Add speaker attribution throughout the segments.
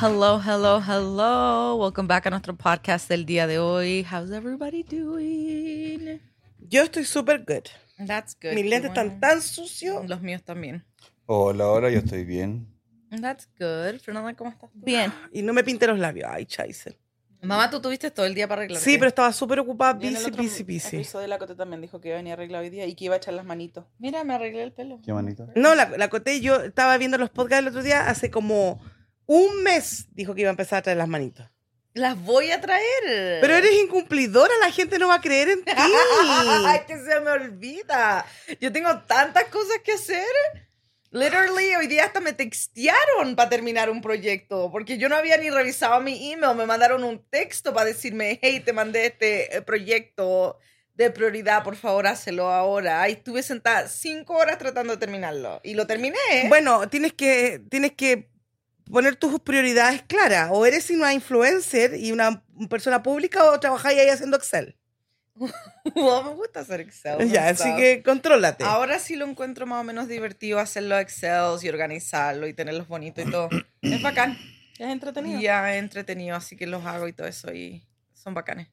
Speaker 1: Hello, hello, hello. Welcome back a nuestro podcast del día de hoy. How's everybody doing?
Speaker 2: Yo estoy súper good.
Speaker 1: That's good.
Speaker 2: Mis
Speaker 1: Qué
Speaker 2: lentes
Speaker 1: bueno.
Speaker 2: están tan sucios.
Speaker 1: Los míos también.
Speaker 3: Hola, hola, yo estoy bien.
Speaker 1: That's good. Fernanda, ¿cómo estás? Bien.
Speaker 2: Y no me pinté los labios. Ay, Chaisen.
Speaker 1: Mamá, tú tuviste todo el día para arreglarte.
Speaker 2: Sí, pero estaba súper ocupada.
Speaker 4: Y en el
Speaker 2: Busy,
Speaker 4: otro
Speaker 2: busy, busy.
Speaker 4: episodio la Cote también dijo que iba a venir arreglada hoy día y que iba a echar las manitos.
Speaker 1: Mira, me arreglé el pelo.
Speaker 3: Qué bonito.
Speaker 2: No, la, la Coté, yo estaba viendo los podcasts el otro día. Hace como un mes dijo que iba a empezar a traer las manitos.
Speaker 1: Las voy a traer.
Speaker 2: Pero eres incumplidora. La gente no va a creer en ti.
Speaker 1: Ay, que se me olvida. Yo tengo tantas cosas que hacer. Literally, hoy día hasta me textearon para terminar un proyecto, porque yo no había ni revisado mi email. Me mandaron un texto para decirme, hey, te mandé este eh, proyecto de prioridad, por favor, hácelo ahora. Y estuve sentada cinco horas tratando de terminarlo. Y lo terminé.
Speaker 2: Bueno, tienes que, tienes que poner tus prioridades claras. O eres una influencer y una persona pública o trabajáis ahí haciendo Excel.
Speaker 1: Wow, me gusta hacer Excel.
Speaker 2: ya,
Speaker 1: no
Speaker 2: así
Speaker 1: sabes.
Speaker 2: que contrólate.
Speaker 1: Ahora sí lo encuentro más o menos divertido hacer los Excels y organizarlo y tenerlos bonitos y todo. Es bacán.
Speaker 4: Es entretenido.
Speaker 1: Ya entretenido, así que los hago y todo eso y son bacanes.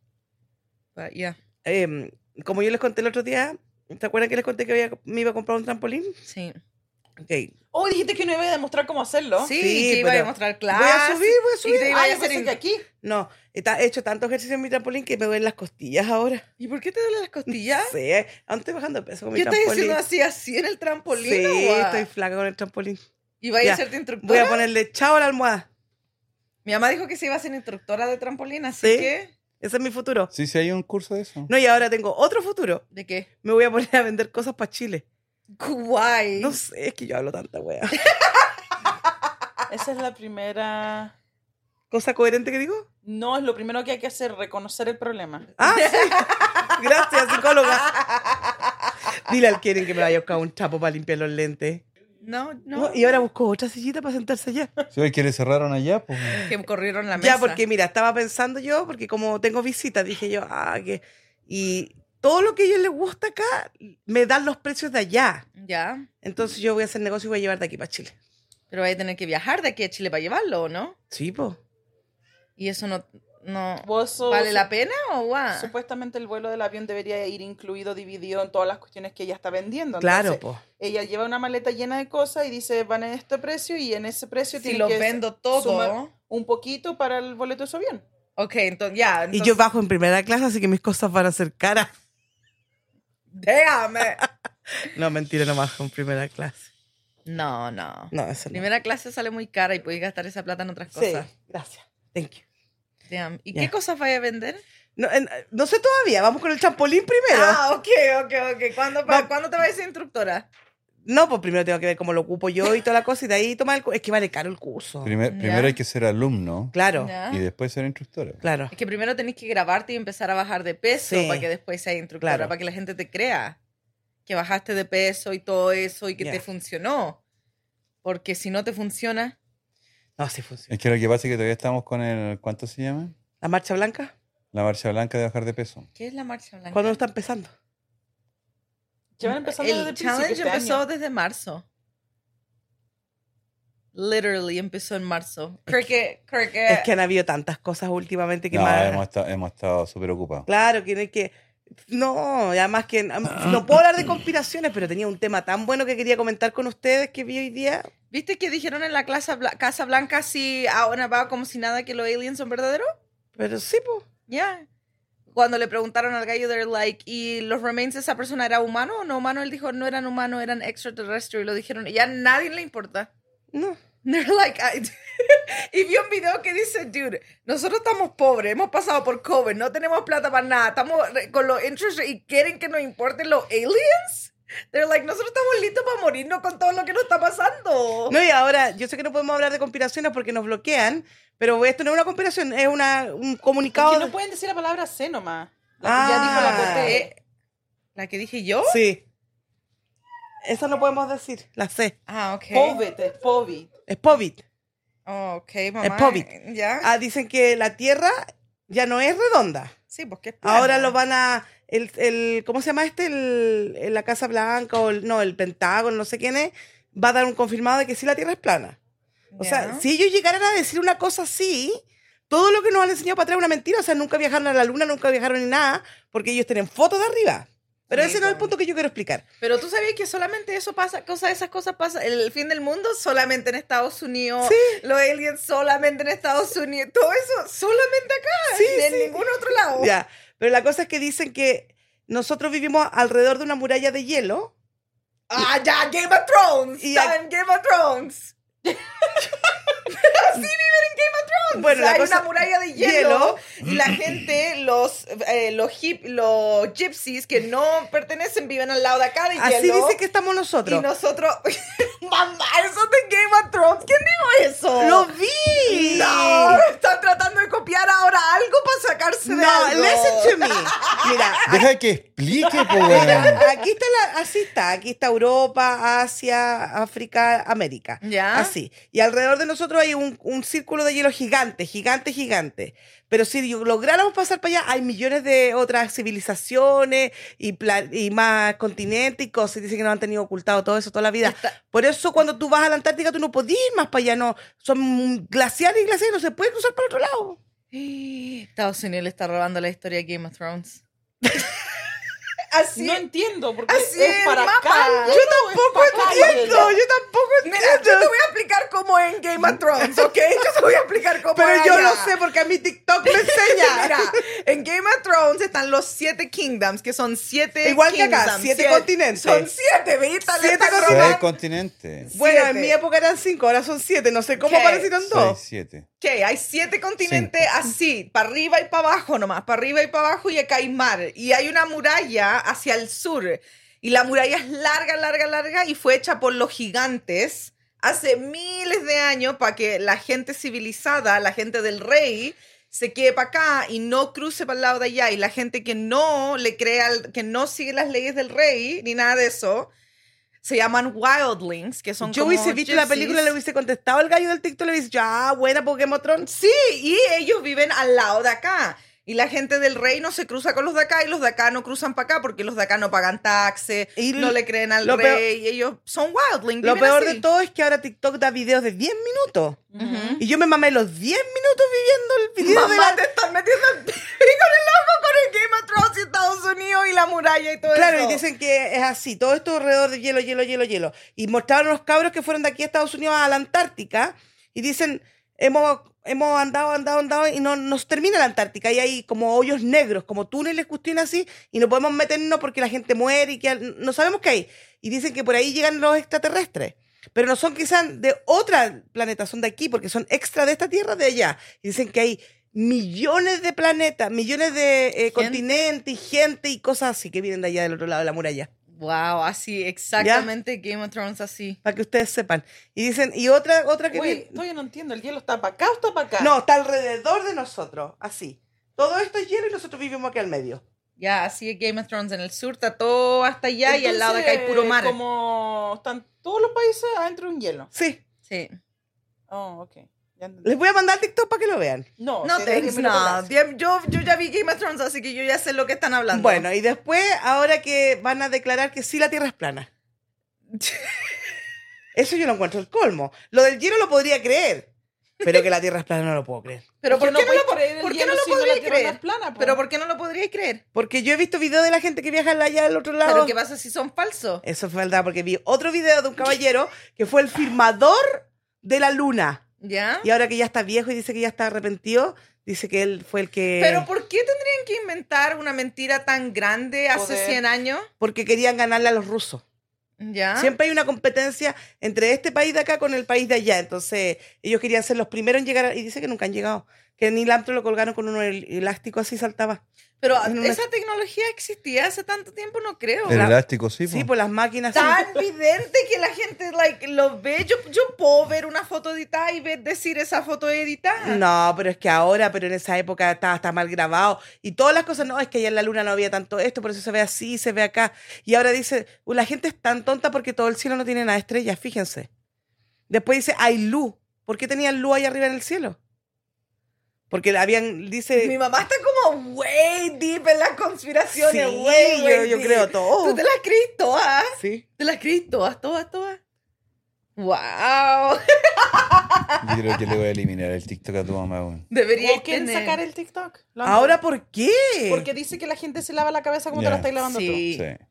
Speaker 1: But, yeah.
Speaker 2: Em, como yo les conté el otro día, ¿te acuerdan que les conté que había- me iba a comprar un trampolín?
Speaker 1: Sí.
Speaker 2: Ok.
Speaker 4: Oh, dijiste que no iba a demostrar cómo hacerlo.
Speaker 1: Sí,
Speaker 2: Sí,
Speaker 1: que iba a
Speaker 2: pero
Speaker 1: mostrar
Speaker 2: Voy
Speaker 1: clases.
Speaker 2: a subir, voy a
Speaker 1: y
Speaker 2: subir.
Speaker 1: te iba
Speaker 4: Ah,
Speaker 1: a
Speaker 4: yo
Speaker 1: hacer
Speaker 4: pensé
Speaker 1: en-
Speaker 4: que aquí.
Speaker 2: No, está- he hecho tanto ejercicio en mi trampolín que me duelen las costillas ahora.
Speaker 1: ¿Y por qué te duelen las costillas?
Speaker 2: Sí, aún estoy bajando de peso con mi
Speaker 1: ¿Qué estás
Speaker 2: trampolín.
Speaker 1: haciendo así, así en el trampolín?
Speaker 2: Sí,
Speaker 1: agua?
Speaker 2: estoy flaca con el trampolín.
Speaker 1: ¿Y vaya
Speaker 2: Ya.
Speaker 1: a hacerte instructora?
Speaker 2: Voy a ponerle chao a la almohada.
Speaker 1: Mi mamá dijo que se iba a ser instructora de trampolín, así
Speaker 2: Sí.
Speaker 1: que...
Speaker 2: Ese es mi futuro.
Speaker 3: Sí, sí, hay un curso de eso.
Speaker 2: No, y ahora tengo otro futuro.
Speaker 1: ¿De qué?
Speaker 2: Me voy a poner a vender cosas para Chile.
Speaker 1: Guay.
Speaker 2: No sé, es que yo hablo tanta wea.
Speaker 1: Ah,
Speaker 4: Esa es la primera.
Speaker 2: ¿Cosa coherente que digo?
Speaker 4: No, es lo primero que hay que hacer, reconocer el problema.
Speaker 2: Ah, sí. Gracias, psicóloga. Dile al Keren que me vaya a buscar un trapo para limpiar los lentes.
Speaker 1: No, no.
Speaker 2: No, Oh, y ahora busco otra sillita para sentarse allá.
Speaker 3: Si hoy quiere cerraron allá, pues.
Speaker 1: Que corrieron la mesa.
Speaker 2: Ya, porque mira, estaba pensando yo, porque como tengo visitas, dije yo, ah, que. Y todo lo que a ellos les gusta acá, me dan los precios de allá.
Speaker 1: Ya.
Speaker 2: Entonces yo voy a hacer negocio y voy a llevar de aquí para Chile.
Speaker 1: Pero vaya a tener que viajar de aquí a Chile para llevarlo, ¿o no?
Speaker 2: Sí, po.
Speaker 1: Y eso no... no...
Speaker 4: Vos sos-
Speaker 1: ¿Vale la pena o guau?
Speaker 4: Supuestamente el vuelo del avión debería ir incluido, dividido en todas las cuestiones que ella está vendiendo.
Speaker 2: Claro,
Speaker 4: Entonces,
Speaker 2: po.
Speaker 4: Ella lleva una maleta llena de cosas y dice, van a este precio y en ese precio
Speaker 1: Si
Speaker 4: tiene
Speaker 1: lo
Speaker 4: que
Speaker 1: vendo todo.
Speaker 4: sumar un poquito para el boleto de su avión.
Speaker 1: Ok, entonces ya.
Speaker 2: Y
Speaker 1: entonces-
Speaker 2: yo bajo en primera clase, así que mis cosas van a ser caras.
Speaker 1: Déjame.
Speaker 2: No, mentira, no bajo en primera clase.
Speaker 1: No, no.
Speaker 2: No, eso no.
Speaker 1: Primera clase sale muy cara y podéis gastar esa plata en otras cosas.
Speaker 2: Sí, gracias. Thank you.
Speaker 1: Damn. ¿Y
Speaker 2: Ya.
Speaker 1: qué cosas vais a vender?
Speaker 2: No, en- no sé todavía, vamos con el trampolín primero.
Speaker 1: Ah, ok, ok, ok. ¿Cuándo, pa-
Speaker 2: Va-
Speaker 1: ¿cuándo te vais a ser instructora?
Speaker 2: No, pues primero tengo que ver cómo lo ocupo yo y toda la cosa, y de ahí tomar el curso. Es que vale caro el curso.
Speaker 3: Primer-
Speaker 1: Ya.
Speaker 3: Primero hay que ser alumno
Speaker 2: Oh, Claro,
Speaker 1: Ya.
Speaker 3: y después ser instructora.
Speaker 2: claro.
Speaker 1: Es que primero tenéis que grabarte y empezar a bajar de peso
Speaker 2: Sí.
Speaker 1: para que después seas instructora,
Speaker 2: Claro.
Speaker 1: para que la gente te crea que bajaste de peso y todo eso y que
Speaker 2: Ya.
Speaker 1: te funcionó. Porque si no te funciona,
Speaker 2: No, sí funciona.
Speaker 3: Es que lo que pasa es que todavía estamos con el. ¿Cuánto se llama?
Speaker 2: ¿La marcha blanca?
Speaker 3: La marcha blanca de bajar de peso.
Speaker 1: ¿qué es la marcha blanca?
Speaker 2: ¿Cuándo está empezando?
Speaker 4: Llevan empezando desde
Speaker 1: El
Speaker 4: el principio
Speaker 1: challenge
Speaker 4: este año.
Speaker 1: empezó desde marzo. Literally empezó en marzo. Creo que, creo que-
Speaker 2: Es que han habido tantas cosas últimamente que
Speaker 3: No,
Speaker 2: más-
Speaker 3: hemos estado, hemos estado súper ocupados.
Speaker 2: Claro, que no hay que... No, y además que um, no puedo hablar de conspiraciones, pero tenía un tema tan bueno que quería comentar con ustedes que vi hoy día.
Speaker 1: ¿Viste que dijeron en la clase bla- Casa Blanca así ahora va como si nada que los aliens son verdaderos?
Speaker 2: Pero sí, pues.
Speaker 1: Ya. Cuando le preguntaron al gallo, they're like, ¿y los remains de esa persona era humano o no humano? Él dijo, no eran humanos, eran extraterrestres. Y lo dijeron, y ya a nadie le importa.
Speaker 2: No.
Speaker 1: They're like, I- y vi un video que dice, dude, nosotros estamos pobres, hemos pasado por COVID, no tenemos plata para nada, estamos re- con los interest rate- y quieren que nos importen los aliens. They're like, nosotros estamos listos para morirnos con todo lo que nos está pasando.
Speaker 2: No, y ahora, yo sé que no podemos hablar de conspiraciones porque nos bloquean, pero esto no es una conspiración, es una, un comunicado.
Speaker 4: Porque
Speaker 2: de-
Speaker 4: no pueden decir la palabra C nomás. La que ya dijo la
Speaker 2: Ah.
Speaker 4: Cote.
Speaker 1: Eh, ¿La que dije yo?
Speaker 2: Sí. Eso no podemos decir, la C.
Speaker 1: Ah, ok.
Speaker 4: COVID, es COVID.
Speaker 2: Es COVID.
Speaker 1: Oh, ok, mamá.
Speaker 2: Es COVID.
Speaker 1: ¿Ya?
Speaker 2: Ah, dicen que la Tierra ya no es redonda.
Speaker 1: sí, pues qué plana.
Speaker 2: Ahora lo van a. El, el- ¿Cómo se llama este? El, el- la Casa Blanca o el, no, el Pentágono, no sé quién es. Va a dar un confirmado de que sí la Tierra es plana. O sea, si ellos llegaran a decir una cosa así, todo lo que nos han enseñado para atrás es una mentira. O sea, nunca viajaron a la luna, nunca viajaron ni nada, porque ellos tienen fotos de arriba. Pero
Speaker 1: Sí,
Speaker 2: ese no es el
Speaker 1: pues.
Speaker 2: punto que yo quiero explicar.
Speaker 1: Pero tú sabías que solamente eso pasa, cosa, esas cosas pasan, el fin del mundo solamente en Estados Unidos, los aliens solamente en Estados Unidos, todo eso solamente acá,
Speaker 2: Sí,
Speaker 1: en
Speaker 2: sí.
Speaker 1: ningún otro lado.
Speaker 2: Ya. Pero la cosa es que dicen que nosotros vivimos alrededor de una muralla de hielo.
Speaker 1: Ah, ya, Game of Thrones,
Speaker 2: Y
Speaker 1: está
Speaker 2: ac-
Speaker 1: en Game of Thrones.
Speaker 2: Bueno, la
Speaker 1: hay
Speaker 2: cosa-
Speaker 1: una muralla de hielo,
Speaker 2: hielo.
Speaker 1: y la gente, los eh, los, hip, los gypsies que no pertenecen, viven al lado de acá de
Speaker 2: Así
Speaker 1: hielo.
Speaker 2: dice que estamos
Speaker 1: y
Speaker 2: nosotros.
Speaker 1: nosotros, mamá, eso de Game of Thrones, ¿quién dijo eso?
Speaker 2: ¡Lo vi!
Speaker 1: No, están tratando de copiar ahora algo para sacarse de
Speaker 2: No,
Speaker 1: algo.
Speaker 2: listen to me. Mira,
Speaker 3: Deja que explique, po, weón.
Speaker 2: Mira, aquí está la, así está, aquí está Europa, Asia, África, América.
Speaker 1: Ya.
Speaker 2: Así. Y alrededor de nosotros hay un, un círculo de hielo gigante, gigante, gigante. Pero si yo- lográramos pasar para allá, hay millones de otras civilizaciones y, pla- y más continentes y cosas. Y dicen que nos han tenido ocultado todo eso toda la vida.
Speaker 1: Está-
Speaker 2: Por eso cuando tú vas a la Antártica, tú no podís ir más para allá. No, son glaciares y glaciares, no se puede cruzar para el otro lado.
Speaker 1: Estados Unidos le está robando la historia a Game of Thrones. Así
Speaker 4: No
Speaker 1: es.
Speaker 4: entiendo, porque
Speaker 1: Así
Speaker 4: es
Speaker 1: el
Speaker 4: para
Speaker 1: mapa.
Speaker 4: acá.
Speaker 1: Yo
Speaker 4: tampoco
Speaker 2: No, yo tampoco
Speaker 1: Pues Mira, yo te voy a explicar cómo es en Game of Thrones, ¿ok? Yo te voy a explicar cómo
Speaker 2: Pero
Speaker 1: es
Speaker 2: yo
Speaker 1: allá.
Speaker 2: lo sé porque a mi TikTok me enseña.
Speaker 1: Mira, en Game of Thrones están los siete kingdoms, que son siete
Speaker 2: Igual que acá, siete continentes.
Speaker 1: Son siete, ¿viste? Le
Speaker 2: Siete
Speaker 1: están
Speaker 2: continentes.
Speaker 1: robando-
Speaker 3: Seis continentes.
Speaker 2: bueno,
Speaker 1: siete.
Speaker 2: en mi época eran cinco, ahora son siete. No sé cómo
Speaker 1: ¿Qué?
Speaker 2: aparecieron
Speaker 3: Seis,
Speaker 2: dos.
Speaker 3: siete.
Speaker 1: ¿Qué? Hay siete continentes así, para arriba y para abajo nomás, para arriba y para abajo y acá hay mar. Y hay una muralla hacia el sur. Y la muralla es larga, larga, larga y fue hecha por los gigantes hace miles de años para que la gente civilizada, la gente del rey, se quede para acá y no cruce para el lado de allá. Y la gente que no le crea, al- que no sigue las leyes del rey ni nada de eso, se llaman wildlings, que son
Speaker 2: Yo
Speaker 1: como
Speaker 2: hubiese visto la
Speaker 1: gypsies.
Speaker 2: película, le hubiese contestado al gallo del TikTok, le hubiese dicho, ah, buena Pokémon Tron.
Speaker 1: Sí, y ellos viven al lado de acá. Y la gente del reino se cruza con los de acá y los de acá no cruzan para acá porque los de acá no pagan taxes,
Speaker 2: Y
Speaker 1: no le creen al
Speaker 2: lo
Speaker 1: rey.
Speaker 2: peor-
Speaker 1: y ellos son wildlings.
Speaker 2: Lo
Speaker 1: viven
Speaker 2: peor
Speaker 1: así.
Speaker 2: de todo es que ahora TikTok da videos de 10 minutos.
Speaker 1: Ujú.
Speaker 2: Y yo me mamé los 10 minutos viviendo el video
Speaker 1: Mamá,
Speaker 2: de
Speaker 1: te están metiendo el pico en el ojo con el Game of Thrones y Estados Unidos y la muralla y todo
Speaker 2: la... Claro,
Speaker 1: eso.
Speaker 2: y dicen que es así, todo esto alrededor de hielo, hielo, hielo, hielo. Y mostraron los cabros que fueron de aquí a Estados Unidos a la Antártica y dicen, hemos, hemos andado, andado, andado y no nos termina la Antártica. Y hay como hoyos negros, como túneles, cuestiones así, y no podemos meternos porque la gente muere y que no sabemos qué hay. Y dicen que por ahí llegan los extraterrestres. Pero no son quizás de otro planeta, son de aquí, porque son extra de esta tierra de allá. Y dicen que hay millones de planetas, millones de eh, continentes y gente y cosas así que vienen de allá del otro lado de la muralla
Speaker 1: Wow, así, exactamente Game of Thrones así.
Speaker 2: para que ustedes sepan. Y dicen, y otra, otra que
Speaker 4: Güey,
Speaker 2: vi-
Speaker 4: todavía no entiendo, ¿el hielo está para acá o está para acá?
Speaker 2: No, está alrededor de nosotros, así. Todo esto es hielo y nosotros vivimos aquí al medio.
Speaker 1: Ya, así es Game of Thrones en el sur, está todo hasta allá y al lado de acá
Speaker 4: Entonces,
Speaker 1: hay puro mar.
Speaker 4: Como están todos los países adentro de un hielo.
Speaker 2: Sí.
Speaker 1: Sí.
Speaker 4: Oh, ok. Ya entendí.
Speaker 2: Les voy a mandar TikTok para que lo vean.
Speaker 4: No,
Speaker 1: No,
Speaker 4: sí,
Speaker 1: thanks,
Speaker 4: dime
Speaker 1: no.
Speaker 4: lo que pasa.
Speaker 1: Yo, yo ya vi Game of Thrones, así que yo ya sé lo que están hablando.
Speaker 2: Bueno, y después, ahora que van a declarar que sí la Tierra es plana. Eso yo lo encuentro el colmo. Lo del hielo lo podría creer, pero que la Tierra es plana no lo puedo creer.
Speaker 1: pero ¿por qué
Speaker 4: Porque
Speaker 1: no,
Speaker 4: podéis
Speaker 1: lo, po-
Speaker 4: creer el
Speaker 1: por qué
Speaker 4: hielo
Speaker 1: no lo
Speaker 4: siendo la
Speaker 1: podríais
Speaker 4: Tierra
Speaker 1: creer?
Speaker 4: más plana, po.
Speaker 1: Pero ¿por qué no lo podríais creer?
Speaker 2: Porque yo he visto videos de la gente que viaja allá del otro lado.
Speaker 1: Pero ¿qué pasa si son falsos?
Speaker 2: Eso fue verdad, porque vi otro video de un caballero que fue el firmador de la luna.
Speaker 1: ¿Ya?
Speaker 2: Y ahora que ya está viejo y dice que ya está arrepentido, dice que él fue el que...
Speaker 1: ¿Pero por qué tendrían que inventar una mentira tan grande hace
Speaker 4: Poder.
Speaker 1: 100 años?
Speaker 2: porque querían ganarle a los rusos.
Speaker 1: ¿Ya?
Speaker 2: Siempre hay una competencia entre este país de acá con el país de allá. Entonces, ellos querían ser los primeros en llegar, a- y dice que nunca han llegado. Que Neil Armstrong lo colgaron con un el- elástico así saltaba.
Speaker 1: Pero
Speaker 2: en una-
Speaker 1: esa tecnología existía hace tanto tiempo, no creo.
Speaker 3: El
Speaker 2: la-
Speaker 3: elástico, sí,
Speaker 2: Sí,
Speaker 3: po.
Speaker 2: por las máquinas.
Speaker 1: Tan evidente que la gente like, lo ve. Yo, yo puedo ver una foto editada y ver, decir esa foto editada.
Speaker 2: No, pero es que ahora, pero en esa época estaba hasta mal grabado. Y todas las cosas, no, es que allá en la luna no había tanto esto, por eso se ve así, se ve acá. Y ahora dice, "Uh, la gente es tan tonta porque todo el cielo no tiene nada de estrellas, fíjense. Después dice, hay luz. ¿Por qué tenían luz ahí arriba en el cielo? Porque habían,
Speaker 1: Mi
Speaker 2: dice...
Speaker 1: mamá está como way deep en las
Speaker 2: sí,
Speaker 1: conspiraciones. way, way
Speaker 2: yo, yo
Speaker 1: deep.
Speaker 2: creo todo.
Speaker 1: Tú te las crees todas.
Speaker 2: Sí.
Speaker 1: Te las crees todas, todas, todas. ¡Wow!
Speaker 3: Yo creo que le voy a eliminar el TikTok a tu mamá, weón.
Speaker 1: Debería
Speaker 4: ¿O quieren
Speaker 1: tener. pues-
Speaker 4: sacar el TikTok? Lo han-
Speaker 2: ¿Ahora por qué?
Speaker 4: Porque dice que la gente se lava la cabeza como
Speaker 3: Ya.
Speaker 4: te la estáis lavando
Speaker 1: Sí.
Speaker 3: Sí.
Speaker 4: tú.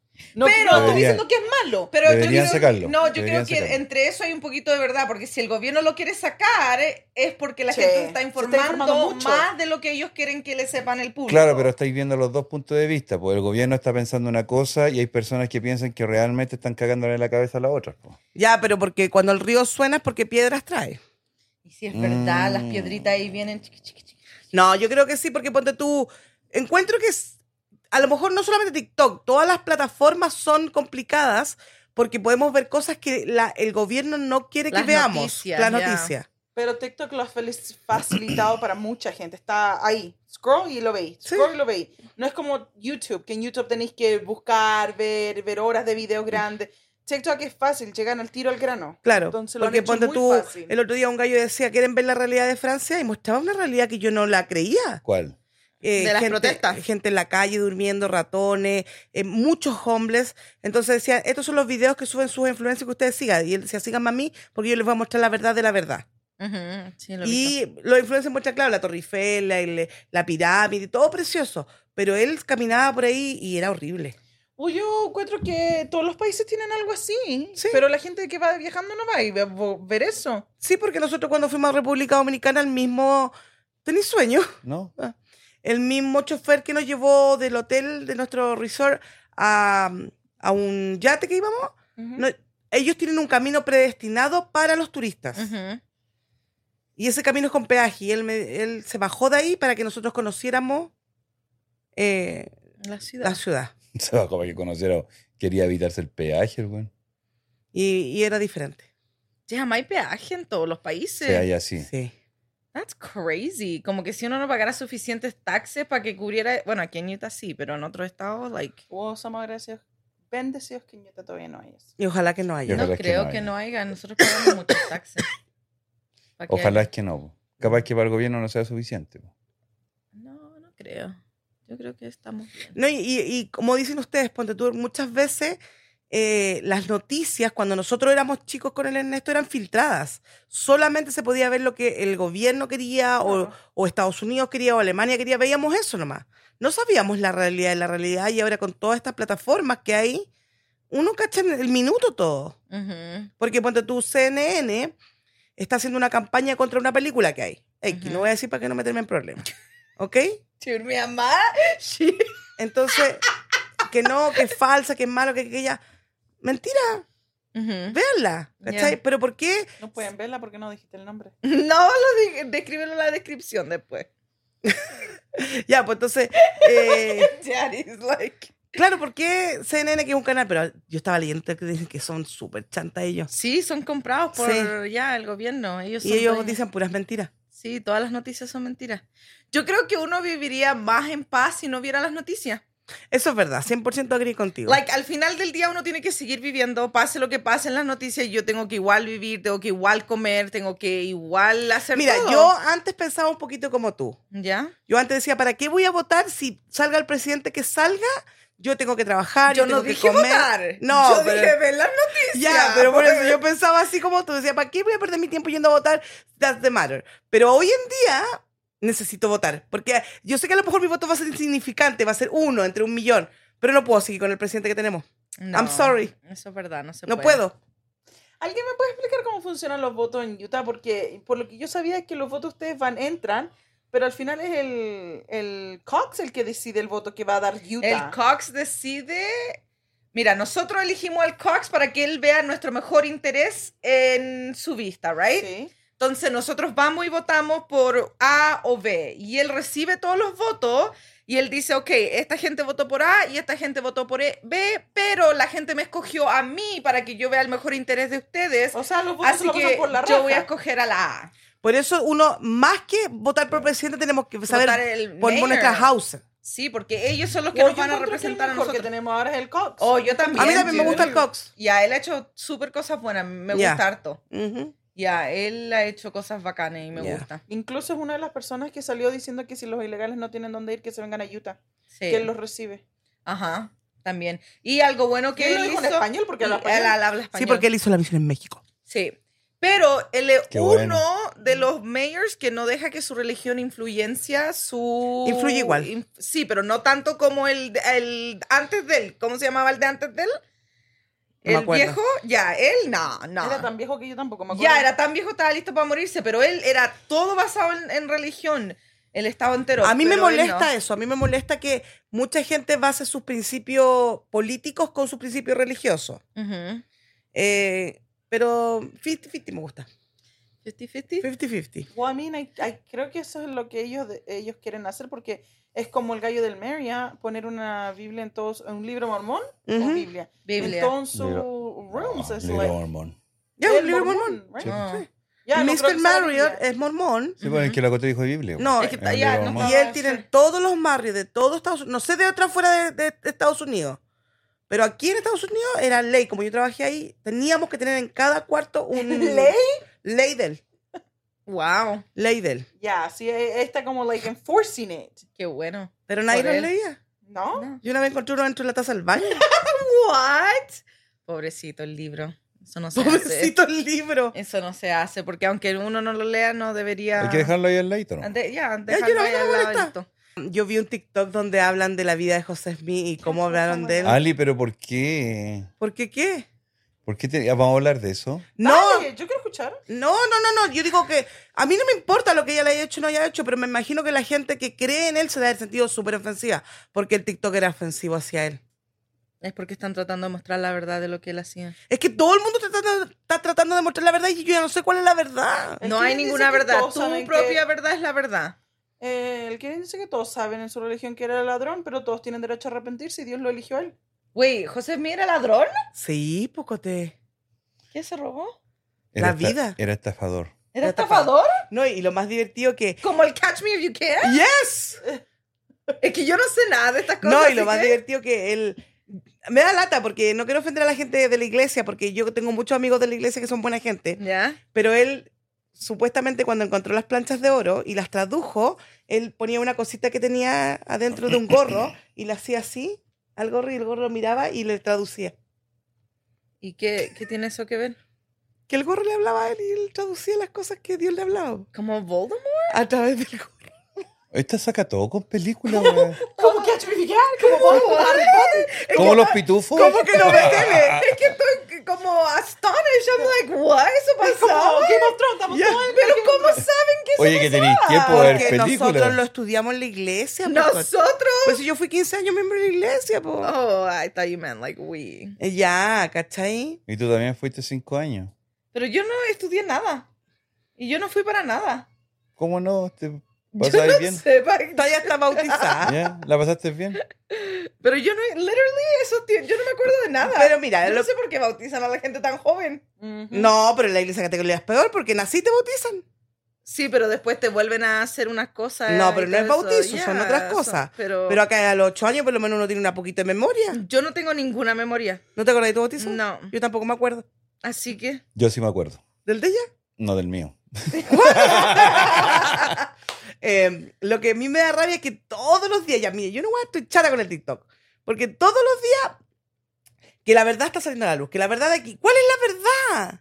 Speaker 1: Pero-
Speaker 4: No, no estoy
Speaker 3: Debería.
Speaker 4: diciendo que es malo.
Speaker 1: Pero yo
Speaker 3: Deberían
Speaker 1: creo,
Speaker 3: sacarlo,
Speaker 1: No, yo creo
Speaker 3: deberían
Speaker 1: que
Speaker 3: sacarlo.
Speaker 1: entre eso hay un poquito de verdad, porque si el gobierno lo quiere sacar, eh, es porque la
Speaker 4: Sí,
Speaker 1: gente
Speaker 4: se
Speaker 1: está
Speaker 4: está
Speaker 1: informando,
Speaker 4: informando mucho.
Speaker 1: más de lo que ellos quieren que le sepan el público.
Speaker 3: Claro, pero estáis viendo los dos puntos de vista, porque el gobierno está pensando una cosa y hay personas que piensan que realmente están cagándole la cabeza a la otra. pues. po.
Speaker 2: Ya, pero porque cuando el río suena es porque piedras trae.
Speaker 1: Y si es verdad, las
Speaker 3: Mm.
Speaker 1: piedritas ahí vienen. chiqui, chiqui, chiqui.
Speaker 2: No, yo creo que sí, porque ponte tú. Encuentro que es- a lo mejor no solamente TikTok, todas las plataformas son complicadas porque podemos ver cosas que la- el gobierno no quiere que
Speaker 1: Las
Speaker 2: veamos.
Speaker 1: noticias,
Speaker 2: las
Speaker 1: ya.
Speaker 2: noticias.
Speaker 4: Pero TikTok lo ha felic- facilitado para mucha gente. Está ahí. Scroll y lo veis.
Speaker 2: Sí.
Speaker 4: Scroll y lo veis. No es como YouTube, que en YouTube tenéis que buscar, ver, ver horas de videos grandes. TikTok es fácil, llegan al tiro al grano.
Speaker 2: Claro.
Speaker 4: Entonces lo han
Speaker 2: porque
Speaker 4: hecho
Speaker 2: ponte
Speaker 4: muy
Speaker 2: tú.
Speaker 4: fácil.
Speaker 2: El otro día un gallo decía, ¿quieren ver la realidad de Francia? Y mostraba una realidad que yo no la creía.
Speaker 3: ¿Cuál?
Speaker 2: Eh,
Speaker 1: De las
Speaker 2: gente,
Speaker 1: protestas.
Speaker 2: Gente en la calle durmiendo, ratones, eh, muchos homeless. Entonces decía, estos son los videos que suben sus influencers que ustedes sigan. Y él decía, síganme a mí porque yo les voy a mostrar la verdad de la verdad.
Speaker 1: Ujú, sí, lo he visto.
Speaker 2: y los influencers muestran, claro, la Torre Eiffel, la, el- la pirámide, todo precioso. Pero él caminaba por ahí y era horrible.
Speaker 4: Uy, yo encuentro que todos los países tienen algo así.
Speaker 2: Sí.
Speaker 4: Pero la gente que va viajando no va a ir a vo- ver eso.
Speaker 2: Sí, porque nosotros cuando fuimos a República Dominicana, el mismo... ¿Tenéis sueño?
Speaker 3: ¿No?
Speaker 2: el mismo chofer que nos llevó del hotel de nuestro resort a, a un yate que íbamos, no- ellos tienen un camino predestinado para los turistas.
Speaker 1: Ujú.
Speaker 2: Y ese camino es con peaje. Y él, me- él se bajó de ahí para que nosotros conociéramos eh,
Speaker 1: La ciudad.
Speaker 2: la ciudad.
Speaker 3: Se va como que conociera, quería evitarse el peaje, el weón.
Speaker 2: Y, y era diferente.
Speaker 1: Ya, jamás hay peaje en todos los países.
Speaker 3: Se halla así.
Speaker 2: Sí.
Speaker 1: That's crazy. Como que si uno no pagara suficientes taxes para que cubriera. Bueno, aquí en Utah sí, pero en otros estados, like.
Speaker 4: Oh, somos agradecidos. Bendecidos que en Utah todavía no hay eso.
Speaker 2: Y ojalá que no haya.
Speaker 3: Yo-
Speaker 1: No
Speaker 3: ojalá es que
Speaker 1: creo
Speaker 3: no
Speaker 1: que
Speaker 3: haya.
Speaker 1: no haya. Nosotros pagamos muchos taxes. Pa' que
Speaker 3: Ojalá
Speaker 1: haya.
Speaker 3: es que no. po. Capaz que para el gobierno no sea suficiente. pues. po.
Speaker 1: No, no creo. Yo creo que estamos bien.
Speaker 2: No, y, y- y como dicen ustedes, Ponte tú, muchas veces eh, las noticias, cuando nosotros éramos chicos con el Ernesto, eran filtradas. Solamente se podía ver lo que el gobierno quería o,
Speaker 4: Claro.
Speaker 2: o Estados Unidos quería o Alemania quería. Veíamos eso nomás. No sabíamos la realidad de la realidad y ahora con todas estas plataformas que hay, uno cacha en el minuto todo.
Speaker 1: Ujú.
Speaker 2: Porque ponte tú, CNN está haciendo una campaña contra una película que hay. X,
Speaker 1: Ujú.
Speaker 2: no voy a decir para que no meterme en problemas. ¿Ok?
Speaker 1: Dude, mi mamá. she-
Speaker 2: Entonces, que no, que es falsa, que es malo, que, que ya. Mentira,
Speaker 1: Ujú.
Speaker 2: véanla. ¿cachai?
Speaker 1: Ya.
Speaker 2: Pero ¿por qué?
Speaker 4: No pueden verla porque no dijiste el nombre.
Speaker 1: No, lo di- descríbelo en la descripción después.
Speaker 2: Ya, pues entonces, eh,
Speaker 1: Daddy's like.
Speaker 2: claro, ¿por qué CNN que es un canal? Pero yo estaba leyendo que dicen que son súper chantas ellos.
Speaker 1: Sí, son comprados por
Speaker 2: Sí.
Speaker 1: ya el gobierno. Ellos
Speaker 2: Y
Speaker 1: son
Speaker 2: ellos
Speaker 1: dueños.
Speaker 2: dicen puras mentiras.
Speaker 1: Sí, todas las noticias son mentiras. Yo creo que uno viviría más en paz si no viera las noticias.
Speaker 2: Eso es verdad, 100% agree contigo.
Speaker 1: Like, al final del día uno tiene que seguir viviendo, pase lo que pase en las noticias, yo tengo que igual vivir, tengo que igual comer, tengo que igual hacer
Speaker 2: Mira,
Speaker 1: todo.
Speaker 2: yo antes pensaba un poquito como tú.
Speaker 1: ¿Ya?
Speaker 2: Yo antes decía, ¿para qué voy a votar si salga el presidente que salga? Yo tengo que trabajar, Ah,
Speaker 1: yo
Speaker 2: yo,
Speaker 1: no
Speaker 2: tengo que
Speaker 1: dije
Speaker 2: comer.
Speaker 1: votar.
Speaker 2: No,
Speaker 1: yo
Speaker 2: pero-
Speaker 1: dije ver las noticias.
Speaker 2: Ya, pero por
Speaker 1: pues.
Speaker 2: eso yo pensaba así como tú. Decía, ¿para qué voy a perder mi tiempo yendo a votar? That's the matter. Pero hoy en día necesito votar. Porque yo sé que a lo mejor mi voto va a ser insignificante, va a ser uno entre un millón. Pero no puedo seguir con el presidente que tenemos.
Speaker 1: No,
Speaker 2: I'm sorry.
Speaker 1: Eso es verdad, no se
Speaker 2: No
Speaker 1: puede.
Speaker 2: puedo.
Speaker 4: ¿Alguien me puede explicar cómo funcionan los votos en Utah? Porque por lo que yo sabía es que los votos ustedes van, entran, pero al final es el, el Cox el que decide el voto que va a dar Utah.
Speaker 1: El Cox decide... Mira, nosotros elegimos al Cox para que él vea nuestro mejor interés en su vista, ¿right?
Speaker 4: Sí.
Speaker 1: Entonces nosotros vamos y votamos por A o B y él recibe todos los votos y él dice, ok, esta gente votó por A y esta gente votó por E- B, pero la gente me escogió a mí para que yo vea el mejor interés de ustedes.
Speaker 4: O sea, los votos se
Speaker 1: Así
Speaker 4: lo pasan
Speaker 1: que
Speaker 4: por la raja.
Speaker 1: yo voy a escoger a la A.
Speaker 2: Por eso uno, más que votar por presidente, tenemos que saber
Speaker 1: Votar el
Speaker 2: por
Speaker 1: mayor.
Speaker 2: nuestra house.
Speaker 1: Sí, porque ellos son los que
Speaker 4: O
Speaker 1: nos
Speaker 4: yo
Speaker 1: van a
Speaker 4: encuentro que
Speaker 1: representar
Speaker 4: el
Speaker 1: a
Speaker 4: mejor que
Speaker 1: nosotros.
Speaker 4: tenemos ahora es el Cox.
Speaker 1: Oh, yo también.
Speaker 2: A mí también me
Speaker 1: dude.
Speaker 2: gusta el Cox.
Speaker 1: Ya, él ha hecho súper cosas buenas, me
Speaker 2: Ya.
Speaker 1: gusta harto.
Speaker 2: Ujú.
Speaker 1: Ya, él ha hecho cosas bacanas y me
Speaker 2: Ya.
Speaker 1: gusta.
Speaker 4: Incluso es una de las personas que salió diciendo que si los ilegales no tienen dónde ir, que se vengan a Utah.
Speaker 1: Sí.
Speaker 4: Que él los recibe.
Speaker 1: Ajá, también. Y algo bueno que
Speaker 4: ¿Quién lo
Speaker 1: él
Speaker 4: dijo en
Speaker 1: hizo-
Speaker 4: español? Porque
Speaker 1: él
Speaker 4: habla español.
Speaker 1: habla español.
Speaker 2: Sí, porque él hizo la misión en México.
Speaker 1: Sí. Pero él es
Speaker 3: Qué
Speaker 1: uno
Speaker 3: bueno.
Speaker 1: de los mayors que no deja que su religión influencia su...
Speaker 2: Influye igual.
Speaker 1: inf- sí, pero no tanto como el, el antes de él. ¿Cómo se llamaba el de antes de él?
Speaker 2: No me
Speaker 1: el
Speaker 2: acuerdo.
Speaker 1: viejo, ya, él no, no.
Speaker 4: Era tan viejo que yo tampoco me acuerdo.
Speaker 1: ya, era tan viejo, estaba listo para morirse, pero él era todo basado en, en religión, el estado entero.
Speaker 2: A mí me
Speaker 1: pero él
Speaker 2: molesta
Speaker 1: no.
Speaker 2: eso, a mí me molesta que mucha gente base sus principios políticos con sus principios religiosos.
Speaker 1: Ujú.
Speaker 2: Eh, pero 50-50 me gusta.
Speaker 1: 50-50.
Speaker 2: 50-50.
Speaker 4: Well, I mean, I- I- creo que eso es lo que ellos, de- ellos quieren hacer porque es como el gallo del Maria, poner una Biblia en todos, un libro mormón
Speaker 2: Ujú.
Speaker 4: o Biblia.
Speaker 1: Biblia.
Speaker 4: En todos sus
Speaker 3: Libro-
Speaker 4: rooms.
Speaker 3: Ah,
Speaker 4: es
Speaker 3: libro
Speaker 4: like-
Speaker 3: mormón.
Speaker 2: Ya,
Speaker 4: el
Speaker 2: un libro
Speaker 4: mormón,
Speaker 2: mormón. eh.
Speaker 4: right?
Speaker 3: Sí.
Speaker 1: Ah.
Speaker 4: Ya, no creo
Speaker 2: Mr.
Speaker 4: que sea la
Speaker 2: Marriott
Speaker 4: Biblia.
Speaker 2: es mormón.
Speaker 3: Sí, bueno, es que la cota dijo de Biblia. pues. Eh,
Speaker 2: No,
Speaker 1: Es que
Speaker 3: Era un
Speaker 1: ya,
Speaker 3: libro
Speaker 1: no
Speaker 3: mormón.
Speaker 2: Y
Speaker 1: Ah,
Speaker 2: él tiene
Speaker 1: sí.
Speaker 2: en todos los Marriott de todos Estados Unidos. No sé de otra fuera de, de Estados Unidos. Pero aquí en Estados Unidos era ley. Como yo trabajé ahí, teníamos que tener en cada cuarto un...
Speaker 4: ¿Ley?
Speaker 2: Ley del.
Speaker 1: Ah, Wow,
Speaker 2: Ley del.
Speaker 4: Ya, sí, e- está como like enforcing it.
Speaker 1: qué bueno.
Speaker 2: Pero nadie
Speaker 1: Por
Speaker 2: los
Speaker 1: él.
Speaker 2: leía.
Speaker 4: ¿No?
Speaker 1: No.
Speaker 2: Yo una vez encontré uno dentro de la taza del baño.
Speaker 1: What? Pobrecito el libro. Eso no se hace.
Speaker 2: Pobrecito el libro.
Speaker 1: Eso no se hace, porque aunque uno no lo lea, no debería.
Speaker 3: Hay que dejarlo ahí al leito, ¿no?
Speaker 1: Ande- ya,
Speaker 2: Ya, yo
Speaker 1: dejarlo
Speaker 2: no-
Speaker 1: ahí
Speaker 2: no me
Speaker 1: al lado
Speaker 2: molesta.
Speaker 1: alto.
Speaker 2: Yo vi un TikTok donde hablan de la vida de José Smith y cómo hablaron de él.
Speaker 3: Ali, pero ¿por qué?
Speaker 2: ¿Por qué qué?
Speaker 3: ¿Por qué te- ah, vamos a hablar de eso?
Speaker 2: No,
Speaker 4: Dale, yo quiero escuchar.
Speaker 2: no, no, no, no. Yo digo que a mí no me importa lo que ella le haya hecho o no haya hecho, pero me imagino que la gente que cree en él se da el sentido súper ofensiva, porque el TikTok era ofensivo hacia él.
Speaker 1: Es porque están tratando de mostrar la verdad de lo que él hacía.
Speaker 2: Es que todo el mundo está tratando, está tratando de mostrar la verdad y yo ya no sé cuál es la verdad.
Speaker 4: Es
Speaker 1: No
Speaker 4: que
Speaker 1: hay
Speaker 4: él dice
Speaker 1: ninguna
Speaker 4: que
Speaker 1: verdad.
Speaker 4: todos
Speaker 1: Tu
Speaker 4: saben que-
Speaker 1: propia verdad es la verdad.
Speaker 4: Eh, el que dice que todos saben en su religión que era el ladrón, pero todos tienen derecho a arrepentirse y Dios lo eligió a él.
Speaker 1: Güey, José, mira ladrón.
Speaker 2: Sí, Pocote.
Speaker 1: ¿Qué se robó?
Speaker 3: Era
Speaker 2: La
Speaker 3: esta-
Speaker 2: vida.
Speaker 3: Era estafador.
Speaker 1: ¿Era
Speaker 2: Era
Speaker 1: estafador?
Speaker 2: No, y lo más divertido que...
Speaker 1: Como el Catch Me If You Can.
Speaker 2: ¡Yes!
Speaker 1: Es que yo no sé nada de estas cosas.
Speaker 2: No, y
Speaker 1: así
Speaker 2: lo más
Speaker 1: que-
Speaker 2: divertido que él... Me da lata porque no quiero ofender a la gente de la iglesia, porque yo tengo muchos amigos de la iglesia que son buena gente.
Speaker 1: ¿Ya?
Speaker 2: pero él supuestamente cuando encontró las planchas de oro y las tradujo, él ponía una cosita que tenía adentro de un gorro y la hacía así al gorro y el gorro lo miraba y le traducía.
Speaker 1: ¿Y qué, qué tiene eso que ver?
Speaker 2: Que el gorro le hablaba a él y él traducía las cosas que Dios le hablaba
Speaker 1: ¿Como Voldemort?
Speaker 2: a través del gorro.
Speaker 3: Esta saca todo con películas, weón.
Speaker 4: ¿Cómo que atribuir?
Speaker 3: Como los pitufos.
Speaker 2: ¿Cómo que no ve tele?
Speaker 1: Es que estoy como astonished. I'm like, what? ¿Eso pasó?
Speaker 2: Ya,
Speaker 1: Pero ¿cómo saben que eso
Speaker 3: Oye, que tenéis tiempo de ver
Speaker 2: Porque nosotros lo
Speaker 3: películas.
Speaker 2: estudiamos en la iglesia. po, con-
Speaker 1: Nosotros.
Speaker 2: Pues si yo fui 15 años miembro de la iglesia, po.
Speaker 1: Oh, I thought you meant like we.
Speaker 2: Eh, Ya, ¿cachai?
Speaker 3: Y tú también fuiste cinco años.
Speaker 1: Pero yo no estudié nada. Y yo no fui para nada.
Speaker 3: ¿Cómo no? ¿Te
Speaker 2: Pues
Speaker 1: yo
Speaker 3: pasaste
Speaker 1: no
Speaker 3: bien?
Speaker 1: sé para qué.
Speaker 2: Todavía está bautizada.
Speaker 3: ¿Ya? ¿La pasaste bien?
Speaker 1: Pero yo no, literally, eso, tie- yo no me acuerdo de nada.
Speaker 2: Pero mira,
Speaker 1: yo
Speaker 2: lo-
Speaker 1: no sé por qué bautizan a la gente tan joven.
Speaker 2: No, pero en la iglesia católica es peor porque nací y te bautizan.
Speaker 1: Sí, pero después te vuelven a hacer unas cosas.
Speaker 2: No,
Speaker 1: y
Speaker 2: pero no
Speaker 1: todo
Speaker 2: es bautizo,
Speaker 1: eso.
Speaker 2: son
Speaker 1: Ya,
Speaker 2: otras
Speaker 1: son-
Speaker 2: cosas.
Speaker 1: pero,
Speaker 2: Pero acá a los ocho años por lo menos uno tiene una poquita de memoria.
Speaker 1: yo no tengo ninguna memoria.
Speaker 2: ¿No te acordás de tu bautizo?
Speaker 1: No.
Speaker 2: Yo tampoco me acuerdo.
Speaker 1: Así que.
Speaker 3: Yo sí me acuerdo.
Speaker 2: ¿Del de ella?
Speaker 3: No del mío.
Speaker 2: Eh, lo que a mí me da rabia es que todos los días, ya mire, yo no voy a estoy chata con el TikTok. Porque todos los días que la verdad está saliendo a la luz, que la verdad de aquí, ¿cuál es la verdad?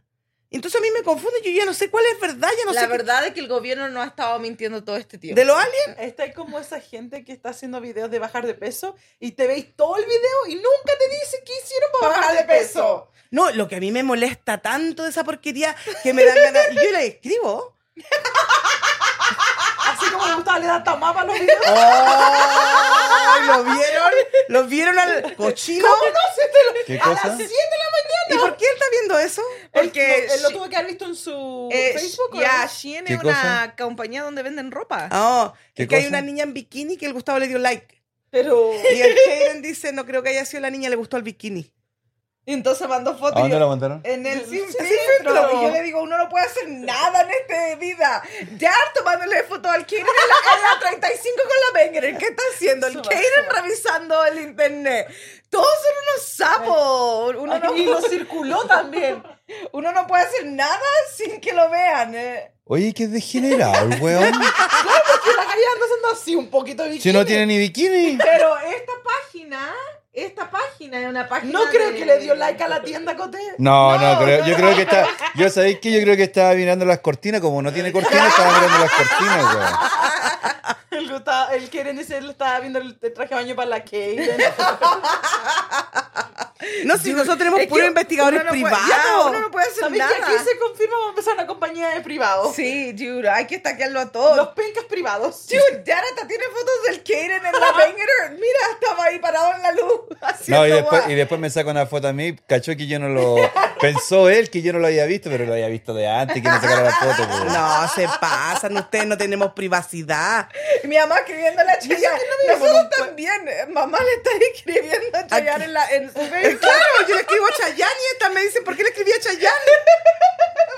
Speaker 2: Entonces a mí me confunde, yo ya no sé cuál es verdad, ya no
Speaker 1: la
Speaker 2: sé. qué-
Speaker 1: verdad es que el gobierno no ha estado mintiendo todo este tiempo.
Speaker 2: ¿De los aliens?
Speaker 4: Está como esa gente que está haciendo videos de bajar de peso y te veis todo el video y nunca te dicen qué hicieron para bajar de peso.
Speaker 2: No, lo que a mí me molesta tanto de esa porquería que me dan ganas. y Yo la escribo.
Speaker 4: Así como le gustaba le da tamapa a los videos.
Speaker 2: ¡Ay! ¿Lo vieron? ¿Lo vieron al cochino?
Speaker 3: ¿Qué
Speaker 1: Ah,
Speaker 4: A las
Speaker 3: cosa?
Speaker 4: 7 de la
Speaker 2: ¿Y por qué él está viendo eso?
Speaker 4: mañana.
Speaker 1: Porque
Speaker 4: Él, lo- él lo
Speaker 1: she-
Speaker 4: tuvo que haber visto en su
Speaker 1: Eh,
Speaker 4: Facebook. ¿o
Speaker 1: ya,
Speaker 4: no?
Speaker 1: Shein
Speaker 3: ¿Qué
Speaker 1: es una compañía donde venden ropa.
Speaker 2: Oh,
Speaker 3: ¿Qué
Speaker 2: es que hay
Speaker 3: cosa?
Speaker 2: una niña en bikini que el Gustavo le dio like.
Speaker 4: Pero
Speaker 2: Y el Hayden dice, no creo que haya sido la niña, le gustó el bikini.
Speaker 1: Y entonces mandó
Speaker 3: ¿A
Speaker 1: fotos. y
Speaker 3: dónde
Speaker 1: yo-
Speaker 3: la mandaron?
Speaker 1: En el sin
Speaker 4: Sin
Speaker 1: filtro.
Speaker 4: filtro.
Speaker 1: Y yo le digo, uno no puede hacer nada en este vida. Ya tomándole foto al Kaden en la, en la 35 con la Wenger. ¿Qué está haciendo? El
Speaker 4: Suba,
Speaker 1: Kaden
Speaker 4: suba.
Speaker 1: revisando el internet. Todos son unos sapos. Uno no,
Speaker 4: y lo circuló también.
Speaker 1: uno no puede hacer nada sin que lo vean. eh.
Speaker 3: Oye, qué degenerado el weón.
Speaker 4: Porque la galla anda haciendo así un poquito de
Speaker 3: Si no tiene ni bikini.
Speaker 1: Pero esta página Esta página es una página.
Speaker 4: No creo
Speaker 1: de-
Speaker 4: que le dio like a la tienda Coté.
Speaker 3: No, no,
Speaker 1: No.
Speaker 3: creo- yo creo que está. Yo sabéis que yo creo que estaba mirando las cortinas, como no tiene cortinas, estaba mirando las cortinas, weón.
Speaker 1: Ah,
Speaker 4: El, Gustavo- el Keren dice, él estaba viendo el el traje de baño para la Kate.
Speaker 2: No, si nosotros tenemos
Speaker 1: Es que
Speaker 2: puros investigadores
Speaker 1: uno no puede-
Speaker 2: privados.
Speaker 1: ya, uno no puede hacer
Speaker 4: ¿Sabéis que
Speaker 1: nada.
Speaker 4: aquí se confirma va a empezar una compañía de privados?
Speaker 1: Sí, dude, hay que estaquearlo a todos.
Speaker 4: Los pencas privados.
Speaker 1: Dude, Dara hasta tiene fotos del Kaden en la Banger. Mira, estaba ahí parado en la luz. haciendo
Speaker 3: No, y después,
Speaker 1: guay.
Speaker 3: y después me saca una foto a mí, cachó que yo no lo... Pensó él que yo no lo había visto, pero lo había visto de antes, que me sacara la foto. pues.
Speaker 2: No, se pasan, ustedes no tenemos privacidad.
Speaker 1: Y Mi mamá escribiendo a la Chayanne. Nosotros también. eh, Mamá le está escribiendo a Chayanne en, la, en su
Speaker 2: Eh,
Speaker 1: Facebook.
Speaker 2: Claro, yo le escribo a Chayanne y esta me dice, ¿por qué le escribí a Chayanne?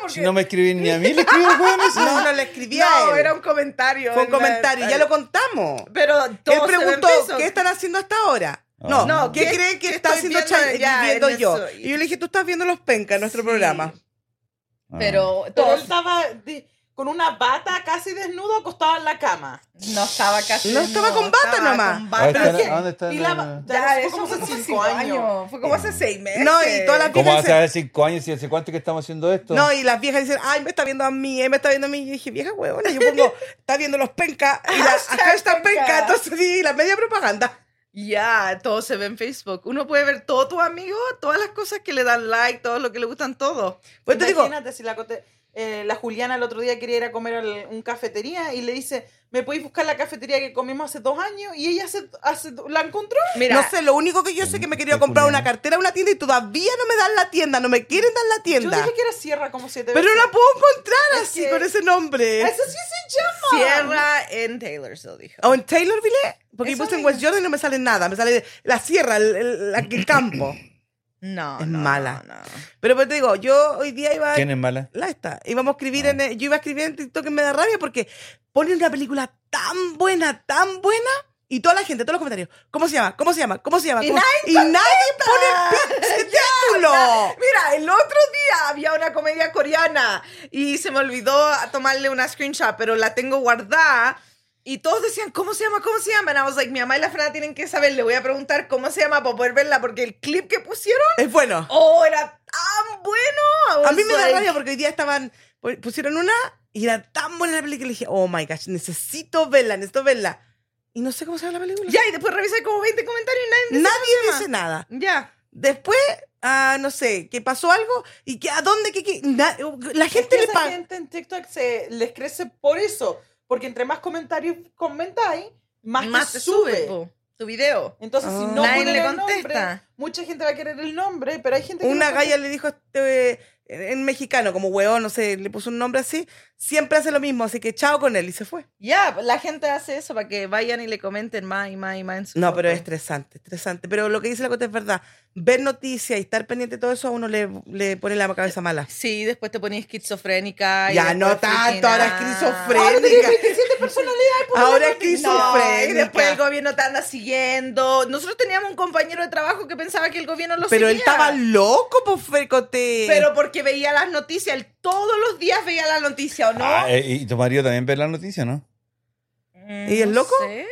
Speaker 3: Si no me escribí ni a mí, le escribí al weón ese.
Speaker 2: No, no le escribí a
Speaker 1: Ah. No,
Speaker 2: él.
Speaker 1: era un comentario.
Speaker 2: Fue un
Speaker 1: en la-
Speaker 2: comentario, ya lo contamos.
Speaker 1: Pero
Speaker 2: Él
Speaker 1: todo
Speaker 2: preguntó, ¿qué están haciendo hasta ahora? No,
Speaker 1: No,
Speaker 2: ¿qué,
Speaker 1: ¿qué-
Speaker 2: cree que
Speaker 1: qué
Speaker 2: está
Speaker 1: estoy
Speaker 2: haciendo
Speaker 1: viendo
Speaker 2: Chayanne
Speaker 1: ya
Speaker 2: viendo
Speaker 1: en
Speaker 2: yo?
Speaker 1: eso?
Speaker 2: Y yo le dije, tú estás viendo los pencas en nuestro
Speaker 1: Sí.
Speaker 2: programa.
Speaker 3: Ah.
Speaker 1: Pero
Speaker 4: Pero él
Speaker 1: todos-
Speaker 4: estaba de- con una bata casi desnudo acostado en la cama.
Speaker 1: no estaba casi.
Speaker 2: No estaba con bata nomás.
Speaker 3: ¿A dónde
Speaker 1: Pero es
Speaker 3: están-
Speaker 1: que-
Speaker 3: a dónde están,
Speaker 4: y la-
Speaker 3: eh?
Speaker 1: Ya,
Speaker 4: Ya, eso
Speaker 1: eso
Speaker 4: fue
Speaker 1: como
Speaker 4: como
Speaker 1: hace
Speaker 4: hace
Speaker 1: cinco
Speaker 4: cinco
Speaker 1: años.
Speaker 4: años.
Speaker 1: Fue como hace seis meses.
Speaker 2: No, y todas las
Speaker 3: ¿Cómo vas a
Speaker 2: fíjense.
Speaker 3: saber cinco años y hace cuánto que estamos haciendo esto?
Speaker 2: No, y las viejas dicen, ay, me está viendo a mí, eh, me está viendo a mí. Y yo dije, vieja huevona, yo pongo, está viendo los pencas y la, acá están
Speaker 1: penca.
Speaker 2: pencas. Entonces di la media propaganda.
Speaker 1: Ya, todo se ve en Facebook. Uno puede ver todo tu amigo, todas las cosas que le dan like, todo lo que le gustan, todo.
Speaker 2: Pues te digo,
Speaker 4: Imagínate si la, Cote- eh, la Juliana el otro día quería ir a comer a la- un cafetería y le dice, ¿me podéis buscar la cafetería que comimos hace dos años? Y ella hace, hace- la encontró.
Speaker 1: Mira,
Speaker 2: no sé, lo único que
Speaker 4: Mm,
Speaker 2: yo sé que me quería
Speaker 3: Qué
Speaker 2: comprar una
Speaker 3: culiao.
Speaker 2: cartera, una tienda y todavía no me dan la tienda, no me quieren dar la
Speaker 4: Yo
Speaker 2: tienda.
Speaker 4: dije que era Sierra como siete
Speaker 2: Pero no
Speaker 4: veces.
Speaker 2: la puedo encontrar
Speaker 4: Es
Speaker 2: así
Speaker 4: que-
Speaker 2: con ese nombre.
Speaker 4: ¡Eso sí se llama!
Speaker 1: Sierra en Taylorsville, dijo.
Speaker 2: ¿O en Taylorville? Porque yo
Speaker 4: Eso
Speaker 2: puse en
Speaker 4: mismo.
Speaker 2: West Jordan y no me sale nada, me sale la sierra, el, el- la- el campo.
Speaker 1: No,
Speaker 2: Es
Speaker 1: no,
Speaker 2: mala.
Speaker 1: no, no.
Speaker 2: Pero pues te digo, yo hoy día iba a...
Speaker 3: ¿Quién es mala?
Speaker 2: La esta. Íbamos a escribir en. eh, Yo iba a escribir en TikTok y me da rabia porque ponen una película tan buena, tan buena. Y toda la gente, todos los comentarios. ¿Cómo se llama? ¿Cómo se llama? ¿Cómo se llama?
Speaker 1: Y
Speaker 2: ¿Cómo-
Speaker 1: nadie
Speaker 2: y nadie pone el pinche título.
Speaker 1: Mira, el otro día había una comedia coreana y se me olvidó a tomarle una screenshot, pero la tengo guardada. Y todos decían, ¿cómo se llama? ¿Cómo se llama? And I was like, mi mamá y la Fran tienen que saber, le voy a preguntar cómo se llama para poder verla, porque el clip que pusieron,
Speaker 2: Es bueno.
Speaker 1: oh, era tan bueno. I was
Speaker 2: A mí me da
Speaker 1: like,
Speaker 2: rabia porque hoy día estaban. pu- Pusieron una y era tan buena la película que le dije, oh my gosh, necesito verla, necesito verla. Y no sé cómo se llama la película.
Speaker 1: Ya, y después revisé como 20 comentarios y nadie dice
Speaker 2: nadie
Speaker 1: cómo se
Speaker 2: dice
Speaker 1: llama.
Speaker 2: nada.
Speaker 1: Ya.
Speaker 2: Después, ah, no sé, que pasó algo y que a dónde, que, que- na- la gente
Speaker 4: que
Speaker 2: le
Speaker 4: esa
Speaker 2: paga.
Speaker 4: gente en TikTok se les crece por eso, porque entre más comentarios comentáis, más,
Speaker 1: Más
Speaker 4: te
Speaker 1: te
Speaker 4: sube.
Speaker 1: po, tu video.
Speaker 4: Entonces, si
Speaker 2: Ah.
Speaker 4: no
Speaker 1: Nadie
Speaker 4: ponen
Speaker 1: le
Speaker 4: el nombre,
Speaker 1: contesta.
Speaker 4: mucha gente va a querer el nombre, pero hay gente que
Speaker 2: Una
Speaker 4: no
Speaker 2: galla le dijo este, eh, en mexicano, como hueón, no sé, le puso un nombre así, siempre hace lo mismo, así que chao con él y se fue.
Speaker 1: Ya, la gente hace eso para que vayan y le comenten más y más y más en su
Speaker 2: No, pero es
Speaker 1: foto.
Speaker 2: estresante, estresante. Pero lo que dice la Cota es verdad. Ver noticias y estar pendiente de todo eso a uno le, le pone la cabeza mala.
Speaker 1: Sí, después te ponías esquizofrénica. y
Speaker 2: Ya,
Speaker 1: después
Speaker 2: no tanto, ahora
Speaker 1: freaking out.
Speaker 2: esquizofrénica.
Speaker 4: Ahora tenés 27 personalidades. por
Speaker 2: Ahora
Speaker 4: una
Speaker 2: es
Speaker 4: noticia.
Speaker 1: No, y
Speaker 2: esquizofrénica.
Speaker 1: después el gobierno te anda siguiendo. Nosotros teníamos un compañero de trabajo que pensaba que el gobierno lo
Speaker 2: Pero él
Speaker 1: seguía.
Speaker 2: estaba loco por Fercote.
Speaker 1: Pero porque veía las noticias, él todos los días veía la noticia, ¿o no?
Speaker 3: Ah, eh, ¿Y tu marido también ve la noticia, no?
Speaker 1: Mm,
Speaker 2: ¿Y es
Speaker 1: no
Speaker 2: loco?
Speaker 1: sé.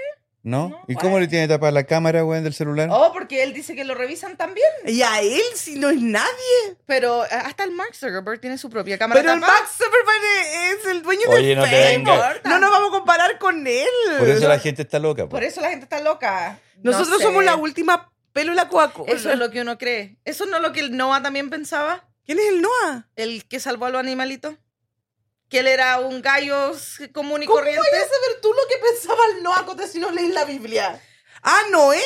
Speaker 3: ¿No?
Speaker 1: No,
Speaker 3: ¿Y cómo le tiene tapada la cámara, weón, del celular?
Speaker 1: Oh, porque él dice que lo revisan también.
Speaker 2: Y a él, si no es nadie.
Speaker 1: Pero eh, hasta el Mark Zuckerberg tiene su propia cámara.
Speaker 2: Pero el
Speaker 1: tapada.
Speaker 2: Max Zuckerberg es- es el dueño
Speaker 3: Oye,
Speaker 2: del
Speaker 3: no te
Speaker 2: Facebook.
Speaker 1: vengas.
Speaker 2: No nos vamos a comparar con él.
Speaker 3: Por eso la gente está loca. po.
Speaker 1: Por eso la gente está loca. No
Speaker 2: Nosotros
Speaker 1: sé.
Speaker 2: somos la última pelo en la Coca-Cola.
Speaker 1: Eso es lo que uno cree. ¿Eso no es lo que el Noah también pensaba?
Speaker 2: ¿Quién es el Noah?
Speaker 1: El que salvó a los animalitos. Que él era un gallo s- común y
Speaker 4: ¿Cómo
Speaker 1: corriente.
Speaker 4: vayas a saber tú lo que pensaba el Noah Cote si no lees la Biblia?
Speaker 2: ¡Ah, Noé!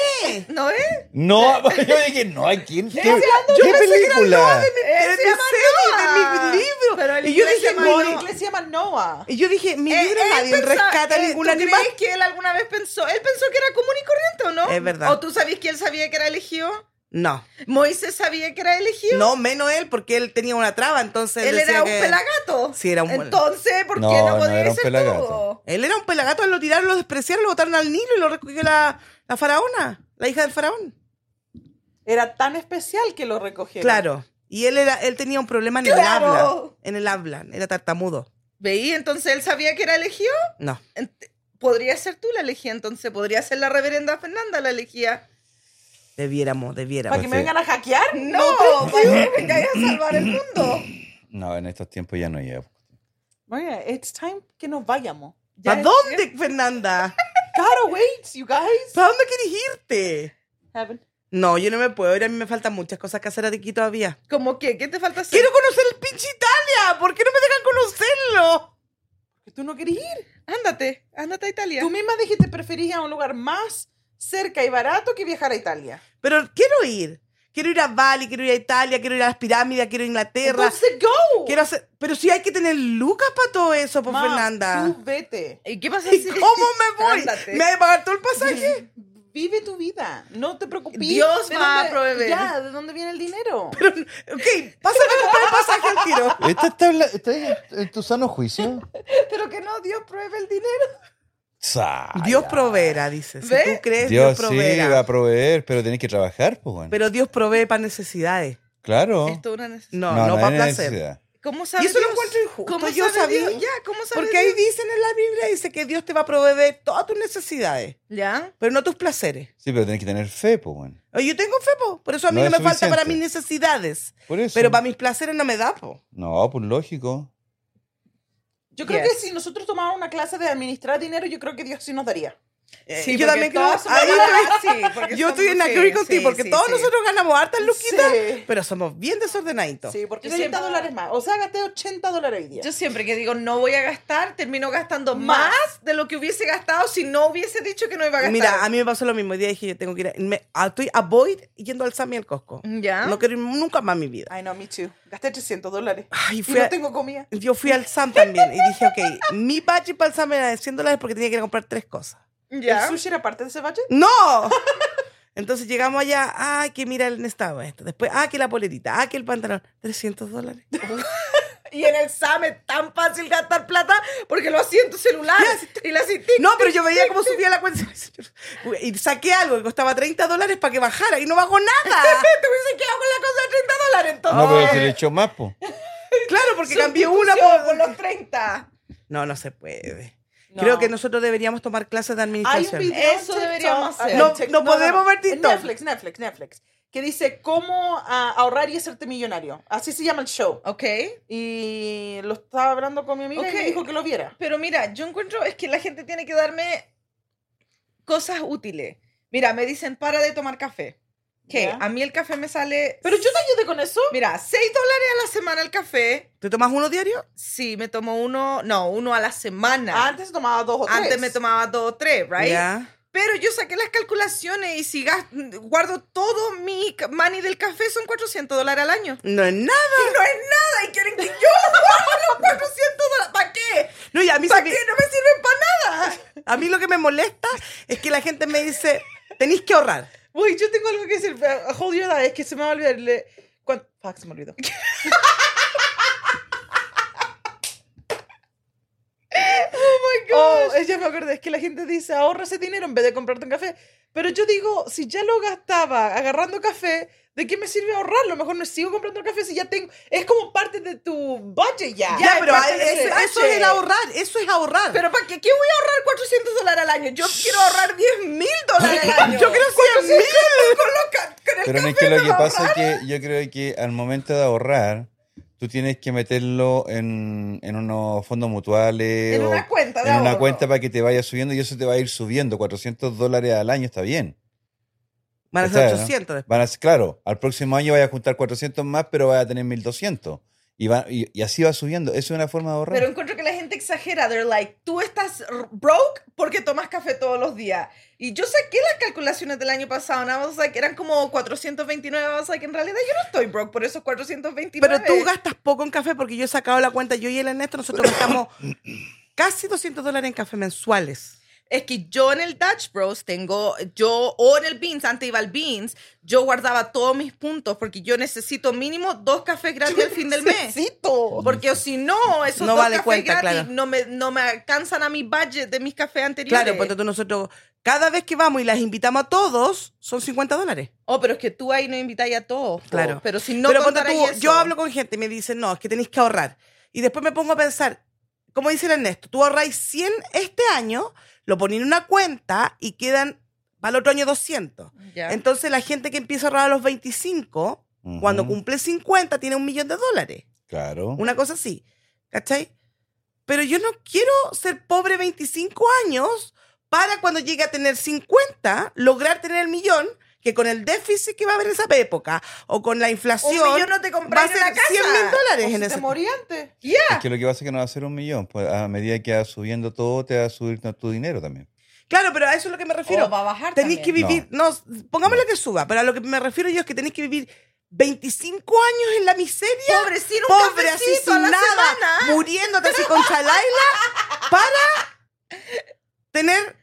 Speaker 1: ¿No es?
Speaker 3: No, yo dije, no, hay quién. ¿Qué,
Speaker 2: Yo
Speaker 3: qué
Speaker 2: pensé que era el Noah
Speaker 3: película?
Speaker 2: de mi, de mi serie, de Ah, mi libro.
Speaker 1: Ah, Pero el
Speaker 2: y yo
Speaker 1: inglés
Speaker 2: dije,
Speaker 1: llama
Speaker 2: no,
Speaker 4: No, en
Speaker 1: Noah.
Speaker 4: inglés se llama Noah.
Speaker 2: Y yo dije, mi
Speaker 1: Eh,
Speaker 2: libro
Speaker 1: él
Speaker 2: nadie
Speaker 1: pensa-
Speaker 2: rescata
Speaker 1: eh,
Speaker 2: ningún animal.
Speaker 1: ¿Tú crees que él alguna vez pensó? Él pensó que era común y corriente, ¿o no?
Speaker 2: Es verdad.
Speaker 1: ¿O tú sabías que él sabía que era elegido?
Speaker 2: No,
Speaker 1: ¿Moisés sabía que era elegido?
Speaker 2: no, menos él, porque él tenía una traba, entonces
Speaker 1: él
Speaker 2: decía
Speaker 1: era un
Speaker 2: que-
Speaker 1: pelagato.
Speaker 2: Sí, era un-
Speaker 1: Entonces, ¿por qué
Speaker 3: No,
Speaker 1: no,
Speaker 3: no
Speaker 1: podía
Speaker 3: era un
Speaker 1: ser
Speaker 3: pelagato.
Speaker 1: tú?
Speaker 2: Él era un pelagato, lo tiraron, lo despreciaron, lo botaron al Nilo y lo recogió la, la faraona, la hija del faraón.
Speaker 4: Era tan especial que lo recogieron.
Speaker 2: Claro. Y él era, él tenía un problema en
Speaker 1: Claro.
Speaker 2: el habla. En el habla, era tartamudo.
Speaker 1: ¿Veí? Entonces él sabía que era elegido.
Speaker 2: No.
Speaker 1: Ent- Podría ser tú la elegía entonces, podría ser la reverenda Fernanda la elegía.
Speaker 2: Debiéramos, debiéramos.
Speaker 4: ¿Para que
Speaker 3: Pues
Speaker 4: me
Speaker 3: sí.
Speaker 4: vengan a hackear?
Speaker 1: No, ¿para qué vengáis a salvar el mundo?
Speaker 3: No, en estos tiempos ya no llevo.
Speaker 4: María, it's time que nos vayamos. Ya
Speaker 2: ¿Para
Speaker 4: es-
Speaker 2: dónde, Fernanda?
Speaker 4: Gotta wait, you guys.
Speaker 2: ¿Para dónde quieres irte?
Speaker 4: Haven't-
Speaker 2: No, yo no me puedo ir. A mí me faltan muchas cosas que hacer aquí todavía.
Speaker 1: ¿Cómo qué? ¿Qué te falta hacer?
Speaker 2: Quiero conocer el pinche Italia. ¿Por qué no me dejan conocerlo?
Speaker 4: que tú no querés ir.
Speaker 1: Ándate, ándate a Italia.
Speaker 4: Tú misma dijiste preferís ir a un lugar más cerca y barato que viajar a Italia.
Speaker 2: Pero quiero ir. Quiero ir a Bali, quiero ir a Italia, quiero ir a las pirámides, quiero ir a Inglaterra.
Speaker 4: Entonces, go.
Speaker 2: quiero hacer... Pero sí hay que tener lucas para todo eso, por
Speaker 4: Mam,
Speaker 2: Fernanda.
Speaker 4: Tú vete.
Speaker 1: ¿Y qué pasa
Speaker 2: ¿Y
Speaker 1: si...
Speaker 2: cómo me voy?
Speaker 1: Ándate.
Speaker 2: ¿Me hay que pagar todo el pasaje?
Speaker 4: Vive tu vida. No te preocupes.
Speaker 1: Dios
Speaker 4: ¿De
Speaker 1: va a
Speaker 4: dónde-
Speaker 1: proveer.
Speaker 4: Ya, ¿de dónde viene el dinero?
Speaker 2: ok, pásame a comprar el pasaje al tiro.
Speaker 3: ¿Esta está, habla- está en- en tu sano juicio?
Speaker 1: Pero que no, Dios pruebe el dinero.
Speaker 3: Sa-
Speaker 2: Dios
Speaker 3: ya.
Speaker 2: proveerá, dice. Si
Speaker 1: ¿Ve?
Speaker 2: tú crees, Dios,
Speaker 3: Dios sí va
Speaker 2: proveerá.
Speaker 3: a proveer, pero tenés que trabajar, pues bueno.
Speaker 2: Pero Dios provee para necesidades.
Speaker 3: claro.
Speaker 1: Esto es una necesidad.
Speaker 2: No, no,
Speaker 3: hay
Speaker 2: para placer.
Speaker 3: necesidad.
Speaker 1: ¿Cómo sabe
Speaker 2: Y eso lo
Speaker 1: Dios?
Speaker 2: encuentro injusto.
Speaker 1: ¿Cómo
Speaker 2: Yo
Speaker 1: sabe Dios?
Speaker 2: sabí.
Speaker 1: Ya, ¿cómo sabe
Speaker 2: Porque ahí
Speaker 1: Dios?
Speaker 2: dicen en la Biblia, dice que Dios te va a proveer todas tus necesidades,
Speaker 1: ¿Ya?
Speaker 2: pero no tus placeres.
Speaker 3: Sí, pero tenés que tener fe, pues bueno.
Speaker 2: Oh, Yo tengo fe, po. por eso a mí
Speaker 3: No
Speaker 2: no,
Speaker 3: es
Speaker 2: me falta para
Speaker 3: suficiente.
Speaker 2: mis necesidades.
Speaker 3: Por eso.
Speaker 2: Pero para mis placeres no me da, po.
Speaker 3: No, pues lógico.
Speaker 4: Yo creo
Speaker 1: Yes.
Speaker 4: que si nosotros tomáramos una clase de administrar dinero, yo creo que Dios sí nos daría.
Speaker 2: Eh,
Speaker 1: Sí,
Speaker 2: yo
Speaker 1: porque
Speaker 2: también creo.
Speaker 1: todas somos
Speaker 2: ahí-
Speaker 1: malas. Sí, porque
Speaker 2: yo estoy en
Speaker 1: somos- sí,
Speaker 2: agree
Speaker 1: sí,
Speaker 2: contigo, porque
Speaker 1: sí,
Speaker 2: todos
Speaker 1: sí.
Speaker 2: nosotros ganamos hartas luquitas,
Speaker 4: Sí.
Speaker 2: pero somos bien desordenaditos.
Speaker 4: Sí, porque
Speaker 1: Yo siempre-
Speaker 4: 70 dólares más. O sea, gasté 80 dólares hoy día.
Speaker 1: Yo siempre que digo no voy a gastar, termino gastando más,
Speaker 4: Más.
Speaker 1: de lo que hubiese gastado si no hubiese dicho que no iba a gastar.
Speaker 2: Mira, a mí me pasó lo mismo. Hoy día dije, yo tengo que ir. a- me- a- estoy avoid yendo al Sammy y al Costco.
Speaker 1: ¿Ya?
Speaker 2: No quiero ir nunca más a mi vida.
Speaker 4: Ay, no, me too. Gasté 300 dólares.
Speaker 2: Ay,
Speaker 4: Y
Speaker 2: fui
Speaker 4: no
Speaker 2: a-
Speaker 4: tengo comida.
Speaker 2: Yo fui al Sam también y dije, ok, mi budget para el Sam era de 100 dólares porque tenía que ir a comprar tres cosas.
Speaker 1: ¿Ya?
Speaker 4: ¿El sushi era parte de ese budget?
Speaker 2: ¡No! Entonces llegamos allá, ah, que mira el necesitaba esto. Después, ah, que la polerita, ah, que el pantalón. 300 dólares.
Speaker 1: Y en el SAM es tan fácil gastar plata porque lo hacía en tu celular y la asistí.
Speaker 2: No, pero yo veía cómo subía la cuenta. Señor. Y saqué algo que costaba 30 dólares para que bajara y no bajó nada.
Speaker 1: Te hubiese quedado con la cosa de 30 dólares entonces.
Speaker 3: No, pero se le echó más, pues.
Speaker 2: Claro, porque cambié una
Speaker 1: Sustitución
Speaker 2: por...
Speaker 1: los 30.
Speaker 2: No, no se puede. Creo que nosotros deberíamos tomar clases de
Speaker 4: Hay un
Speaker 2: administración.
Speaker 4: video en
Speaker 1: Eso
Speaker 4: TikTok, Ah,
Speaker 1: deberíamos hacer.
Speaker 4: en
Speaker 2: No-
Speaker 4: TikTok-
Speaker 2: no podemos ver
Speaker 4: En
Speaker 2: TikTok.
Speaker 4: Netflix, Netflix, Netflix. Que dice cómo ah, ahorrar y hacerte millonario. Así se llama el show.
Speaker 1: Ok.
Speaker 4: Y lo estaba hablando con mi amiga
Speaker 1: Ok.
Speaker 4: y me dijo que lo viera.
Speaker 1: Pero mira, yo encuentro es que la gente tiene que darme cosas útiles. Mira, me dicen para de tomar café. Que
Speaker 4: Ya.
Speaker 1: a mí el café me sale.
Speaker 4: Pero yo te ayudé con eso.
Speaker 1: Mira, 6 dólares a la semana el café.
Speaker 2: ¿Te tomas uno diario?
Speaker 1: Sí, me tomo uno, no, uno a la semana.
Speaker 4: Antes tomaba dos o tres.
Speaker 1: Antes me tomaba dos o tres, ¿right?
Speaker 2: Ya.
Speaker 1: Pero yo saqué las calculaciones y si gas- guardo todo mi ca- money del café son 400 dólares al año.
Speaker 2: No es nada.
Speaker 1: Y no es nada y quieren que yo guarde los 400 dólares. ¿Para qué?
Speaker 2: No, y a mí,
Speaker 1: ¿Para
Speaker 2: sabe-
Speaker 1: qué? No me sirven para nada.
Speaker 2: a mí lo que me molesta es que la gente me dice, tenéis que ahorrar.
Speaker 4: Uy, yo tengo algo que decir. eh, Hold your that. Es que se me va a olvidar. Le... cuan- Fuck, se me olvidó. Oh, eh, ya me acordé, es que la gente dice ahorra ese dinero en vez de comprarte un café. Pero yo digo, si ya lo gastaba agarrando café, ¿de qué me sirve ahorrarlo? Mejor no sigo comprando un café si ya tengo. Es como parte de tu budget ya.
Speaker 2: Ya,
Speaker 1: es
Speaker 2: pero
Speaker 1: parte
Speaker 2: a-
Speaker 1: de
Speaker 2: eso,
Speaker 1: ese
Speaker 2: eso es el
Speaker 1: bache.
Speaker 2: ahorrar, eso es ahorrar.
Speaker 1: Pero ¿para qué? ¿Qué voy a ahorrar 400 dólares al año? Yo quiero ahorrar 10 mil dólares al año.
Speaker 2: Yo quiero
Speaker 1: 100 mil. Con los ca- con el
Speaker 3: Pero no es que
Speaker 1: café
Speaker 3: lo
Speaker 1: no
Speaker 3: que
Speaker 1: va a
Speaker 3: pasa
Speaker 1: ahorrar.
Speaker 3: es que yo creo que al momento de ahorrar, tú tienes que meterlo en, en unos fondos mutuales.
Speaker 1: En
Speaker 3: o
Speaker 1: una cuenta de
Speaker 3: En una
Speaker 1: ahorro.
Speaker 3: cuenta para que te vaya subiendo y eso te va a ir subiendo. 400 dólares al año está bien.
Speaker 2: Van a
Speaker 3: Está,
Speaker 2: ser
Speaker 3: ¿no?
Speaker 2: 800 después.
Speaker 3: Van a, ser- claro, al próximo año vayas a juntar 400 más, pero vas a tener 1200. Y, va, y, y así va subiendo. Eso es una forma de ahorrar.
Speaker 1: Pero encuentro que la gente exagera. They're like, tú estás r- broke porque tomas café todos los días. Y yo saqué las calculaciones del año pasado. Nada más, like, eran como 429. I was like, en realidad yo no estoy broke por esos 429.
Speaker 2: Pero tú gastas poco en café porque yo he sacado la cuenta, yo y el Ernesto, nosotros gastamos casi 200 dólares en café mensuales.
Speaker 1: Es que yo en el Dutch Bros tengo, yo, o en el Beans, antes iba al Beans, yo guardaba todos mis puntos porque yo necesito mínimo dos cafés gratis al fin del mes.
Speaker 4: Necesito.
Speaker 1: Porque si no, esos
Speaker 2: No
Speaker 1: dos
Speaker 2: vale
Speaker 1: cafés
Speaker 2: cuenta,
Speaker 1: gratis
Speaker 2: claro.
Speaker 1: no, me, no me alcanzan a mi budget de mis cafés anteriores.
Speaker 2: Claro, porque tú nosotros, cada vez que vamos y las invitamos a todos, son 50 dólares.
Speaker 1: Oh, pero es que tú ahí no invitáis a todos. po.
Speaker 2: Claro.
Speaker 1: Pero si no
Speaker 2: Pero ponte
Speaker 1: contarais
Speaker 2: tú,
Speaker 1: eso-
Speaker 2: yo hablo con gente y me dicen, no, es que tenéis que ahorrar. Y después me pongo a pensar, como dice el Ernesto, tú ahorráis 100 este año, lo ponéis en una cuenta y quedan para el otro año 200.
Speaker 1: Ya.
Speaker 2: Entonces la gente que empieza a ahorrar a los 25,
Speaker 3: Ujú,
Speaker 2: cuando cumple 50, tiene un millón de dólares.
Speaker 3: Claro.
Speaker 2: Una cosa así. ¿Cachai? Pero yo no quiero ser pobre 25 años para cuando llegue a tener 50, lograr tener el millón, que con el déficit que va a haber en esa época, o con la
Speaker 1: Un
Speaker 2: inflación,
Speaker 1: millón no te
Speaker 2: va a
Speaker 1: compras
Speaker 2: ser
Speaker 1: una
Speaker 2: 100 mil
Speaker 1: casa.
Speaker 2: dólares
Speaker 4: O
Speaker 2: en
Speaker 4: si
Speaker 2: ese
Speaker 4: te morí antes.
Speaker 3: Es que lo que pasa es que no va a ser un millón. Pues a medida que va subiendo todo, te va a subir tu- tu dinero también.
Speaker 2: Claro, pero a eso es lo que me refiero.
Speaker 1: O va a bajar
Speaker 2: Tenéis que
Speaker 1: también.
Speaker 2: vivir, no, pongámosle que suba, pero a lo que me refiero yo es que tenéis que vivir 25 años en la miseria,
Speaker 1: Pobre, sin un
Speaker 2: pobre, así
Speaker 1: cafecito a
Speaker 2: sin
Speaker 1: la
Speaker 2: nada,
Speaker 1: semana.
Speaker 2: muriéndote así con chalaila, para tener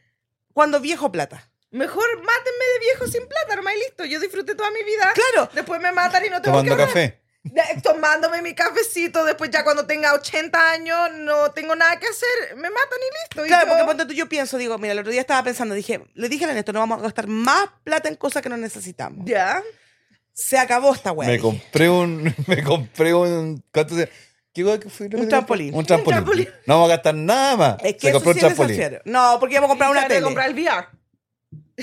Speaker 2: cuando viejo plata.
Speaker 1: Mejor mátenme de viejo sin plata, nomás y listo. Yo disfruté toda mi vida.
Speaker 2: Claro,
Speaker 1: Después me matan y no tengo
Speaker 3: Tomando
Speaker 1: que hablar.
Speaker 3: café.
Speaker 1: De- Tomándome mi cafecito. Después ya cuando tenga 80 años no tengo nada que hacer. Me matan y listo. Y
Speaker 2: claro,
Speaker 1: yo-
Speaker 2: porque ponte tú, yo pienso, digo, mira, el otro día estaba pensando, dije, le dije a Ernesto, no vamos a gastar más plata en cosas que no necesitamos.
Speaker 1: Ya.
Speaker 2: Se acabó esta weá.
Speaker 3: Me
Speaker 2: dije.
Speaker 3: compré un. Me compré un. ¿Cuánto se- ¿Qué hueá que fue? lo que
Speaker 2: Un
Speaker 3: te
Speaker 2: trampolín.
Speaker 3: compré? Un trampolín.
Speaker 1: trampolín.
Speaker 3: No vamos a gastar nada más.
Speaker 2: Es que
Speaker 3: se
Speaker 2: eso
Speaker 3: compró un
Speaker 2: sí es
Speaker 3: trampolín.
Speaker 2: necesario. No, porque íbamos a comprar una
Speaker 1: Dejar de
Speaker 2: tele.
Speaker 1: comprar el VR.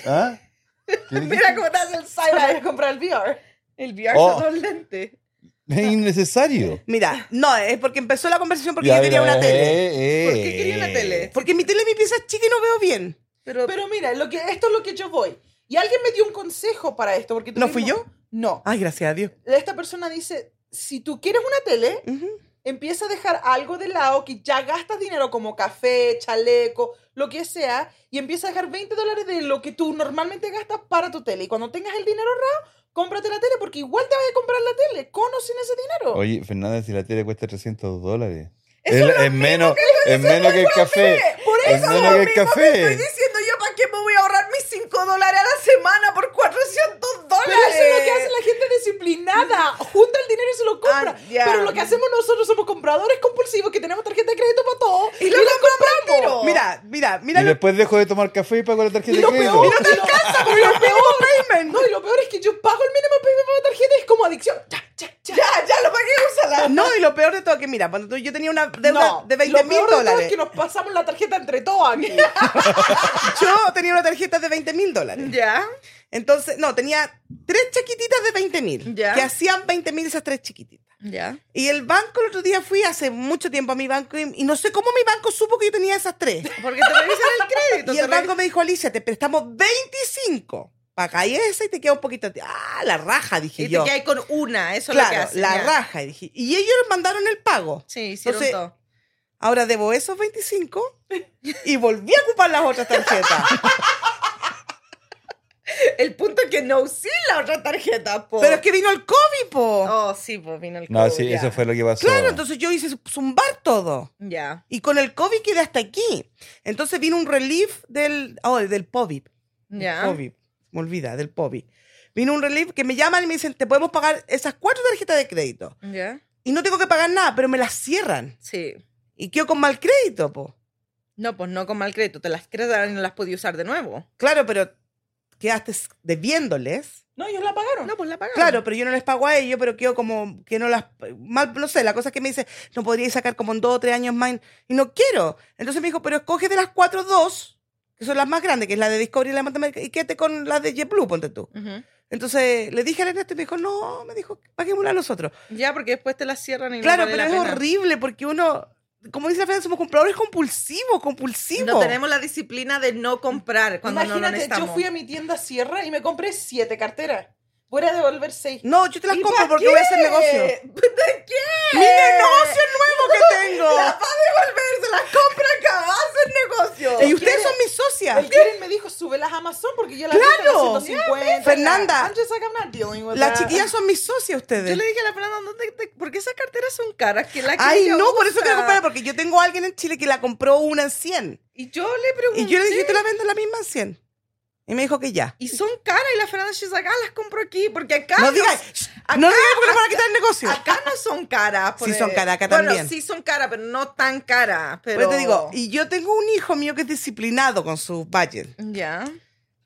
Speaker 3: ¿Ah? ¿Qué dijiste?
Speaker 1: Mira cómo te hace el
Speaker 4: Para
Speaker 1: cyber.
Speaker 4: comprar el VR.
Speaker 1: El VR
Speaker 3: Oh.
Speaker 1: son dos lentes.
Speaker 3: Es innecesario.
Speaker 2: Mira, no, es porque empezó la conversación porque
Speaker 3: Ya,
Speaker 2: yo quería
Speaker 3: mira,
Speaker 2: una tele.
Speaker 3: eh, eh,
Speaker 1: ¿Por qué quería una tele?
Speaker 2: Porque mi tele en mi pieza es chica y no veo bien.
Speaker 1: Pero,
Speaker 4: Pero mira, lo que, esto es lo que yo voy. Y alguien me dio un consejo para esto. Porque
Speaker 2: ¿No fui
Speaker 4: tuvimos- No.
Speaker 2: Ay, gracias a Dios.
Speaker 4: Esta persona dice, si tú quieres una tele,
Speaker 2: Ujú.
Speaker 4: empieza a dejar algo de lado que ya gastas dinero como café, chaleco, lo que sea, y empieza a dejar 20 dólares de lo que tú normalmente gastas para tu tele. Y cuando tengas el dinero ahorrado, cómprate la tele porque igual te vas a comprar la tele, con o sin ese dinero.
Speaker 3: Oye, Fernández, si la tele cuesta 300 dólares.
Speaker 1: Eso
Speaker 3: Es, es menos, es menos que el café.
Speaker 1: Por
Speaker 3: Es
Speaker 1: eso
Speaker 3: menos
Speaker 1: lo
Speaker 3: que el
Speaker 1: mismo
Speaker 3: café.
Speaker 1: que estoy diciendo yo, ¿para qué me voy a ahorrar mis 5 dólares a la semana por 400 dólares?
Speaker 4: Pero eso es lo que hace la gente disciplinada. Junta el dinero y se lo compra.
Speaker 1: Ah, ya.
Speaker 4: Pero lo que hacemos nosotros somos compradores compulsivos que tenemos tarjeta de crédito para todo y,
Speaker 1: Y
Speaker 4: la
Speaker 1: lo
Speaker 4: compramos.
Speaker 1: tiro.
Speaker 2: Mira, mira, mira.
Speaker 3: Y
Speaker 2: lo-
Speaker 3: después dejo de tomar café y pago la tarjeta
Speaker 4: Y
Speaker 3: de
Speaker 4: lo
Speaker 3: crédito.
Speaker 4: peor, y lo- y lo peor- no, y lo peor es que yo pago el mínimo payment para la tarjeta y es como adicción. Ya, ya, ya.
Speaker 1: Ya, ya lo pagué, úsala.
Speaker 2: No, y lo peor de todo que, mira, cuando tú- yo tenía una deuda
Speaker 4: No,
Speaker 2: de 20
Speaker 4: lo
Speaker 2: mil
Speaker 4: peor de todo
Speaker 2: dólares.
Speaker 4: Es que nos pasamos la tarjeta entre todos aquí.
Speaker 2: Yo tenía una tarjeta de 20 mil dólares.
Speaker 1: Ya.
Speaker 2: Entonces, no, tenía tres chiquititas de 20 mil.
Speaker 1: Ya.
Speaker 2: Que hacían 20 mil esas tres chiquititas.
Speaker 1: Ya.
Speaker 2: Y el banco, el otro día fui hace mucho tiempo a mi banco y, y no sé cómo mi banco supo que yo tenía esas tres.
Speaker 1: Porque te revisan el crédito.
Speaker 2: Y
Speaker 1: te
Speaker 2: el banco me dijo, Alicia, te prestamos 25 para caer esa y te queda un poquito. a ti". Ah, la raja,
Speaker 1: revisan-
Speaker 2: dije
Speaker 1: Y
Speaker 2: yo.
Speaker 1: te quedas con una, eso es lo que
Speaker 2: Claro,
Speaker 1: hace.
Speaker 2: la
Speaker 1: ya.
Speaker 2: raja. Y, dije, y ellos mandaron el pago.
Speaker 1: Sí, hicieron
Speaker 2: Entonces,
Speaker 1: todo.
Speaker 2: Ahora debo esos 25 y volví a ocupar las otras tarjetas.
Speaker 1: El punto es que no usé la otra tarjeta, po.
Speaker 2: Pero es que vino el COVID, po.
Speaker 1: Oh, sí, pues vino el
Speaker 3: No,
Speaker 1: COVID,
Speaker 3: sí,
Speaker 1: ya.
Speaker 3: eso fue lo que pasó.
Speaker 2: Oh, claro, entonces yo hice zumbar todo.
Speaker 1: Ya.
Speaker 2: Y con el COVID quedé hasta aquí. Entonces vino un relief del. Oh, del POVIP.
Speaker 1: Ya.
Speaker 2: COVID. Me olvida, del POVIP. Vino un relief que me llaman y me dicen, te podemos pagar esas cuatro tarjetas de crédito.
Speaker 1: Ya.
Speaker 2: Y no tengo que pagar nada, pero me las cierran.
Speaker 1: Sí.
Speaker 2: Y quedo con mal crédito, po.
Speaker 1: No, pues no con mal crédito. Te las quieres dar y no las podías usar de nuevo.
Speaker 2: Claro, pero quedaste debiéndoles.
Speaker 4: No, ellos la pagaron.
Speaker 1: No, pues la pagaron.
Speaker 2: Claro, pero yo no les pago a ellos, pero quedo como que no las. Mal, no sé, la cosa es que me dice, no podríais sacar como en dos o tres años más. Y no quiero. Entonces me dijo, pero escoge de las cuatro dos, que son las más grandes, que es la de Discovery y la de Matemática, y quédate con la de JetBlue, ponte tú.
Speaker 1: Ujú.
Speaker 2: Entonces le dije a Ernesto y me dijo, no, me dijo, paguémosla a nosotros.
Speaker 1: Ya, porque después te las cierran y
Speaker 2: claro,
Speaker 1: no vale
Speaker 2: pero es
Speaker 1: la pena.
Speaker 2: horrible porque uno. Como dice la Fran, somos compradores compulsivos, compulsivos.
Speaker 1: No tenemos la disciplina de no comprar cuando no lo
Speaker 4: Imagínate,
Speaker 1: necesitamos.
Speaker 4: yo fui a mi tienda Sierra y me compré siete carteras. Voy a devolver seis.
Speaker 2: No, yo te las
Speaker 1: ¿Y
Speaker 2: compro
Speaker 1: pa'
Speaker 2: porque
Speaker 1: qué? Eh,
Speaker 2: voy a hacer negocio.
Speaker 1: ¿De qué?
Speaker 2: ¡Mi negocio nuevo que
Speaker 1: Las va a devolver, se las compra acá, va a hacer negocio.
Speaker 2: tengo! Y ustedes son mis
Speaker 4: El
Speaker 2: socias.
Speaker 4: Karen me dijo, sube las Amazon porque yo las
Speaker 2: Claro.
Speaker 4: vendo en 150.
Speaker 2: Fernanda.
Speaker 4: I'm just like, I'm not dealing with
Speaker 2: Las
Speaker 4: that.
Speaker 2: chiquillas son mis socias
Speaker 1: Yo
Speaker 2: ustedes.
Speaker 1: le dije a la Fernanda, ¿dónde te- ¿por qué esas carteras son caras? Que la que
Speaker 2: Ay,
Speaker 1: ella
Speaker 2: no, por eso
Speaker 1: usa.
Speaker 2: quiero comprar, porque yo tengo a alguien en Chile que la compró una en 100.
Speaker 1: Y yo le pregunté.
Speaker 2: Y yo le dije, yo te la vendo la misma en 100. Y me dijo que ya.
Speaker 1: Y son caras y la Fernanda she's like, ah, las compro aquí porque acá
Speaker 2: No
Speaker 1: no-
Speaker 2: digas, shh, no digas porque no van a quitar el negocio.
Speaker 1: acá no son caras.
Speaker 2: Sí son caras acá
Speaker 1: bueno,
Speaker 2: también.
Speaker 1: sí son caras, pero no tan caras. Pero...
Speaker 2: Pero Pues te digo, y yo tengo un hijo mío que es disciplinado con su budget.
Speaker 1: Ya.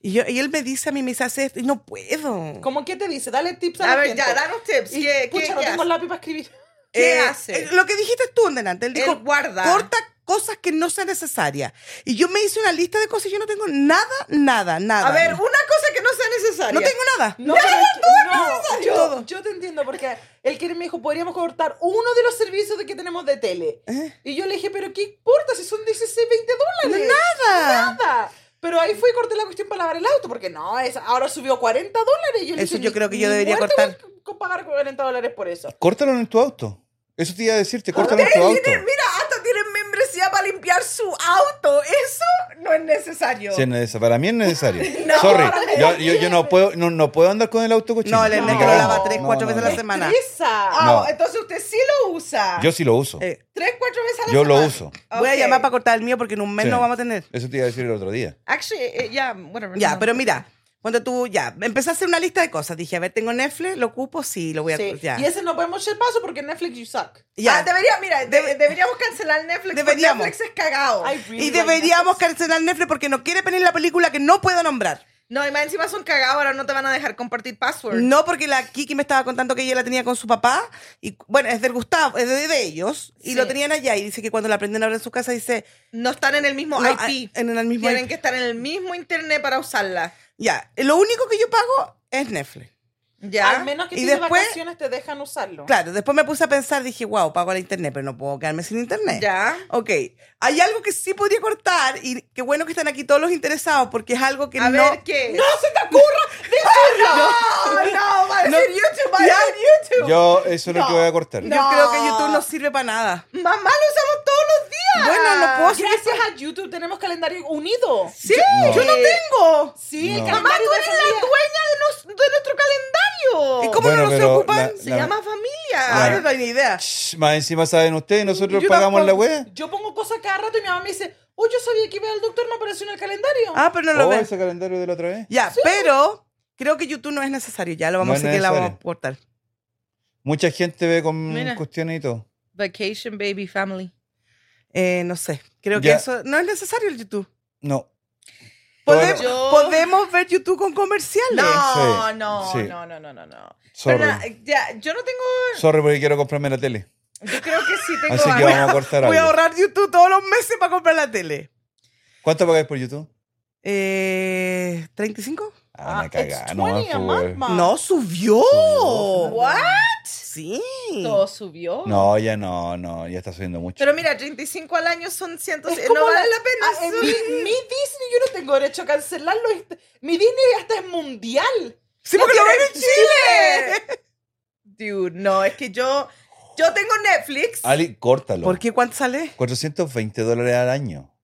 Speaker 2: Y, yo, y él me dice a mí, me dice, hace esto, y no puedo.
Speaker 4: ¿Cómo que te dice? Dale tips a,
Speaker 1: A
Speaker 4: la
Speaker 1: ver,
Speaker 4: gente.
Speaker 1: ya, danos tips.
Speaker 4: Y,
Speaker 1: ¿Qué,
Speaker 4: pucha,
Speaker 1: qué-
Speaker 4: no
Speaker 1: qué
Speaker 4: tengo
Speaker 1: hace?
Speaker 4: lápiz para escribir.
Speaker 1: ¿Qué
Speaker 2: Eh,
Speaker 1: hace?
Speaker 2: eh, Lo que dijiste tú en delante, él dijo,
Speaker 1: Él guarda.
Speaker 2: corta cosas que no sean necesarias. Y yo me hice una lista de cosas y yo no tengo nada, nada, nada.
Speaker 1: A ver, una cosa que no sea necesaria.
Speaker 2: no tengo nada.
Speaker 4: No, pero es que-
Speaker 2: necesario.
Speaker 4: no,
Speaker 2: Todo.
Speaker 4: yo, yo te entiendo porque el que me dijo, podríamos cortar uno de los servicios de que tenemos de tele.
Speaker 2: ¿Eh?
Speaker 4: Y yo le dije, pero ¿qué importa si son 16, 20 dólares?
Speaker 2: Nada.
Speaker 4: Nada. Pero ahí fui y corté la cuestión para lavar el auto, porque no, es, ahora subió 40 dólares. Y
Speaker 2: Eso
Speaker 4: le dije,
Speaker 2: yo
Speaker 4: ni-
Speaker 2: creo que yo
Speaker 4: ni
Speaker 2: debería
Speaker 4: muerta
Speaker 2: cortar.
Speaker 4: voy a co- pagar 40 dólares por eso.
Speaker 3: Córtalo en tu auto. Eso te iba a decirte, córtalo en tu
Speaker 1: Ustedes
Speaker 3: auto.
Speaker 1: tienen- mira, hasta tienen membresía para limpiar su auto. Eso no es necesario.
Speaker 3: Sí, es neces- para mí es necesario.
Speaker 1: No,
Speaker 3: Sorry,
Speaker 1: para mí
Speaker 3: yo, yo, yo no, puedo, no, no puedo andar con el auto cochino.
Speaker 2: No, el Ernesto
Speaker 3: Ni
Speaker 2: lo
Speaker 3: cagando.
Speaker 2: lava tres,
Speaker 3: No,
Speaker 2: cuatro
Speaker 3: no,
Speaker 2: veces
Speaker 3: no.
Speaker 2: a la semana.
Speaker 4: ¡Esa!
Speaker 1: Ah,
Speaker 3: No.
Speaker 1: entonces usted sí lo usa.
Speaker 3: Yo sí lo uso.
Speaker 2: Eh,
Speaker 1: Tres, cuatro veces a la
Speaker 3: yo lo
Speaker 1: semana.
Speaker 3: uso.
Speaker 2: Voy a
Speaker 1: Ah, Ok.
Speaker 2: llamar para cortar el mío porque en un mes
Speaker 3: Sí.
Speaker 2: no vamos a tener.
Speaker 3: Eso te iba a decir el otro día.
Speaker 1: Actually, eh, ya, whatever.
Speaker 2: Ya,
Speaker 1: No.
Speaker 2: pero mira, cuando tú ya, empecé a hacer una lista de cosas. Dije, a ver, tengo Netflix, lo ocupo, sí, lo voy a...
Speaker 4: Sí.
Speaker 2: Ya.
Speaker 4: Y ese no podemos echar paso porque Netflix you suck.
Speaker 2: Ya.
Speaker 1: Ah, debería, mira, de-
Speaker 2: Debe-
Speaker 1: deberíamos cancelar Netflix. porque
Speaker 2: Deberíamos.
Speaker 1: Netflix es cagado.
Speaker 4: I really
Speaker 2: y
Speaker 4: like
Speaker 2: deberíamos
Speaker 4: Netflix.
Speaker 2: cancelar Netflix porque no quiere venir la película que no puedo nombrar.
Speaker 1: No, y más encima son cagados, ahora no te van a dejar compartir password.
Speaker 2: No, porque la Kiki me estaba contando que ella la tenía con su papá. Y bueno, es del Gustavo, es de, de ellos. Y
Speaker 1: Sí.
Speaker 2: lo tenían allá. Y dice que cuando la aprenden ahora en su casa, dice.
Speaker 1: No están en el mismo
Speaker 2: no,
Speaker 1: IP.
Speaker 2: a- En el mismo
Speaker 1: Tienen
Speaker 2: IP.
Speaker 1: que estar en el mismo internet para usarla.
Speaker 2: Ya. eh, Lo único que yo pago es Netflix.
Speaker 1: ¿Ya?
Speaker 4: Al menos que
Speaker 2: Y
Speaker 4: si de
Speaker 2: después-
Speaker 4: vacaciones te dejan usarlo.
Speaker 2: Claro, después me puse a pensar, dije, wow, pago la internet, pero no puedo quedarme sin internet.
Speaker 1: ¿Ya?
Speaker 2: Ok, hay algo que sí podría cortar y qué bueno que están aquí todos los interesados porque es algo que
Speaker 1: A
Speaker 2: no...
Speaker 1: ver qué. ¡No se te ocurra! ¡Decirlo! No, no, va a
Speaker 2: No.
Speaker 1: decir YouTube, va a
Speaker 2: Ya.
Speaker 1: decir YouTube.
Speaker 3: Yo, eso es lo
Speaker 1: No.
Speaker 3: que voy a cortar.
Speaker 2: Yo
Speaker 1: No. Mm,
Speaker 2: creo que YouTube no sirve para nada.
Speaker 1: Mamá, lo usamos todos los días.
Speaker 2: Bueno, no puedo hacer-
Speaker 4: Gracias a YouTube tenemos calendario unido.
Speaker 1: Sí,
Speaker 3: No.
Speaker 1: yo no tengo.
Speaker 4: Sí,
Speaker 3: No.
Speaker 4: el
Speaker 1: Mamá,
Speaker 4: calendario
Speaker 1: tú
Speaker 4: de
Speaker 1: eres la
Speaker 4: familia.
Speaker 1: dueña de, nos- de nuestro calendario.
Speaker 2: ¿Y cómo
Speaker 3: Bueno,
Speaker 2: no se
Speaker 3: pero
Speaker 2: ocupan?
Speaker 3: la-
Speaker 1: Se
Speaker 3: la-
Speaker 1: llama familia.
Speaker 2: Ah,
Speaker 3: la-
Speaker 2: no tengo ni idea.
Speaker 3: Shh, Más encima saben ustedes, nosotros
Speaker 2: Yo
Speaker 3: pagamos la
Speaker 2: tampoco-
Speaker 3: wea.
Speaker 4: Yo pongo cosas cada rato y mi mamá me dice, oh, yo sabía que iba al doctor, no apareció en el calendario.
Speaker 2: Ah, pero no lo
Speaker 3: Oh,
Speaker 2: veo.
Speaker 3: ese calendario de la otra vez.
Speaker 2: Ya, pero creo que YouTube no es necesario. Ya lo vamos
Speaker 3: No
Speaker 2: a
Speaker 3: es
Speaker 2: hacer que la vamos a
Speaker 3: necesario.
Speaker 2: cortar.
Speaker 3: Mucha gente ve con
Speaker 1: Mira.
Speaker 3: cuestiones y todo.
Speaker 1: Vacation Baby Family.
Speaker 2: Eh, no sé. Creo que
Speaker 3: Ya.
Speaker 2: eso no es necesario el YouTube.
Speaker 3: No.
Speaker 2: Podem-
Speaker 3: Bueno,
Speaker 1: Yo-
Speaker 2: Podemos ver YouTube con comerciales.
Speaker 1: No,
Speaker 3: Sí,
Speaker 1: Ah, no,
Speaker 3: sí.
Speaker 1: no, no, no, no, no.
Speaker 3: sorry.
Speaker 1: Pero, na- ya, yo no tengo.
Speaker 3: Sorry porque quiero comprarme la tele.
Speaker 1: Yo creo que sí tengo.
Speaker 3: Así que
Speaker 1: algo.
Speaker 3: vamos a cortar
Speaker 2: Voy a
Speaker 3: algo.
Speaker 2: ahorrar YouTube todos los meses para comprar la tele.
Speaker 3: ¿Cuánto pagáis por YouTube?
Speaker 2: Eh, ¿35?
Speaker 3: Ah, me
Speaker 4: it's
Speaker 3: cagá,
Speaker 4: 20 a
Speaker 3: no,
Speaker 4: month,
Speaker 3: pues.
Speaker 4: ma.
Speaker 2: No, subió.
Speaker 1: ¿What?
Speaker 2: Sí.
Speaker 1: Todo subió.
Speaker 3: No, ya no, no, ya está subiendo mucho.
Speaker 1: Pero mira, 35 al año son 100.
Speaker 4: Es
Speaker 1: No
Speaker 4: como
Speaker 1: vale
Speaker 4: la-
Speaker 1: la pena.
Speaker 4: Ah, en mi, mi
Speaker 1: subir.
Speaker 4: Disney yo no tengo derecho a cancelarlo. Este- Mi Disney hasta es mundial.
Speaker 2: Sí, porque lo ven en Chile.
Speaker 1: Dude, no, es que yo. Yo tengo Netflix.
Speaker 3: Ali, córtalo.
Speaker 2: ¿Por qué? ¿Cuánto sale?
Speaker 3: 420 dólares al año.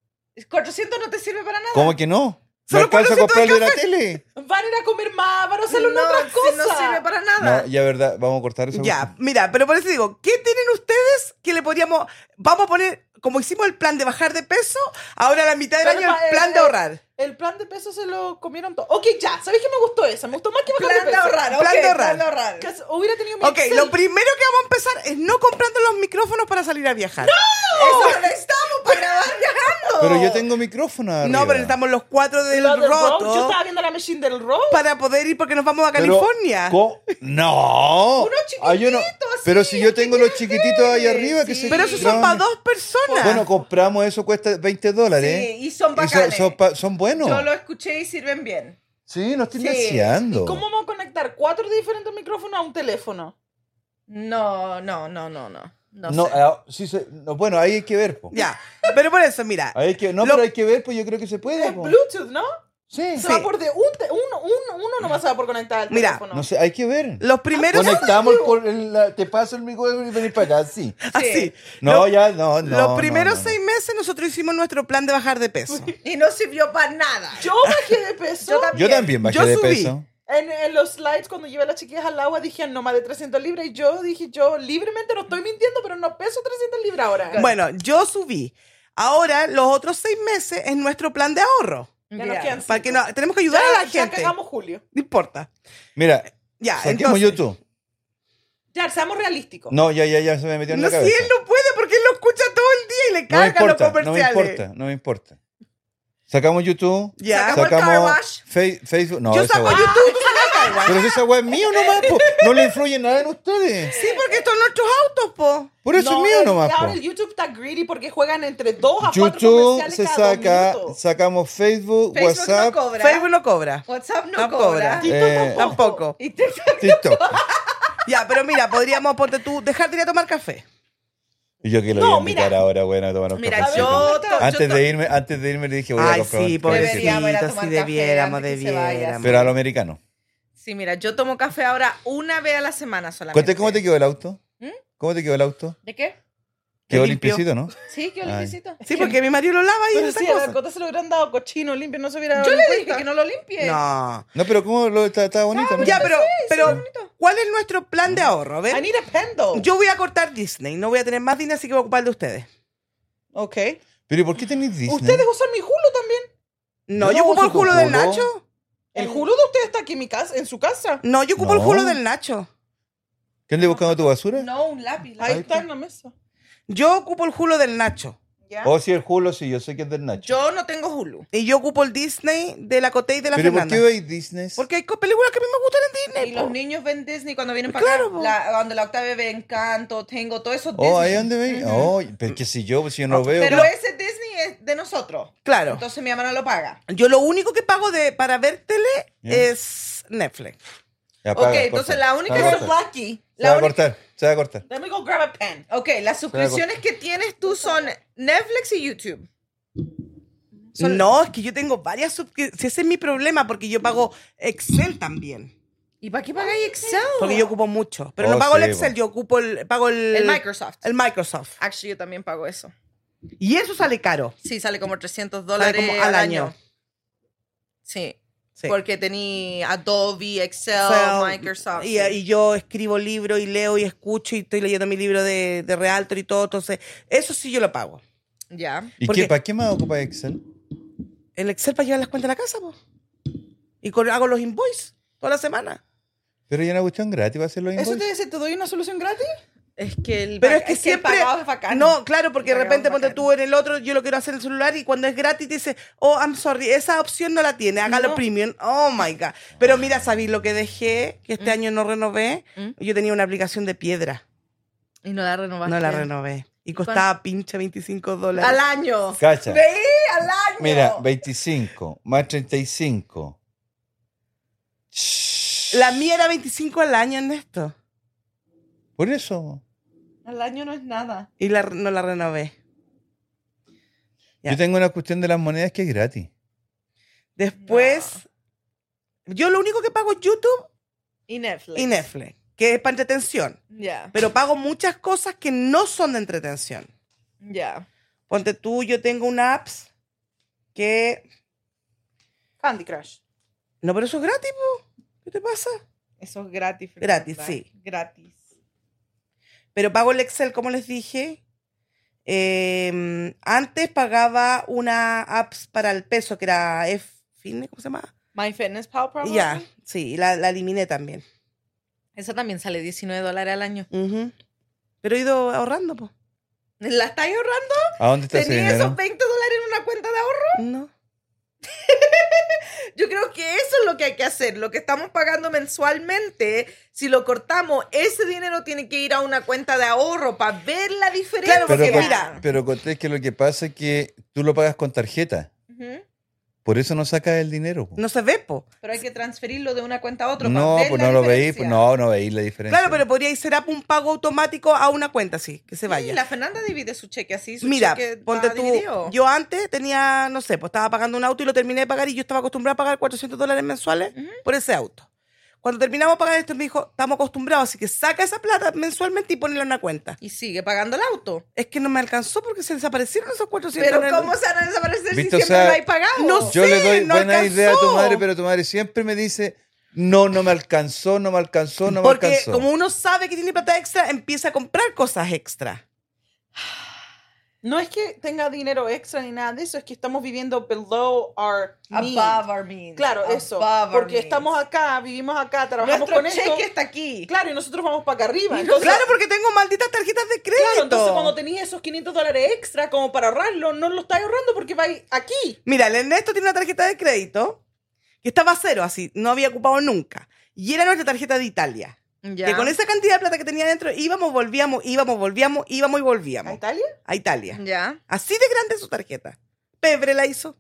Speaker 1: 400 no te sirve para nada.
Speaker 3: ¿Cómo que no? No
Speaker 2: Solo
Speaker 3: alcanza a
Speaker 2: 400
Speaker 3: comprarle la tele.
Speaker 4: Van a ir a comer más, van a hacer
Speaker 1: no,
Speaker 4: otras
Speaker 1: si
Speaker 4: cosas.
Speaker 1: no sirve para nada.
Speaker 3: No, ya verdad, vamos a cortar eso.
Speaker 2: Ya, mira, pero por eso digo, ¿qué tienen ustedes que le podríamos... Vamos a poner, como hicimos el plan de bajar de peso, ahora a la mitad del
Speaker 4: Pero
Speaker 2: año
Speaker 4: pa-
Speaker 2: el plan de
Speaker 4: eh,
Speaker 2: ahorrar.
Speaker 4: El plan de peso se lo comieron todo. Ok, ya. ¿Sabéis que me gustó esa? Me gustó más que bajar
Speaker 1: plan
Speaker 4: de
Speaker 1: de
Speaker 4: peso.
Speaker 1: ahorrar, ok,
Speaker 2: Plan de ahorrar.
Speaker 1: Plan de ahorrar.
Speaker 4: Que s- Hubiera tenido mi
Speaker 2: Ok,
Speaker 4: Excel.
Speaker 2: lo primero que vamos a empezar es no comprando los micrófonos para salir a viajar.
Speaker 1: Eso lo necesitamos para grabar viajando.
Speaker 3: Pero yo tengo micrófono arriba.
Speaker 2: No, pero necesitamos los cuatro del
Speaker 4: Lo del road.
Speaker 2: roto
Speaker 4: Yo estaba viendo la machine del road.
Speaker 2: para poder ir porque nos vamos a
Speaker 3: Pero,
Speaker 2: California.
Speaker 3: ¿co- No.
Speaker 1: Uno chiquitito,
Speaker 3: Hay uno-
Speaker 1: así,
Speaker 3: Pero si yo tengo los chiquititos ahí arriba que
Speaker 1: Sí.
Speaker 3: se
Speaker 2: pero esos son
Speaker 3: graban-
Speaker 2: para dos personas.
Speaker 3: Bueno, compramos eso, cuesta 20 dólares.
Speaker 1: Sí, y son
Speaker 3: son-
Speaker 1: bacanes.
Speaker 3: son, pa- son buenos.
Speaker 1: Yo lo escuché y sirven bien.
Speaker 3: Sí, no estoy
Speaker 1: Sí.
Speaker 3: naciando.
Speaker 4: ¿Cómo vamos a conectar cuatro diferentes micrófonos a un teléfono?
Speaker 1: No, no, no, no, no. No,
Speaker 3: No,
Speaker 1: sé.
Speaker 3: ah, sí se- no, bueno, ahí hay que ver. po.
Speaker 2: Ya, pero por eso, mira.
Speaker 3: Ahí hay que, no,
Speaker 2: Lo-
Speaker 3: pero hay que ver, pues yo creo que se puede.
Speaker 4: Es
Speaker 3: po.
Speaker 4: Bluetooth, ¿no?
Speaker 3: Sí.
Speaker 4: Se va por de un te- uno, uno, uno nomás se va por conectar al
Speaker 2: Mira,
Speaker 4: teléfono.
Speaker 3: No sé, hay que ver.
Speaker 2: Los primeros...
Speaker 3: Conectamos por el- la- te paso el micrófono y venir para acá, sí.
Speaker 4: Ah,
Speaker 2: Así.
Speaker 3: No,
Speaker 2: Lo-
Speaker 3: ya, no, no.
Speaker 2: los primeros
Speaker 3: no, no.
Speaker 2: seis meses nosotros hicimos nuestro plan de bajar de peso.
Speaker 1: Y no sirvió para nada.
Speaker 4: Yo bajé de peso.
Speaker 1: Yo también.
Speaker 3: Yo también bajé
Speaker 2: Yo
Speaker 3: de
Speaker 2: subí.
Speaker 3: peso.
Speaker 4: En, en los slides, cuando llevé a las chiquillas al agua, dije no más de 300 libras. Y yo dije, yo libremente no estoy mintiendo, pero no peso 300 libras ahora.
Speaker 2: Bueno, yo subí. Ahora, los otros seis meses es nuestro plan de ahorro.
Speaker 4: ya
Speaker 1: Ya.
Speaker 4: nos quedan
Speaker 2: Para que
Speaker 4: cinco.
Speaker 2: no, tenemos que ayudar a la
Speaker 4: Mm, ya
Speaker 2: gente. No
Speaker 4: cagamos Julio.
Speaker 2: importa.
Speaker 3: Mira,
Speaker 2: Ya,
Speaker 3: saquemos
Speaker 2: entonces. oh.
Speaker 3: YouTube.
Speaker 4: Ya, seamos realísticos.
Speaker 3: No, ya, ya, ya se me metió en
Speaker 2: No,
Speaker 3: la
Speaker 2: si
Speaker 3: cabeza.
Speaker 2: él no puede porque él lo escucha todo el día y le
Speaker 3: No me
Speaker 2: carga los
Speaker 3: importa, no me
Speaker 2: comerciales.
Speaker 3: importa, no me importa. Sacamos YouTube,
Speaker 2: Ya.
Speaker 1: Sacamos el car
Speaker 3: sacamos
Speaker 1: wash.
Speaker 3: Fe- Facebook. No,
Speaker 2: Yo
Speaker 3: esa
Speaker 2: saco
Speaker 3: hueá.
Speaker 2: YouTube, tú sacas agua.
Speaker 3: Pero si esa weá es mío nomás, po. no le influye nada en
Speaker 4: Ah,
Speaker 3: ustedes.
Speaker 2: Sí, porque estos son nuestros autos, po.
Speaker 3: Por eso es mío
Speaker 4: el-
Speaker 3: nomás.
Speaker 4: Ahora
Speaker 3: po.
Speaker 4: el YouTube está greedy porque juegan entre dos a cuatro
Speaker 3: YouTube
Speaker 4: comerciales
Speaker 3: se
Speaker 4: cada
Speaker 3: saca,
Speaker 4: dos minutos.
Speaker 3: sacamos Facebook,
Speaker 1: Facebook
Speaker 3: WhatsApp,
Speaker 1: no cobra.
Speaker 2: Facebook no cobra.
Speaker 1: WhatsApp no,
Speaker 2: No
Speaker 1: cobra.
Speaker 2: cobra.
Speaker 3: eh, ah,
Speaker 2: Tampoco.
Speaker 1: Y te-
Speaker 3: TikTok.
Speaker 2: Ya, pero mira, podríamos, ponte tú, dejar de ir a tomar café.
Speaker 3: Y yo que lo
Speaker 4: No,
Speaker 3: voy a invitar
Speaker 4: mira.
Speaker 3: ahora, bueno, a tomar un
Speaker 1: Mira,
Speaker 3: cafecito.
Speaker 1: yo, to- yo
Speaker 3: antes
Speaker 1: to-
Speaker 3: de irme, antes de irme le dije voy a
Speaker 2: Ay,
Speaker 3: comprar
Speaker 2: sí,
Speaker 3: un cafecito.
Speaker 1: pobrecito. Deberíamos ir a
Speaker 2: pobrecito,
Speaker 1: tomar
Speaker 2: si
Speaker 1: café
Speaker 2: debiéramos,
Speaker 1: antes que se vaya.
Speaker 2: debiéramos.
Speaker 3: Pero a lo americano.
Speaker 1: Sí, mira, yo tomo café ahora una vez a la semana solamente.
Speaker 3: Cuente cómo te quedó el auto.
Speaker 1: ¿Mm?
Speaker 3: ¿Cómo te quedó el auto?
Speaker 1: ¿De qué?
Speaker 3: Quedó
Speaker 2: Limpio.
Speaker 3: limpiecito, ¿no?
Speaker 1: Sí, que
Speaker 3: Ay.
Speaker 1: limpiecito.
Speaker 2: Sí, porque mi marido lo lava y
Speaker 4: Pero
Speaker 2: esa
Speaker 4: si a
Speaker 2: cosa.
Speaker 4: la Cota se lo hubieran dado cochino, limpio, no se hubiera
Speaker 1: Yo
Speaker 4: dado
Speaker 1: le
Speaker 4: ni
Speaker 1: dije
Speaker 4: cuenta.
Speaker 1: que Ah, no lo limpie.
Speaker 2: No.
Speaker 3: No, pero cómo lo está, está bonito, ¿no?
Speaker 2: Ah, Ya, pero, pero
Speaker 1: bonito.
Speaker 2: ¿cuál es nuestro plan de ahorro? A
Speaker 4: I
Speaker 2: ver,
Speaker 4: need a pendle.
Speaker 2: yo voy a cortar Disney, no voy a tener más Disney, así que voy a ocupar de ustedes.
Speaker 4: Ok.
Speaker 3: Pero ¿y por qué tenéis Disney?
Speaker 4: Ustedes usan mi Hulu también.
Speaker 2: No,
Speaker 3: Yo
Speaker 2: yo
Speaker 3: no
Speaker 2: ocupo el
Speaker 3: uso tu
Speaker 2: culo del
Speaker 3: Hulu.
Speaker 2: Nacho.
Speaker 4: El Hulu de ustedes está aquí en mi casa, en su casa.
Speaker 2: No, yo ocupo el
Speaker 3: No.
Speaker 2: culo del Nacho.
Speaker 3: ¿Qué andáis buscando tu basura?
Speaker 1: No, un lápiz.
Speaker 4: Ahí
Speaker 1: lápiz.
Speaker 4: está en la mesa.
Speaker 2: Yo ocupo el culo del Nacho.
Speaker 4: Ya.
Speaker 3: Oh, sí, el Julio, sí, yo sé que es del Nacho.
Speaker 1: Yo no tengo Hulu.
Speaker 2: Y yo ocupo el Disney de la Cote y de la
Speaker 3: ¿Pero por
Speaker 2: Fernanda.
Speaker 3: qué veis Disney?
Speaker 2: Porque hay co- películas que a mí me gustan en Disney.
Speaker 1: Y
Speaker 2: po.
Speaker 1: los niños ven Disney cuando vienen para
Speaker 2: Claro,
Speaker 1: acá.
Speaker 2: po.
Speaker 1: La- cuando la octava ve Encanto, tengo todo eso Disney.
Speaker 3: Oh, ahí donde veis. Oh, pero que si yo, pues, si yo no veo.
Speaker 1: Pero
Speaker 3: pues.
Speaker 1: ese Disney es de nosotros.
Speaker 2: Claro.
Speaker 1: Entonces mi mamá no lo paga.
Speaker 2: Yo lo único que pago de para ver tele
Speaker 3: Ya.
Speaker 2: es Netflix.
Speaker 3: Ya, apaga,
Speaker 1: ok,
Speaker 3: corta.
Speaker 1: entonces la única
Speaker 3: Se va a
Speaker 1: es
Speaker 3: cortar,
Speaker 1: Lucky.
Speaker 3: Se va
Speaker 1: La
Speaker 3: a
Speaker 1: única...
Speaker 3: cortar, se va a cortar.
Speaker 4: Let me go grab a pen.
Speaker 1: Ok, las suscripciones que tienes tú son Netflix y YouTube. Son-
Speaker 2: No, es que yo tengo varias suscripciones. Si ese es mi problema, porque yo pago Excel también.
Speaker 1: ¿Y para qué pagáis Excel?
Speaker 2: Porque yo ocupo mucho. Pero
Speaker 3: Oh,
Speaker 2: no pago el
Speaker 3: sí,
Speaker 2: Excel,
Speaker 3: po.
Speaker 2: yo ocupo el, pago el,
Speaker 1: El Microsoft.
Speaker 2: el Microsoft.
Speaker 1: Actually, yo también pago eso.
Speaker 2: Y eso sale caro.
Speaker 1: Sí, sale como 300
Speaker 2: Sale
Speaker 1: dólares
Speaker 2: como
Speaker 1: al año. Sí,
Speaker 2: Sí.
Speaker 1: porque tenía Adobe, Excel,
Speaker 2: O sea,
Speaker 1: Microsoft.
Speaker 2: Y, y yo escribo libros y leo y escucho y estoy leyendo mi libro de, de Realtor y todo. Entonces, eso sí yo lo pago.
Speaker 1: Ya.
Speaker 3: ¿Y
Speaker 2: Porque-
Speaker 3: qué, para qué más ocupa Excel?
Speaker 2: El Excel para llevar las cuentas a la casa, po. Y con- hago los invoices toda la semana.
Speaker 3: Pero ya una cuestión gratis va a ser los
Speaker 4: ¿Eso
Speaker 3: invoices.
Speaker 4: te dice, te doy una solución gratis?
Speaker 1: Es que el
Speaker 2: Pero
Speaker 1: vaca-
Speaker 2: es que siempre.
Speaker 1: el pagado es bacán.
Speaker 2: No, claro, porque de
Speaker 1: Pagado
Speaker 2: repente
Speaker 1: es
Speaker 2: ponte
Speaker 1: bacán.
Speaker 2: tú en el otro, yo lo quiero hacer en el celular y cuando es gratis te dice, oh, I'm sorry, esa opción no la tiene, hágalo
Speaker 1: No.
Speaker 2: premium. Oh my God. Pero mira, ¿sabéis lo que dejé? Que este año no renové.
Speaker 1: Mm.
Speaker 2: Yo tenía una aplicación de piedra.
Speaker 1: Y no la renovaste.
Speaker 2: No la renové. Y
Speaker 1: cuánto?
Speaker 2: costaba pinche 25 dólares.
Speaker 1: Al año.
Speaker 3: Cacha.
Speaker 1: Veí al año.
Speaker 3: Mira, 25 más 35.
Speaker 2: La mía era 25 al año, Ernesto.
Speaker 3: Por eso.
Speaker 1: Al año no es nada.
Speaker 2: Y la, no la renové. Ya.
Speaker 3: Yo tengo una cuestión de las monedas que es gratis.
Speaker 2: Después, yo lo único que pago es YouTube
Speaker 1: Y Netflix.
Speaker 2: y Netflix, que es para entretención.
Speaker 1: Ya.
Speaker 2: Pero pago muchas cosas que no son de entretención.
Speaker 1: Ya.
Speaker 2: Ponte tú, yo tengo una apps que...
Speaker 4: Candy Crush.
Speaker 2: No, pero eso es gratis, po. ¿Qué te pasa?
Speaker 1: Eso es gratis.
Speaker 2: Gratis,
Speaker 1: ¿verdad?
Speaker 2: sí.
Speaker 1: Gratis.
Speaker 2: Pero pago el Excel, como les dije. Eh, antes pagaba una apps para el peso, que era F-Fitness, E, ¿cómo se llama?
Speaker 1: My Fitness
Speaker 2: Ya,
Speaker 1: Probably.
Speaker 2: sí, la, la eliminé también.
Speaker 1: Esa también sale 19 dólares al año.
Speaker 2: Ujú. Pero he ido ahorrando, po.
Speaker 1: ¿La estás ahorrando?
Speaker 3: ¿A dónde está ese
Speaker 1: Tenía esos
Speaker 3: dinero?
Speaker 1: 20 dólares en una cuenta de ahorro.
Speaker 2: No.
Speaker 1: Yo creo que eso es lo que hay que hacer. Lo que estamos pagando mensualmente, si lo cortamos, ese dinero tiene que ir a una cuenta de ahorro para ver la diferencia.
Speaker 2: Claro,
Speaker 3: Pero,
Speaker 2: porque
Speaker 3: con-
Speaker 2: mira.
Speaker 3: pero conté que lo que pasa es que tú lo pagas con tarjeta.
Speaker 1: Ujú.
Speaker 3: Por eso no sacas el dinero. po.
Speaker 2: No se ve, po.
Speaker 1: Pero hay que transferirlo de una cuenta a otra. pa'
Speaker 3: No,
Speaker 1: ver
Speaker 3: pues
Speaker 1: la
Speaker 3: no lo veí.
Speaker 1: diferencia.
Speaker 3: pues no, no veí la diferencia.
Speaker 2: Claro, pero podría ser app un pago automático a una cuenta, sí, que
Speaker 1: Sí,
Speaker 2: se vaya.
Speaker 1: la Fernanda divide su cheque así. Su
Speaker 2: Mira,
Speaker 1: cheque va
Speaker 2: ponte tú.
Speaker 1: dividido.
Speaker 2: Yo antes tenía, no sé, pues estaba pagando un auto y lo terminé de pagar y yo estaba acostumbrada a pagar 400 dólares mensuales
Speaker 1: Ujú.
Speaker 2: por ese auto. Cuando terminamos de pagar esto, me dijo, estamos acostumbrados, así que saca esa plata mensualmente y ponela en una cuenta.
Speaker 1: Y sigue pagando el auto.
Speaker 2: Es que no me alcanzó porque se desaparecieron esos 400
Speaker 1: Pero
Speaker 2: dólares.
Speaker 1: ¿cómo se van a desaparecer si
Speaker 3: Visto, o
Speaker 1: siempre
Speaker 3: sea,
Speaker 1: lo hay pagado?
Speaker 2: No
Speaker 3: Yo le
Speaker 2: sé,
Speaker 3: doy
Speaker 2: no
Speaker 3: buena idea a tu
Speaker 2: alcanzó.
Speaker 3: madre, pero tu madre siempre me dice, no, no me alcanzó, no me alcanzó, no me
Speaker 2: porque
Speaker 3: alcanzó.
Speaker 2: como uno sabe que tiene plata extra, empieza a comprar cosas extra.
Speaker 4: No es que tenga dinero extra ni nada de eso, es que estamos viviendo below our means.
Speaker 1: Above our means.
Speaker 4: Claro, eso.
Speaker 1: Above our
Speaker 4: Porque
Speaker 1: means.
Speaker 4: estamos acá, vivimos acá, trabajamos
Speaker 1: Nuestro
Speaker 4: con esto.
Speaker 1: cheque está aquí.
Speaker 4: Claro, y nosotros vamos para acá arriba. Entonces,
Speaker 2: claro, porque tengo malditas tarjetas de crédito.
Speaker 4: Claro, entonces cuando tenías esos 500 dólares extra como para ahorrarlo, no lo estás ahorrando porque va aquí.
Speaker 2: Mira, el Ernesto tiene una tarjeta de crédito que estaba a cero, así, no había ocupado nunca. Y era nuestra tarjeta de Italia.
Speaker 1: Ya.
Speaker 2: Que con esa cantidad de plata que tenía dentro íbamos, volvíamos, íbamos, volvíamos, íbamos y
Speaker 4: ¿A
Speaker 2: volvíamos
Speaker 4: Italia?
Speaker 2: a Italia.
Speaker 1: Ya.
Speaker 2: Así de grande es su tarjeta. Pebre la hizo.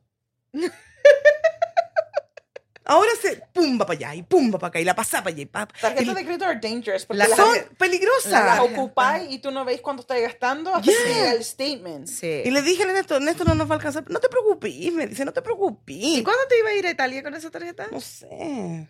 Speaker 2: Ahora se pumba para allá y pumba para acá y la pasa para allá y pa- y-
Speaker 4: Tarjetas de crédito are dangerous. Porque
Speaker 1: La
Speaker 4: las,
Speaker 2: son
Speaker 4: las
Speaker 2: peligrosas.
Speaker 1: la-
Speaker 4: ocupáis y tú no veis cuánto estáis gastando hasta que llega el statement.
Speaker 1: Sí.
Speaker 2: y le dije a Ernesto, Ernesto no nos va a alcanzar. No te preocupes, me dice, no te preocupes.
Speaker 1: ¿Y cuándo te iba a ir a Italia con esa tarjeta?
Speaker 2: No sé.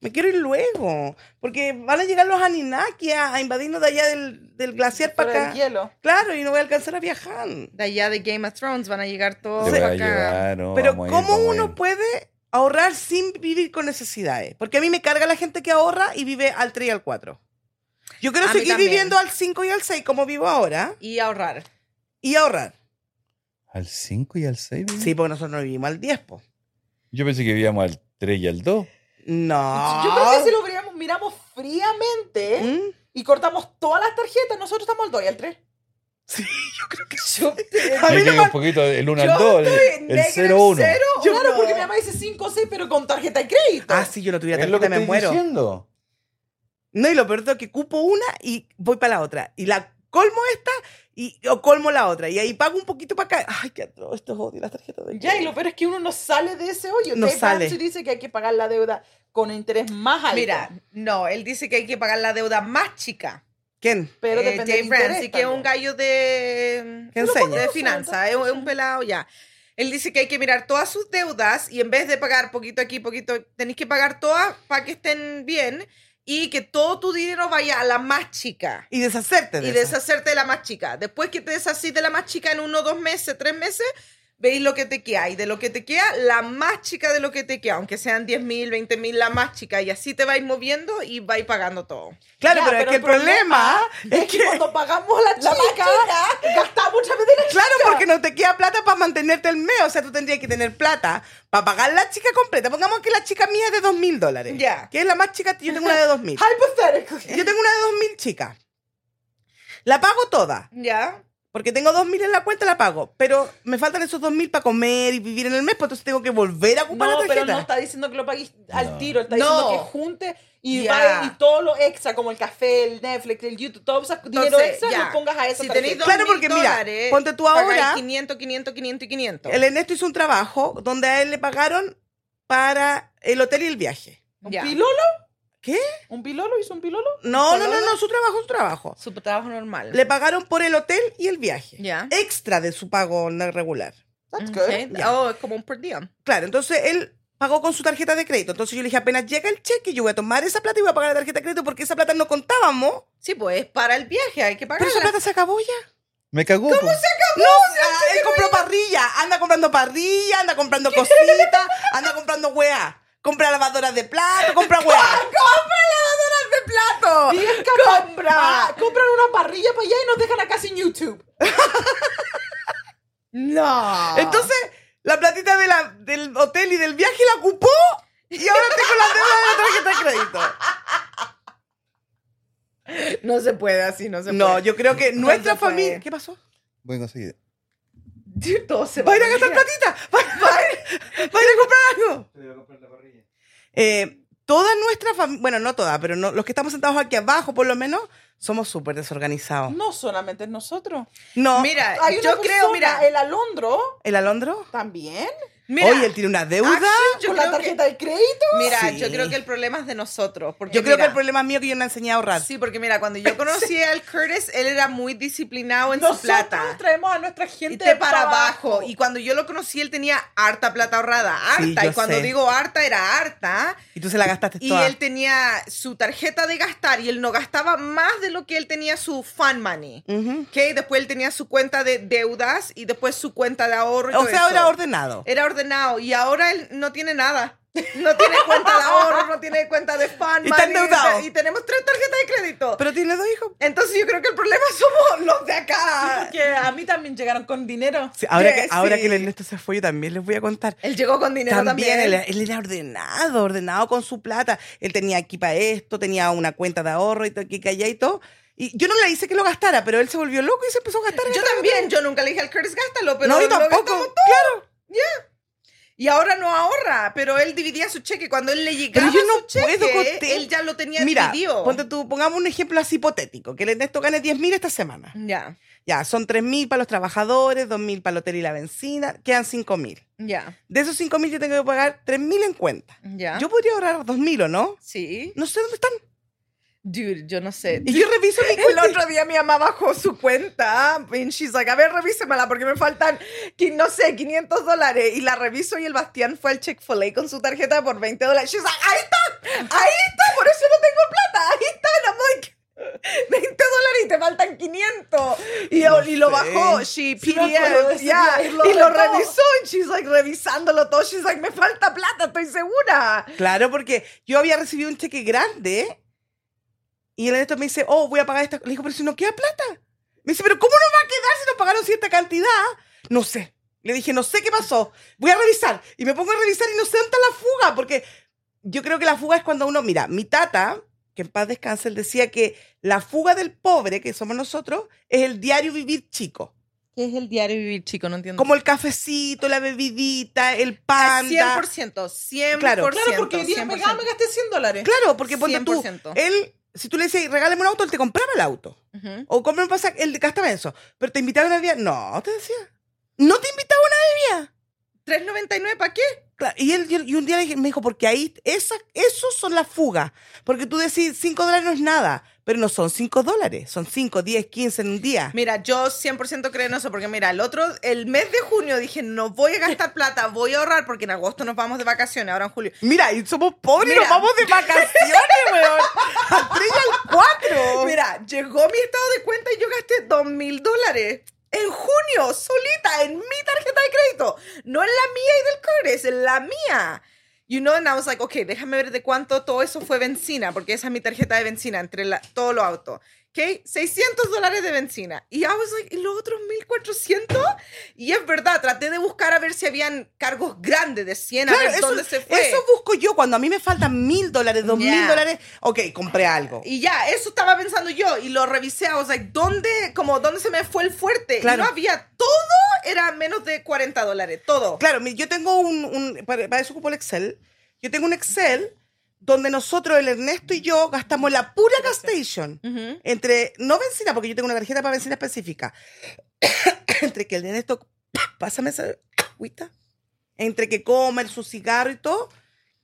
Speaker 2: Me quiero ir luego. Porque van a llegar los Aninaki a, a invadirnos de allá del, del glaciar
Speaker 4: Por
Speaker 2: para
Speaker 4: el
Speaker 2: acá.
Speaker 4: hielo.
Speaker 2: Claro, y no voy a alcanzar a viajar.
Speaker 1: De allá de Game of Thrones van a llegar todos
Speaker 3: Yo voy a
Speaker 1: acá.
Speaker 3: llegar, no,
Speaker 2: Pero
Speaker 3: vamos a ir,
Speaker 2: ¿cómo
Speaker 3: vamos a
Speaker 2: uno
Speaker 3: ir.
Speaker 2: puede ahorrar sin vivir con necesidades? Porque a mí me carga la gente que ahorra y vive al 3 y al 4. Yo quiero
Speaker 1: A mí
Speaker 2: seguir
Speaker 1: también.
Speaker 2: viviendo al 5 y al 6 como vivo ahora
Speaker 1: Y ahorrar.
Speaker 2: y ahorrar.
Speaker 3: ¿Al 5 y al 6?
Speaker 2: Sí, porque nosotros no vivimos al 10, po.
Speaker 3: Yo pensé que vivíamos al 3 y al 2.
Speaker 2: No.
Speaker 4: Yo creo que si lo miramos, miramos fríamente
Speaker 2: ¿Mm?
Speaker 4: y cortamos todas las tarjetas, nosotros estamos al 2 y al 3.
Speaker 2: A mí
Speaker 3: Hay que
Speaker 2: no
Speaker 3: ir
Speaker 2: me-
Speaker 3: un poquito del 1 al
Speaker 1: Yo
Speaker 3: 2,
Speaker 1: estoy
Speaker 3: el, el
Speaker 1: negra en
Speaker 3: 0 1.
Speaker 1: cero,
Speaker 4: claro,
Speaker 1: uno.
Speaker 4: porque mi mamá dice 5 o 6, pero con tarjeta de crédito.
Speaker 2: Ah, si Ah, yo no tuviera
Speaker 3: Es lo
Speaker 2: tarjeta
Speaker 3: que
Speaker 2: me
Speaker 3: me
Speaker 2: muero.
Speaker 3: diciendo.
Speaker 2: No, y lo peor de todo es que cupo una y voy para la otra. Y la colmo esta y o colmo la otra. Y ahí pago un poquito para acá. Ay, qué atroz, esto es odio, las tarjetas de
Speaker 4: Ya, y lo peor es que uno no sale de ese hoyo.
Speaker 2: No
Speaker 4: Dave
Speaker 2: sale.
Speaker 4: Ramsey dice que hay que pagar la deuda con interés más alto.
Speaker 1: Mira, no, él dice que hay que pagar la deuda más chica.
Speaker 2: ¿Quién?
Speaker 4: pero
Speaker 1: Eh,
Speaker 4: depende del
Speaker 1: Dave
Speaker 4: interés
Speaker 1: Ramsey, que es un
Speaker 4: también.
Speaker 1: gallo de,
Speaker 2: ¿Qué enseña?
Speaker 1: de finanzas, es un- es un pelado ya. Él dice que hay que mirar todas sus deudas y en vez de pagar poquito aquí, poquito, tenéis que pagar todas para que estén bien y que todo tu dinero vaya a la más chica.
Speaker 2: Y deshacerte de
Speaker 1: y
Speaker 2: esa.
Speaker 1: deshacerte de la más chica. Después que te deshacís de la más chica en uno, dos meses, tres meses, veis lo que te queda. Y de lo que te queda, la más chica de lo que te queda, aunque sean 10 mil, 20 mil, la más chica. Y así te vais moviendo y vais pagando todo.
Speaker 2: Claro,
Speaker 4: Ya,
Speaker 2: pero, es que el problema es que...
Speaker 4: cuando pagamos la chica, gastamos muchas veces la
Speaker 2: Claro, porque no te queda plata para mantenerte el mes. O sea, tú tendrías que tener plata para pagar la chica completa. Pongamos que la chica mía es de dos mil dólares.
Speaker 1: Ya.
Speaker 2: Que es la más chica. Yo tengo una de dos mil.
Speaker 4: Hypothetically.
Speaker 2: Yo tengo una de dos mil chicas. La pago toda.
Speaker 1: ¿Ya?
Speaker 2: Porque tengo dos mil en la cuenta, la pago. Pero me faltan esos dos mil para comer y vivir en el mes, pues entonces tengo que volver a ocupar
Speaker 4: No,
Speaker 2: la tarjeta.
Speaker 4: pero no está diciendo que lo pagues al
Speaker 3: No.
Speaker 4: tiro, está
Speaker 1: No.
Speaker 4: diciendo que junte y,
Speaker 1: Ya.
Speaker 4: vaya- y todo lo extra, como el café, el Netflix, el YouTube, todo ese dinero
Speaker 1: Entonces,
Speaker 4: extra,
Speaker 1: ya.
Speaker 4: lo pongas a esa
Speaker 1: Si tenéis
Speaker 4: tarjeta.
Speaker 1: dos
Speaker 2: Claro,
Speaker 1: mil
Speaker 2: porque mira,
Speaker 1: dólares,
Speaker 2: ponte tú
Speaker 1: pagáis
Speaker 2: ahora-
Speaker 1: 500, 500, 500 y 500.
Speaker 2: El Ernesto hizo un trabajo donde a él le pagaron para el hotel y el viaje.
Speaker 4: ¿Un
Speaker 1: Ya.
Speaker 4: pilolo?
Speaker 2: ¿Qué?
Speaker 4: ¿Un pilolo? ¿Hizo un pilolo?
Speaker 2: No, no, no,
Speaker 4: ¿Palabra?
Speaker 2: no, su trabajo, su trabajo.
Speaker 1: Su trabajo normal.
Speaker 2: Le pagaron por el hotel y el viaje.
Speaker 1: Ya.
Speaker 2: Extra de su pago no regular.
Speaker 4: That's
Speaker 1: Ok.
Speaker 4: good.
Speaker 2: Ya.
Speaker 1: Oh, es como un per diem.
Speaker 2: Claro, entonces él pagó con su tarjeta de crédito. Entonces yo le dije, apenas llega el cheque, yo voy a tomar esa plata y voy a pagar la tarjeta de crédito porque esa plata no contábamos.
Speaker 1: Sí, pues para el viaje hay que
Speaker 2: Pero
Speaker 1: pagarla.
Speaker 2: esa plata se acabó ya.
Speaker 3: Me cagó. po.
Speaker 2: No, ah, él compró parrilla. Anda comprando parrilla, anda comprando cositas, anda comprando weá. Compra lavadoras de plato, compra weá. ¡Compra lavadoras de plato!
Speaker 4: Diez capas- Ah, compran una parrilla para allá y nos dejan acá sin YouTube.
Speaker 1: No.
Speaker 2: Entonces, la platita de la- del hotel y del viaje la ocupó y ahora tengo la deuda de la tarjeta de crédito.
Speaker 1: no se puede así, no se
Speaker 2: No,
Speaker 1: puede.
Speaker 2: yo creo que nuestra
Speaker 1: se puede.
Speaker 2: familia... ¿Qué pasó?
Speaker 3: Voy a conseguir.
Speaker 1: Yo... Todo se
Speaker 2: Va
Speaker 1: va
Speaker 2: a ir a gastar
Speaker 1: morir.
Speaker 2: platita. Va, va a ir- va a ir a comprar algo. Eh, toda nuestra familia, bueno, no toda, pero no, los que estamos sentados aquí abajo, por lo menos, somos súper desorganizados.
Speaker 4: No solamente nosotros.
Speaker 2: No,
Speaker 1: Mira,
Speaker 4: Hay una
Speaker 1: Ah, yo creo,
Speaker 4: persona,
Speaker 1: mira,
Speaker 4: el Alondro
Speaker 2: ¿el alondro?
Speaker 4: también,
Speaker 1: mira,
Speaker 2: Oye, él tiene una deuda.
Speaker 1: actually, yo
Speaker 4: con la
Speaker 1: creo
Speaker 4: tarjeta
Speaker 1: que,
Speaker 4: de crédito.
Speaker 1: mira,
Speaker 2: Sí.
Speaker 1: yo creo que el problema es de nosotros, porque
Speaker 2: Yo creo que
Speaker 1: mira,
Speaker 2: el problema es mío que yo no enseñé a ahorrar.
Speaker 1: Sí, porque mira, cuando yo conocí al Curtis, él era muy disciplinado en
Speaker 4: Nosotros
Speaker 1: su plata.
Speaker 4: traemos a nuestra gente
Speaker 1: Y te para abajo. Y cuando yo lo conocí, él tenía harta plata ahorrada.
Speaker 2: Sí,
Speaker 1: Harta.
Speaker 2: yo
Speaker 1: y cuando
Speaker 2: sé.
Speaker 1: digo harta, era harta.
Speaker 2: Y tú se la gastaste
Speaker 1: Y
Speaker 2: toda.
Speaker 1: él tenía su tarjeta de gastar y él no gastaba más de lo que él tenía su fan money.
Speaker 2: Ujú.
Speaker 1: ¿ok? Después él tenía su cuenta de deudas y después su cuenta de ahorro. y
Speaker 2: O
Speaker 1: todo
Speaker 2: sea,
Speaker 1: eso. Eh,
Speaker 2: era ordenado.
Speaker 1: Era ordenado y ahora él no tiene nada. No tiene cuenta de ahorro, no tiene cuenta de fan
Speaker 2: Y está
Speaker 1: money,
Speaker 2: endeudado.
Speaker 1: Y tenemos tres tarjetas de crédito.
Speaker 2: Pero tiene dos hijos.
Speaker 1: Entonces yo creo que el problema somos los de acá.
Speaker 4: Porque a mí también llegaron con dinero.
Speaker 2: Sí, ahora
Speaker 1: Sí,
Speaker 2: que, ahora
Speaker 1: sí.
Speaker 2: que el Ernesto se fue, yo también les voy a contar.
Speaker 1: Él llegó con dinero
Speaker 2: También,
Speaker 1: también.
Speaker 2: él, él era ordenado, ordenado con su plata. Él tenía aquí para esto, tenía una cuenta de ahorro y todo, aquí, que allá y todo. Y yo no le hice que lo gastara, pero él se volvió loco y se empezó a gastar.
Speaker 1: Yo
Speaker 2: gastar,
Speaker 1: también, yo nunca le dije al Curtis, gástalo, pero
Speaker 2: gastar. no, yo
Speaker 1: lo
Speaker 2: tampoco.
Speaker 1: gastamos todo.
Speaker 2: Claro.
Speaker 1: Y ahora no ahorra, pero él dividía su cheque. Cuando él le llegaba
Speaker 2: yo no
Speaker 1: su cheque,
Speaker 2: puedo con te-
Speaker 1: él ya lo tenía
Speaker 2: Mira,
Speaker 1: dividido.
Speaker 2: ponte tú, pongamos un ejemplo así hipotético, que el Ernesto gane 10.000 esta semana.
Speaker 1: Ya,
Speaker 2: Ya, son 3.000 para los trabajadores, 2.000 para el hotel y la benzina, quedan 5.000.
Speaker 1: ya,
Speaker 2: De esos 5.000 yo tengo que pagar 3.000 en cuenta.
Speaker 1: ya.
Speaker 2: Yo podría ahorrar 2.000 o no.
Speaker 1: sí.
Speaker 2: No sé dónde están.
Speaker 1: Dude, yo no sé.
Speaker 2: Y yo reviso mi
Speaker 1: El
Speaker 4: Este
Speaker 2: cuenta.
Speaker 1: otro día mi mamá bajó su cuenta y she's like, a ver, revísemela porque me faltan, qui- no sé, 500 dólares. Y la reviso y el Bastián fue al Chick-fil-A con su tarjeta por 20 dólares. She's like, ahí está, ahí está, por eso no tengo plata, ahí está. And I'm like, 20 dólares y te faltan 500. Y,
Speaker 3: No
Speaker 1: y lo
Speaker 3: sé.
Speaker 1: bajó, she
Speaker 4: Sí, me acuerdo
Speaker 1: PDF,
Speaker 4: de eso,
Speaker 1: yeah.
Speaker 4: y lo
Speaker 1: y lo
Speaker 4: revisó.
Speaker 1: revisó y she's like, revisándolo todo, she's like, me falta plata, estoy segura.
Speaker 2: Claro, porque yo había recibido un cheque grande y el Ernesto me dice, oh, voy a pagar esta. Le digo, pero si no queda plata. Me dice, pero ¿cómo no va a quedar si nos pagaron cierta cantidad? No sé. Le dije, no sé qué pasó. Voy a revisar. Y me pongo a revisar y no sé dónde está la fuga, porque yo creo que la fuga es cuando uno, mira, mi tata, que en paz descanse, él decía que la fuga del pobre, que somos nosotros, es el diario vivir chico.
Speaker 4: ¿Qué es el diario vivir, chico? No entiendo.
Speaker 2: Como el cafecito, la bebidita, el pan.
Speaker 1: 100%, 100%.
Speaker 2: Claro,
Speaker 4: Claro, porque hoy día me ga- me gasté 100 dólares.
Speaker 2: Claro, porque ponte tú,
Speaker 1: 100%.
Speaker 2: él, si tú le dices, regálame un auto, él te compraba el auto.
Speaker 1: Ujú.
Speaker 2: O cómprame un pasaje, él te gastaba eso. Pero te invitaba a una bebida. No, te decía. No te invitaba a una bebida.
Speaker 1: ¿3.99 para qué?
Speaker 2: Claro, Y, él, y un día le dije- me dijo, porque ahí, esas esos son las fugas. Porque tú decís, 5 dólares no es nada. Pero no son 5 dólares, son 5, 10, 15 en un día.
Speaker 1: Mira, yo 100% creo en eso, porque mira, el otro, el mes de junio dije, no voy a gastar plata, voy a ahorrar, porque en agosto nos vamos de vacaciones, ahora en julio.
Speaker 2: Mira, y somos pobres y nos
Speaker 1: Mira.
Speaker 2: vamos de vacaciones, weón. Al 3 y al 4.
Speaker 1: Mira, llegó mi estado de cuenta y yo gasté 2 mil dólares en junio, solita, en mi tarjeta de crédito. No en la mía y del Curtis, en la mía. You know, and I was like, ok, déjame ver de cuánto todo eso fue benzina, porque esa es mi tarjeta de benzina entre la- todos los autos. Ok, 600 dólares de benzina. Y I was like, ¿y los otros 1400? Y es verdad, traté de buscar a ver si habían cargos grandes de 100, a
Speaker 2: Claro,
Speaker 1: ver
Speaker 2: eso,
Speaker 1: dónde se fue.
Speaker 2: eso busco yo cuando a mí me faltan mil dólares, dos mil
Speaker 1: Ya.
Speaker 2: dólares. Ok, compré algo.
Speaker 1: Y ya, eso estaba pensando yo y lo revisé. O sea, ¿dónde, como, ¿dónde se me fue el fuerte? Y
Speaker 2: Claro.
Speaker 1: no había, todo era menos de 40 dólares, todo.
Speaker 2: Claro, mi- yo tengo un, un- para, para eso ocupo el Excel. Yo tengo un Excel donde nosotros, el Ernesto y yo, gastamos la pura gas station.
Speaker 1: Ujú.
Speaker 2: Entre, no benzina, porque yo tengo una tarjeta para benzina específica. entre que el Ernesto, pásame esa agüita. Entre que come su cigarro y todo,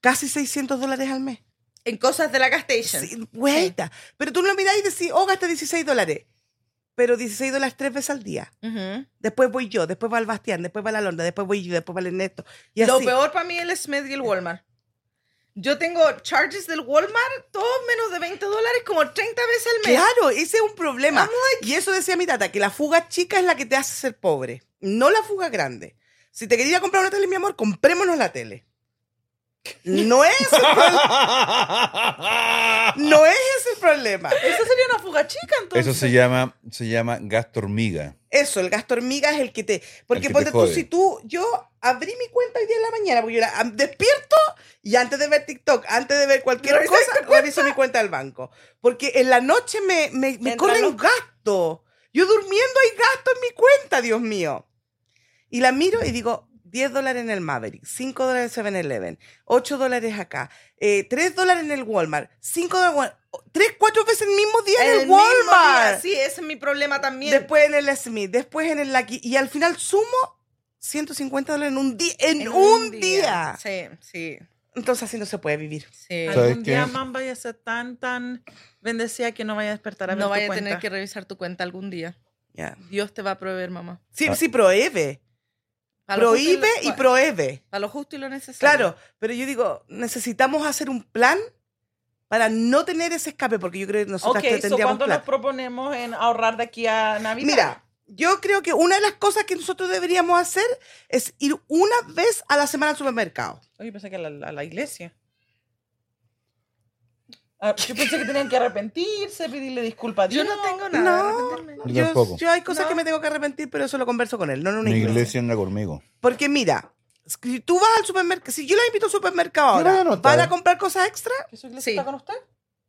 Speaker 2: casi 600 dólares al mes.
Speaker 1: En cosas de la gas station.
Speaker 2: Sí, vuelta. Pero tú lo mirás y decís, oh, gasté 16 dólares. Pero 16 dólares tres veces al día.
Speaker 1: Ujú.
Speaker 2: Después voy yo, después va el Bastián, después va la Londa, después voy yo, después va el Ernesto. Y
Speaker 1: Lo
Speaker 2: así.
Speaker 1: peor para mí es el Smith y el Walmart. Yo tengo charges del Walmart, todo menos de 20 dólares, como 30 veces al mes.
Speaker 2: Claro, ese es un problema. Y eso decía mi tata, que la fuga chica es la que te hace ser pobre, no la fuga grande. Si te quería comprar una tele, mi amor, comprémonos la tele. No es, no es ese el problema.
Speaker 4: Esa sería una fuga chica, entonces.
Speaker 3: Eso se llama, se llama gasto hormiga.
Speaker 2: Eso, el gasto hormiga es el que te.
Speaker 3: que
Speaker 2: Porque
Speaker 3: te
Speaker 2: ponte tú,
Speaker 3: jode.
Speaker 2: si tú. Yo abrí mi cuenta hoy día en la mañana, porque yo la- am- despierto y antes de ver TikTok, antes de ver cualquier
Speaker 1: ¿Revisas
Speaker 2: cosa, reviso mi cuenta del banco. Porque en la noche me, me, me
Speaker 1: Entra
Speaker 2: corren
Speaker 1: los-
Speaker 2: gastos. Yo durmiendo hay gastos en mi cuenta, Dios mío. Y la miro y digo. 10 dólares en el Maverick, 5 dólares en 7-Eleven, 8 dólares acá, eh, 3 dólares en el Walmart, 5 dólares en Walmart, 3, 4 veces el mismo día en el,
Speaker 1: mismo día,
Speaker 2: Walmart.
Speaker 1: Sí, ese es mi problema también.
Speaker 2: Después en el Smith, después en el Lucky. Y al final sumo 150 dólares en un día. En,
Speaker 1: En
Speaker 2: un, día.
Speaker 1: Sí, sí,
Speaker 2: Entonces así no se puede vivir.
Speaker 1: sí.
Speaker 3: ¿Sabes
Speaker 4: eh, Algún
Speaker 3: qué?
Speaker 4: día, mam, vaya a ser tan, tan bendecida que no vaya a despertar a ver
Speaker 1: No
Speaker 4: tu
Speaker 1: vaya a
Speaker 4: cuenta.
Speaker 1: tener que revisar tu cuenta algún día.
Speaker 2: Ya.
Speaker 1: Dios te va a proveer, mamá.
Speaker 2: Sí,
Speaker 3: Ah.
Speaker 2: sí, prohíbe.
Speaker 1: A lo justo
Speaker 2: Prohíbe
Speaker 1: lo-
Speaker 2: y prohíbe.
Speaker 1: A lo justo y lo necesario.
Speaker 2: Claro, pero yo digo, necesitamos hacer un plan para no tener ese escape, porque yo creo que nosotros
Speaker 4: Ok, so
Speaker 2: tendríamos
Speaker 4: ¿cuándo nos
Speaker 2: plan.
Speaker 4: proponemos en ahorrar de aquí a Navidad?
Speaker 2: Mira, yo creo que una de las cosas que nosotros deberíamos hacer es ir una vez a la semana al supermercado.
Speaker 4: Oye, pensé que a la, a la iglesia. Ah, yo pensé que tenían que arrepentirse, pedirle disculpas. a
Speaker 1: Yo
Speaker 4: Dios.
Speaker 1: no tengo nada. de arrepentirme.
Speaker 3: Yo tampoco.
Speaker 2: yo hay cosas
Speaker 1: No.
Speaker 2: que me tengo que arrepentir, pero eso lo converso con él, no en una
Speaker 3: Mi
Speaker 2: iglesia.
Speaker 3: iglesia anda conmigo.
Speaker 2: Porque mira, si tú vas al supermercado, si yo la invito al supermercado
Speaker 3: Yo la voy a
Speaker 2: ahora,
Speaker 3: anotar.
Speaker 2: ¿van a comprar cosas extra?
Speaker 4: ¿Que su iglesia
Speaker 1: Sí.
Speaker 4: está con usted?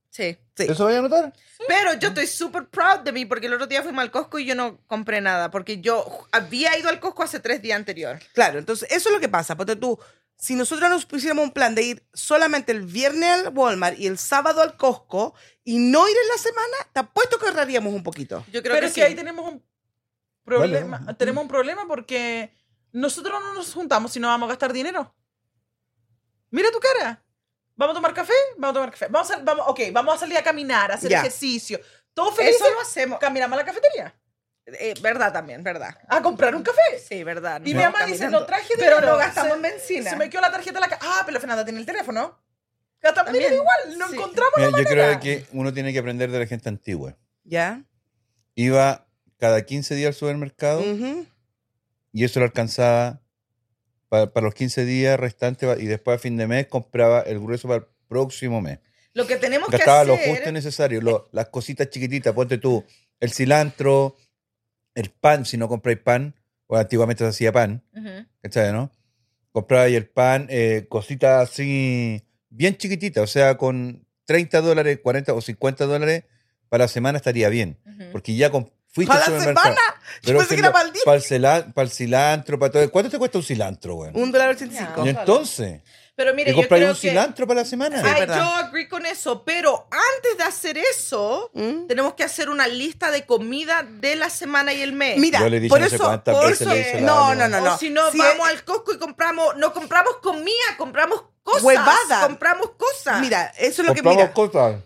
Speaker 1: Sí.
Speaker 3: ¿Eso voy a anotar?
Speaker 1: Pero yo estoy súper proud de mí porque el otro día fuimos al Costco y yo no compré nada porque yo había ido al Costco hace tres días anterior.
Speaker 2: Claro, entonces eso es lo que pasa. Porque tú, si nosotros nos pusiéramos un plan de ir solamente el viernes al Walmart y el sábado al Costco y no ir en la semana, te apuesto que ahorraríamos un poquito.
Speaker 1: Yo creo
Speaker 4: Pero
Speaker 1: que,
Speaker 4: es
Speaker 1: sí.
Speaker 4: que ahí tenemos un problema.
Speaker 3: Vale.
Speaker 4: Tenemos un problema porque nosotros no nos juntamos si no vamos a gastar dinero. Mira tu cara. ¿Vamos a tomar café? Vamos a tomar café. Vamos a, vamos, ok, vamos a salir a caminar, a hacer
Speaker 2: Ya.
Speaker 4: ejercicio. Todo feliz.
Speaker 1: Eso lo hacemos.
Speaker 4: Caminamos a la cafetería.
Speaker 1: Eh, verdad también, verdad.
Speaker 4: A comprar un café.
Speaker 1: Sí, verdad.
Speaker 4: Y
Speaker 1: no,
Speaker 4: mi mamá dice,
Speaker 1: caminando.
Speaker 4: no traje dinero.
Speaker 1: Pero no gastamos
Speaker 4: Se-
Speaker 1: en benzina.
Speaker 4: Se me quedó la tarjeta en la ca- Ah, pero la Fernanda tiene el teléfono. Gastamos
Speaker 1: También.
Speaker 4: dinero igual. Lo
Speaker 1: Sí.
Speaker 4: encontramos.
Speaker 3: Mira, yo creo
Speaker 4: manera.
Speaker 3: que uno tiene que aprender de la gente antigua.
Speaker 2: ¿Ya?
Speaker 3: Iba cada 15 días al supermercado
Speaker 1: Mm.
Speaker 2: Ujú.
Speaker 3: y eso lo alcanzaba pa- para, los 15 días restantes va- y después a fin de mes compraba el grueso para el próximo mes.
Speaker 1: Lo que tenemos que
Speaker 3: Gastaba
Speaker 1: hacer...
Speaker 3: lo justo y necesario, lo- las cositas chiquititas, ponte tú, el cilantro, el pan, si no compráis pan, o antiguamente se hacía pan,
Speaker 1: Ujú.
Speaker 3: ¿cachai, no? Comprabais el pan, eh, cositas así, bien chiquititas, o sea, con 30 dólares, 40 o 50 dólares, para la semana estaría bien.
Speaker 1: Ujú.
Speaker 3: Porque ya con, fuiste
Speaker 2: ¿Para la semana? Yo pensé que era para el día.
Speaker 3: Para el, cila- para el cilantro, para todo. ¿Cuánto te cuesta un cilantro, güey?
Speaker 2: Un dólar ochenta y
Speaker 1: Ya.
Speaker 2: cinco.
Speaker 3: Y entonces,
Speaker 1: Pero mire,
Speaker 3: ¿y
Speaker 1: yo
Speaker 3: compráis
Speaker 1: creo
Speaker 3: un
Speaker 1: que...
Speaker 3: cilantro para la semana?
Speaker 2: Sí, es
Speaker 1: Ay,
Speaker 2: verdad.
Speaker 1: yo agree con eso, pero antes de hacer eso,
Speaker 2: ¿Mm?
Speaker 1: tenemos que hacer una lista de comida de la semana y el mes.
Speaker 2: Mira,
Speaker 3: Yo le dije
Speaker 2: por
Speaker 3: no sé
Speaker 2: eso,
Speaker 3: cuántas
Speaker 2: por
Speaker 3: veces
Speaker 2: eso-
Speaker 3: le hice la
Speaker 2: no, no,
Speaker 3: broma.
Speaker 2: no,
Speaker 1: o
Speaker 2: no.
Speaker 1: si no,
Speaker 2: Sí,
Speaker 1: vamos
Speaker 2: eh,
Speaker 1: al Costco y compramos, no compramos comida, compramos cosas.
Speaker 2: Huevada.
Speaker 1: Compramos cosas.
Speaker 2: Mira, eso es lo que
Speaker 3: Compramos
Speaker 2: mira.
Speaker 3: cosas.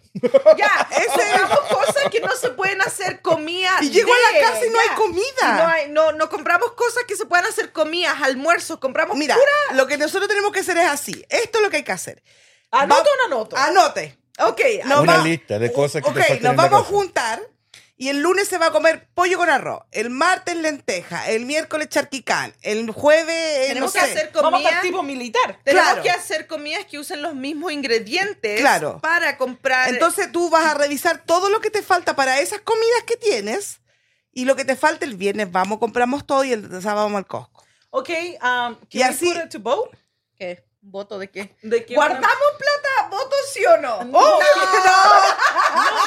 Speaker 1: ya, compramos cosas que no se pueden hacer comida.
Speaker 2: Y llego a
Speaker 1: de,
Speaker 2: la casa y no
Speaker 1: ya.
Speaker 2: hay comida.
Speaker 1: Y No, hay- no, no compramos cosas que se puedan hacer comidas, almuerzos, compramos
Speaker 2: Mira, lo que nosotros tenemos que hacer es así. Esto es lo que hay que hacer.
Speaker 4: ¿Anoto
Speaker 2: Va-
Speaker 4: o no anoto?
Speaker 2: Anote.
Speaker 1: Ok,
Speaker 2: Nos
Speaker 3: Una
Speaker 2: va-
Speaker 3: lista de cosas que
Speaker 2: Ok,
Speaker 3: te faltan
Speaker 2: nos
Speaker 3: en la
Speaker 2: vamos a
Speaker 3: casa.
Speaker 2: juntar y el lunes se va a comer pollo con arroz, el martes lenteja, el miércoles charquicán, el jueves eh,
Speaker 1: Tenemos
Speaker 2: no
Speaker 1: que
Speaker 2: sé.
Speaker 1: hacer
Speaker 4: Vamos a
Speaker 1: comida.
Speaker 4: estar tipo militar.
Speaker 1: tenemos
Speaker 2: claro.
Speaker 1: que hacer comidas que usen los mismos ingredientes
Speaker 2: Claro.
Speaker 1: para comprar.
Speaker 2: Entonces tú vas a revisar todo lo que te falta para esas comidas que tienes y lo que te falta el viernes vamos compramos todo y el sábado vamos al Costco.
Speaker 4: Ok, um, can
Speaker 2: Y
Speaker 4: we
Speaker 2: así-
Speaker 4: put it to vote?
Speaker 1: ¿Qué? ¿Voto de qué?
Speaker 4: De que
Speaker 1: ¿Guardamos
Speaker 4: una-
Speaker 1: plata? ¿Voto sí o no?
Speaker 4: No,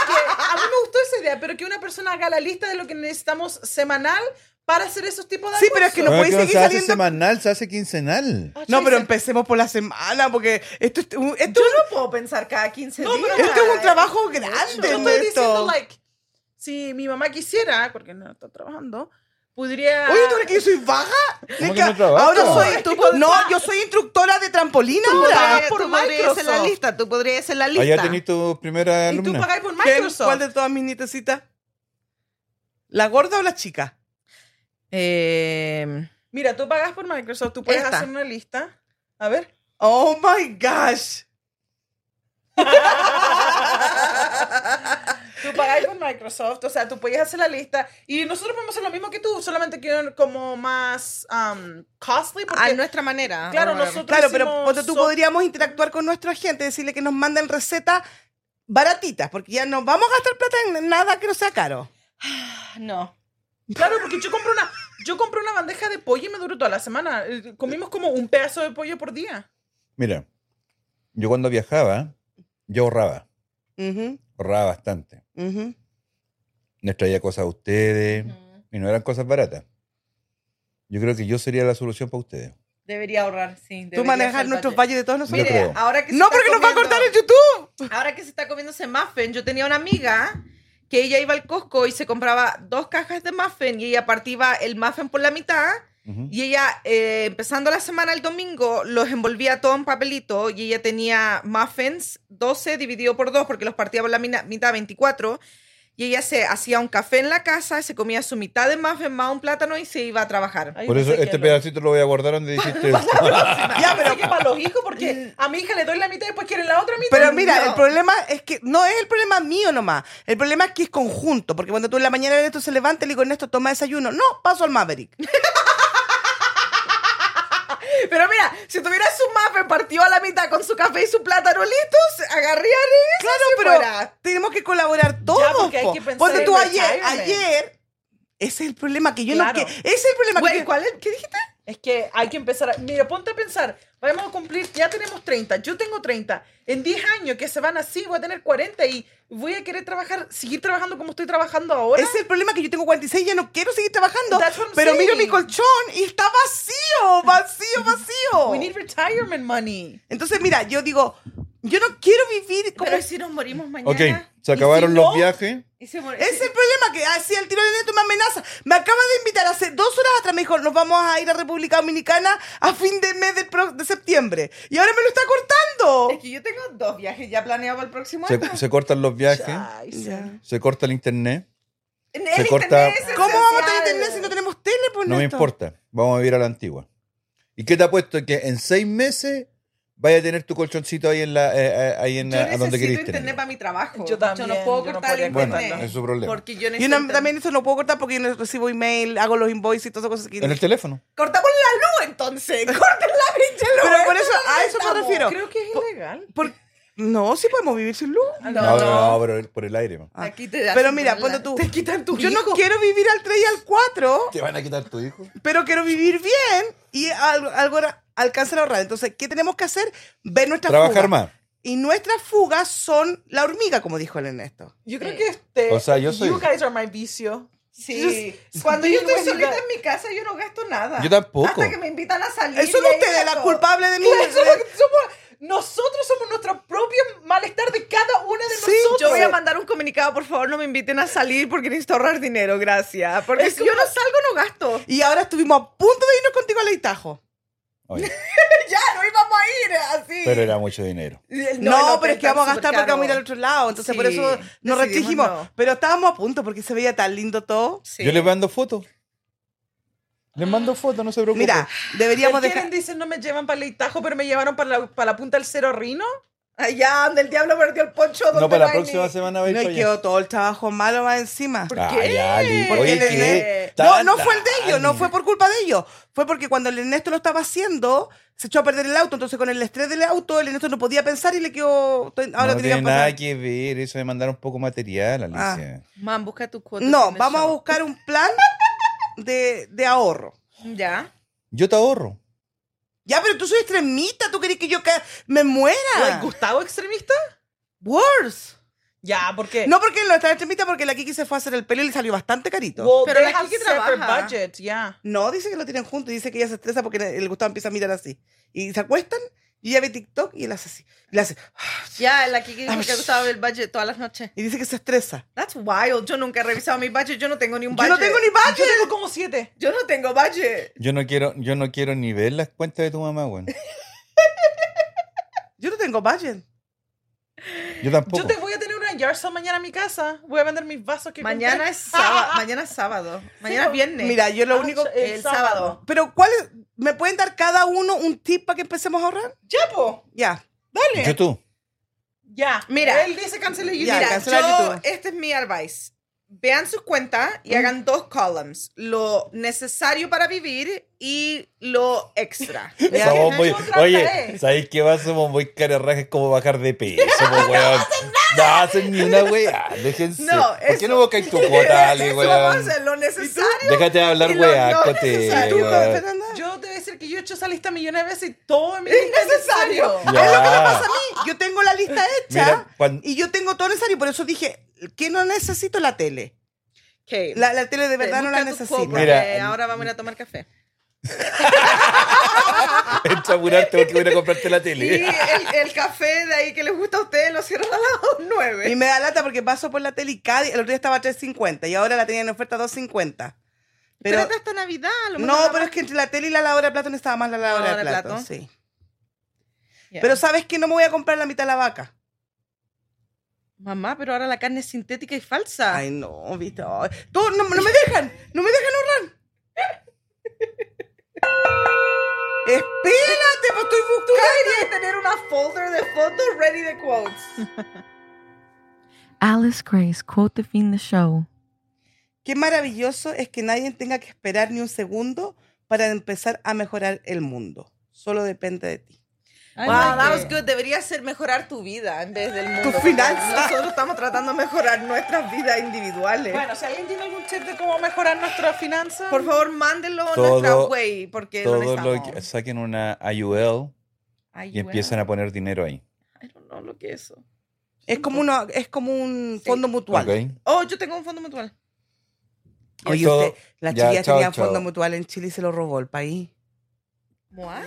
Speaker 4: que- a mí me gustó esa idea, pero que una persona haga la lista de lo que necesitamos semanal para hacer esos tipos de
Speaker 2: Sí, pero es que
Speaker 4: almuerzos.
Speaker 2: no puedes
Speaker 3: Bueno, que no
Speaker 2: seguir
Speaker 3: se hace
Speaker 2: saliendo.
Speaker 3: semanal, se hace quincenal.
Speaker 4: Ah,
Speaker 2: No, pero
Speaker 4: chisa.
Speaker 2: empecemos por la semana porque esto, es- esto es-
Speaker 1: Yo no puedo pensar cada 15
Speaker 4: No,
Speaker 1: días.
Speaker 4: pero
Speaker 2: esto es un trabajo grande.
Speaker 4: Yo estoy diciendo,
Speaker 2: Ernesto.
Speaker 4: like, si mi mamá quisiera, porque no está trabajando, podría...
Speaker 2: Oye, ¿tú crees que yo soy vaga?
Speaker 3: ¿Cómo que
Speaker 2: Nega,
Speaker 3: no trabaja?
Speaker 2: ahora soy
Speaker 4: Ay,
Speaker 2: instructora.
Speaker 4: qué
Speaker 2: No,
Speaker 4: cosa.
Speaker 2: yo soy instructora de trampolín
Speaker 1: Tú
Speaker 2: ahora.
Speaker 1: podrías-
Speaker 4: por
Speaker 1: Eh, tú podrías ser la
Speaker 4: Microsoft.
Speaker 1: lista, tú podrías ser la lista.
Speaker 3: Allá tenéis tu primera
Speaker 4: Y tú
Speaker 3: alumna.
Speaker 4: pagáis por
Speaker 2: ¿Quién?
Speaker 4: Microsoft.
Speaker 2: ¿Cuál de todas mis nietecitas? ¿La gorda o la chica? Em,
Speaker 1: Eh,
Speaker 4: Mira, tú pagas por Microsoft, tú puedes
Speaker 1: Esta.
Speaker 4: hacer una lista. A ver.
Speaker 2: Oh my gosh.
Speaker 4: Tú pagáis por Microsoft, o sea, tú podías hacer la lista. Y nosotros podemos hacer lo mismo que tú, solamente que como más um, costly. Porque,
Speaker 2: Ah,
Speaker 1: a nuestra manera.
Speaker 4: claro,
Speaker 1: o-
Speaker 4: nosotros
Speaker 2: Claro, pero
Speaker 4: hicimos
Speaker 2: ponte tú
Speaker 4: so-
Speaker 2: podríamos interactuar con nuestra gente, decirle que nos manden recetas baratitas, porque ya no vamos a gastar plata en nada que no sea caro.
Speaker 1: No.
Speaker 4: Claro, porque yo compré una, yo compré una bandeja de pollo y me duró toda la semana. Eh, Comimos como un pedazo de pollo por día.
Speaker 3: Mira, yo cuando viajaba, yo ahorraba,
Speaker 2: Ujú,
Speaker 3: ahorraba bastante.
Speaker 2: ujú.
Speaker 3: Les traía cosas a ustedes y no eran cosas baratas. Yo creo que yo sería la solución para ustedes.
Speaker 1: Debería ahorrar, sí.
Speaker 2: Tú
Speaker 1: debería
Speaker 2: manejas
Speaker 1: ser
Speaker 2: nuestros
Speaker 1: budget.
Speaker 2: valles de todos nosotros.
Speaker 3: Yo creo.
Speaker 1: Mire, ahora que se
Speaker 2: No,
Speaker 1: está
Speaker 2: porque nos va a
Speaker 1: comiendo-
Speaker 2: cortar en YouTube.
Speaker 1: Ahora que se está comiendo ese muffin, yo tenía una amiga que ella iba al Costco y se compraba dos cajas de muffin y ella partía el muffin por la mitad
Speaker 3: Ujú.
Speaker 1: y ella, eh, empezando la semana el domingo, los envolvía todo en papelito y ella tenía muffins 12 dividido por 2 porque los partía por la mina- mitad 24 y ella se hacía un café en la casa, se comía su mitad de muffin más un plátano y se iba a trabajar.
Speaker 4: Ay,
Speaker 3: Por
Speaker 4: no
Speaker 3: eso
Speaker 4: sé qué
Speaker 3: este
Speaker 4: lo-
Speaker 3: pedacito lo voy a guardar donde dijiste.
Speaker 4: Ya, pero que para los hijos, porque a mi hija le doy la mitad y después quieren la otra mitad.
Speaker 2: Mm. Pero mira,
Speaker 4: No.
Speaker 2: el problema es que no es el problema mío nomás. El problema es que es conjunto. Porque cuando tú en la mañana Ernesto se levanta y le digo, Ernesto, toma desayuno. No, paso al Maverick.
Speaker 1: Pero mira, si tuviera su muffin partido a la mitad con su café y su plátano listos, agarrían eso
Speaker 2: Claro,
Speaker 1: y
Speaker 2: pero
Speaker 1: fuera.
Speaker 2: tenemos que colaborar todos.
Speaker 4: porque hay
Speaker 2: po.
Speaker 4: que pensar
Speaker 2: Ponte
Speaker 4: en
Speaker 2: tú ayer,
Speaker 4: retirement.
Speaker 2: ayer. Ese es el problema que yo no.
Speaker 4: Claro.
Speaker 2: que- ese es el problema
Speaker 1: Güey,
Speaker 2: que.
Speaker 1: ¿cuál es? ¿Qué dijiste?
Speaker 4: Es que hay que empezar. a- Mira, ponte a pensar. Vamos a cumplir. Ya tenemos 30. Yo tengo 30. En 10 años que se van así, voy a tener 40 y voy a querer trabajar, seguir trabajando como estoy trabajando ahora.
Speaker 2: Ese es el problema que yo tengo 46 y ya no quiero seguir trabajando.
Speaker 4: That's what I'm
Speaker 2: Pero miro mi
Speaker 4: saying.
Speaker 2: colchón y está vacío, vacío, vacío.
Speaker 4: We need retirement money.
Speaker 2: Entonces, mira, yo digo, yo no quiero vivir como...
Speaker 1: Pero ¿y si nos morimos mañana.
Speaker 3: Ok, se
Speaker 4: ¿Y
Speaker 3: acabaron
Speaker 4: si
Speaker 3: los
Speaker 4: no?
Speaker 3: viajes.
Speaker 1: ¿Y si mor-
Speaker 2: Ese es el problema que así al tiro de neto me amenaza. Me acaba de invitar hace dos horas atrás, me dijo, nos vamos a ir a República Dominicana a fin de mes del pro- de septiembre. Y ahora me lo está
Speaker 1: Es
Speaker 2: cortando.
Speaker 1: que yo tengo dos viajes ya planeados para el próximo año.
Speaker 3: Se, se cortan los viajes,
Speaker 4: Ay, sí.
Speaker 2: Ya.
Speaker 3: se corta el internet.
Speaker 1: El
Speaker 3: se
Speaker 1: internet
Speaker 3: corta-
Speaker 1: este es
Speaker 2: ¿Cómo vamos a tener
Speaker 1: esencial.
Speaker 2: internet si no tenemos tele? Pues,
Speaker 3: No me
Speaker 2: Neto?
Speaker 3: importa, vamos a vivir a la antigua. ¿Y qué te ha puesto? Que en seis meses vaya a tener tu colchoncito ahí en la, eh, eh, ahí en
Speaker 1: Yo
Speaker 3: la- a donde
Speaker 1: necesito
Speaker 3: querís
Speaker 1: internet
Speaker 3: tenerlo.
Speaker 1: para mi trabajo.
Speaker 4: Yo también,
Speaker 1: Yo no puedo
Speaker 4: yo no
Speaker 1: cortar el
Speaker 4: podría
Speaker 3: Bueno,
Speaker 1: internet.
Speaker 4: cortarlo.
Speaker 3: es su problema.
Speaker 1: Porque yo
Speaker 2: Yo
Speaker 1: necesito.
Speaker 2: no- también eso no puedo cortar porque yo no recibo email, hago los invoices y todas esas cosas que...
Speaker 3: En el teléfono.
Speaker 1: Cortamos la luz entonces. Corten la pinche luz.
Speaker 2: Pero por
Speaker 1: Esto
Speaker 2: eso,
Speaker 1: es lo
Speaker 2: a
Speaker 1: que
Speaker 2: eso me
Speaker 1: estamos.
Speaker 2: refiero.
Speaker 4: Creo que es ilegal.
Speaker 2: Por- No, sí podemos vivir sin luz.
Speaker 1: Ah, No,
Speaker 3: No,
Speaker 1: no.
Speaker 3: no, pero el- por el aire. man.
Speaker 2: Ah.
Speaker 1: Aquí te
Speaker 2: Pero
Speaker 1: hacen
Speaker 2: mira,
Speaker 1: volar.
Speaker 2: ponte tú.
Speaker 4: Te quitan tu
Speaker 2: Yo no
Speaker 4: hijo.
Speaker 2: quiero vivir al 3 y al 4,
Speaker 3: ¿Te van a quitar tu hijo?
Speaker 2: pero quiero vivir bien y algo, algo ra- alcanzar a ahorrar. Entonces, ¿qué tenemos que hacer? Ver nuestra
Speaker 3: Trabajar
Speaker 2: fuga.
Speaker 3: más.
Speaker 2: Y nuestras fugas son la hormiga, como dijo el Ernesto.
Speaker 1: Sí.
Speaker 4: Yo creo que este.
Speaker 3: O sea, yo soy-
Speaker 4: You guys are my vicio.
Speaker 1: Sí. Cuando yo estoy
Speaker 4: Bueno,
Speaker 1: solita
Speaker 4: ya.
Speaker 1: en mi casa, yo no gasto nada.
Speaker 3: Yo tampoco.
Speaker 1: Hasta que me invitan a salir.
Speaker 2: Eso
Speaker 1: y
Speaker 2: no
Speaker 1: ahí
Speaker 2: ustedes
Speaker 1: gasto.
Speaker 2: la culpable de mi
Speaker 4: Claro, somos- somos- nosotros somos nuestro propio malestar de cada una de
Speaker 2: Sí,
Speaker 4: nosotros.
Speaker 1: Yo voy a mandar un comunicado, por favor, no me inviten a salir porque necesito ahorrar dinero, gracias. Ah, Porque
Speaker 4: Es
Speaker 1: si yo no
Speaker 4: como-
Speaker 1: salgo, no gasto.
Speaker 2: Y ahora estuvimos a punto de irnos contigo al Itajo.
Speaker 3: Oye,
Speaker 1: Ya, no íbamos a ir así.
Speaker 3: pero era mucho dinero.
Speaker 2: eh, No, pero es que vamos a gastar porque vamos a ir al otro lado. Entonces,
Speaker 1: Sí,
Speaker 2: por eso nos
Speaker 1: decidimos
Speaker 2: restringimos.
Speaker 1: no.
Speaker 2: Pero estábamos a punto porque se veía tan lindo todo.
Speaker 3: Yo les mando fotos. Les mando fotos, no se preocupen.
Speaker 2: Mira, deberíamos
Speaker 4: ¿Me
Speaker 2: dejar.
Speaker 4: quieren? Dicen, no me llevan para el Itajo, pero me llevaron para la, para la punta del Cerro Rino.
Speaker 1: Allá, donde el diablo perdió el poncho.
Speaker 3: no,
Speaker 1: donde
Speaker 3: para la
Speaker 1: hay
Speaker 3: próxima
Speaker 1: ni-
Speaker 3: semana va a ir
Speaker 2: No,
Speaker 3: para
Speaker 2: y
Speaker 3: allá.
Speaker 2: quedó todo el trabajo malo más encima.
Speaker 3: Ah,
Speaker 1: qué?
Speaker 3: ya, Lili.
Speaker 1: Porque
Speaker 3: Oye,
Speaker 1: le-
Speaker 3: ¿qué?
Speaker 2: No, no
Speaker 3: Tan-
Speaker 2: fue el de ellos, no
Speaker 3: tan-
Speaker 2: fue por culpa de ellos. Fue porque cuando el Ernesto lo estaba haciendo, se echó a perder el auto. Entonces, con el estrés del auto, el Ernesto no podía pensar y le quedó. Ahora
Speaker 3: no
Speaker 2: tenía
Speaker 3: tiene
Speaker 2: que
Speaker 3: nada
Speaker 2: pasar.
Speaker 3: que ver, eso de mandar un poco material, Alicia.
Speaker 1: Man, busca tu cuota.
Speaker 2: No,
Speaker 1: dime
Speaker 2: vamos a
Speaker 1: eso.
Speaker 2: buscar un plan de, de ahorro.
Speaker 1: Ya.
Speaker 3: Yo te ahorro.
Speaker 2: Ya, pero tú soy extremista, tú querés que yo ca- me muera.
Speaker 4: Ay, ¿Gustavo extremista?
Speaker 2: Ah. Worse.
Speaker 4: Ya, porque...
Speaker 2: No porque no está extremista, porque la Kiki se fue a hacer el pelo y le salió bastante carito.
Speaker 4: Well,
Speaker 1: Pero
Speaker 4: they
Speaker 1: la
Speaker 4: have
Speaker 1: Kiki
Speaker 4: separate
Speaker 1: trabaja.
Speaker 4: budget, ya.
Speaker 2: No, dice que lo tienen juntos y dice que ella se estresa porque el Gustavo empieza a mirar así. Y se acuestan y ella ve TikTok y él hace así. Y le hace-
Speaker 1: Ya, la Kiki dijo
Speaker 2: Ay,
Speaker 1: que usaba el budget todas las noches.
Speaker 2: y dice que se estresa.
Speaker 1: That's wild. Yo nunca he revisado mi budget. Yo no tengo ni un budget.
Speaker 2: Yo no tengo ni
Speaker 4: Yo
Speaker 2: budget.
Speaker 4: tengo como siete.
Speaker 1: Yo no tengo budget.
Speaker 3: Yo no quiero, yo no quiero ni ver las cuentas de tu mamá, weón.
Speaker 2: Yo no tengo budget.
Speaker 3: Yo tampoco.
Speaker 4: Yo te voy a tener una yard sale mañana a mi casa. Voy a vender mis vasos que
Speaker 1: Mañana
Speaker 4: compré.
Speaker 1: es sábado. Mañana es sábado. Mañana es viernes.
Speaker 2: Mira, yo lo
Speaker 4: Ah,
Speaker 2: único...
Speaker 4: el
Speaker 1: el
Speaker 4: sábado.
Speaker 1: sábado.
Speaker 2: Pero ¿cuál es- ¿Me pueden dar cada uno un tip para que empecemos a ahorrar?
Speaker 4: Ya, po.
Speaker 2: Ya.
Speaker 4: Dale.
Speaker 3: Yo tú.
Speaker 4: Ya.
Speaker 1: Mira.
Speaker 4: Él dice cancele
Speaker 2: Ya,
Speaker 4: YouTube.
Speaker 1: Mira,
Speaker 2: cancelar
Speaker 1: yo,
Speaker 2: YouTube.
Speaker 1: este es mi advice. Vean sus cuentas y hagan dos columns. Lo necesario para vivir y lo extra.
Speaker 4: Ya,
Speaker 3: Somos
Speaker 4: ya,
Speaker 3: muy-
Speaker 4: yo trataré.
Speaker 3: oye, ¿sabéis qué va? Somos muy carerrajes como bajar de peso, po, weón. No hacen ni una weá. Déjense.
Speaker 1: No,
Speaker 3: ¿Por qué
Speaker 1: eso-
Speaker 3: no buscáis tu cuota, Ale,
Speaker 1: Eso
Speaker 3: weón?
Speaker 1: vamos a hacer, lo necesario.
Speaker 3: Déjate de hablar,
Speaker 1: Y lo
Speaker 3: weá,
Speaker 1: no
Speaker 3: cote,
Speaker 1: necesario.
Speaker 2: ¿Tú,
Speaker 3: weón.
Speaker 2: Fernanda?
Speaker 4: Yo te voy a decir que yo he hecho esa lista millones de veces y todo mi
Speaker 1: Es
Speaker 4: lista es
Speaker 1: necesario.
Speaker 4: necesario.
Speaker 3: Ya.
Speaker 2: Es lo que me pasa a mí. Yo tengo la lista hecha
Speaker 3: Mira, cuan-
Speaker 2: y yo tengo todo necesario. Por eso dije que no necesito la tele.
Speaker 1: Ok.
Speaker 2: La, la tele de verdad no
Speaker 1: Busca
Speaker 2: la
Speaker 1: tu
Speaker 2: necesito.
Speaker 1: Cobra,
Speaker 3: Mira,
Speaker 1: que ahora vamos a ir a tomar café.
Speaker 3: Entra a murarte porque voy a ir a comprarte la
Speaker 1: Y
Speaker 3: tele.
Speaker 1: el, el café de ahí que les gusta a ustedes lo cierran a las
Speaker 2: Y
Speaker 1: 9.
Speaker 2: me da lata porque paso por la tele y cada, el otro día estaba a 3.50 y ahora la tenía en oferta 2.50. Pero,
Speaker 1: Espérate hasta Navidad. a lo mejor
Speaker 2: no,
Speaker 1: la
Speaker 2: pero
Speaker 1: más-
Speaker 2: es que entre la tele y la lavadora de Platón estaba más la lavadora de
Speaker 1: Lavadora de
Speaker 2: Platón.
Speaker 1: Platón.
Speaker 2: Sí.
Speaker 1: Ya.
Speaker 2: Pero sabes que no me voy a comprar la mitad de la vaca.
Speaker 1: Mamá, pero ahora la carne es sintética y falsa.
Speaker 2: Ay, no, viste. Ay, todo- no, no me dejan, no me dejan ahorrar. Espérate, pues estoy
Speaker 1: Tú
Speaker 2: buscando.
Speaker 1: deberías tener una folder de fotos ready de quotes.
Speaker 5: Alice Grace, quote the fiend the show.
Speaker 2: Qué maravilloso es que nadie tenga que esperar ni un segundo para empezar a mejorar el mundo. Solo depende de ti.
Speaker 4: I
Speaker 1: wow,
Speaker 4: like
Speaker 1: that
Speaker 4: it.
Speaker 1: was good. Debería ser mejorar tu vida en vez del mundo.
Speaker 2: Tus finanzas.
Speaker 1: Nosotros estamos tratando de mejorar nuestras vidas individuales.
Speaker 4: Bueno, si alguien tiene algún tip de cómo mejorar nuestra finanza,
Speaker 1: eh. Por favor, mándenlo a
Speaker 3: Todo-
Speaker 1: nuestra way porque lo
Speaker 3: Todo lo que
Speaker 1: necesitamos.
Speaker 3: saquen una IUL
Speaker 1: Ay,
Speaker 3: y empiezan a poner dinero ahí.
Speaker 1: I don't know lo que es eso.
Speaker 2: Es como, una, es como un
Speaker 1: Sí.
Speaker 2: fondo mutual.
Speaker 3: ¿ok?
Speaker 1: Oh, yo tengo un fondo mutual.
Speaker 2: Oye,
Speaker 3: Eso-
Speaker 2: usted, las
Speaker 3: ya,
Speaker 2: chiquillas
Speaker 3: chao,
Speaker 2: tenían
Speaker 3: chao.
Speaker 2: fondo mutual en Chile y se lo robó el país.
Speaker 1: What?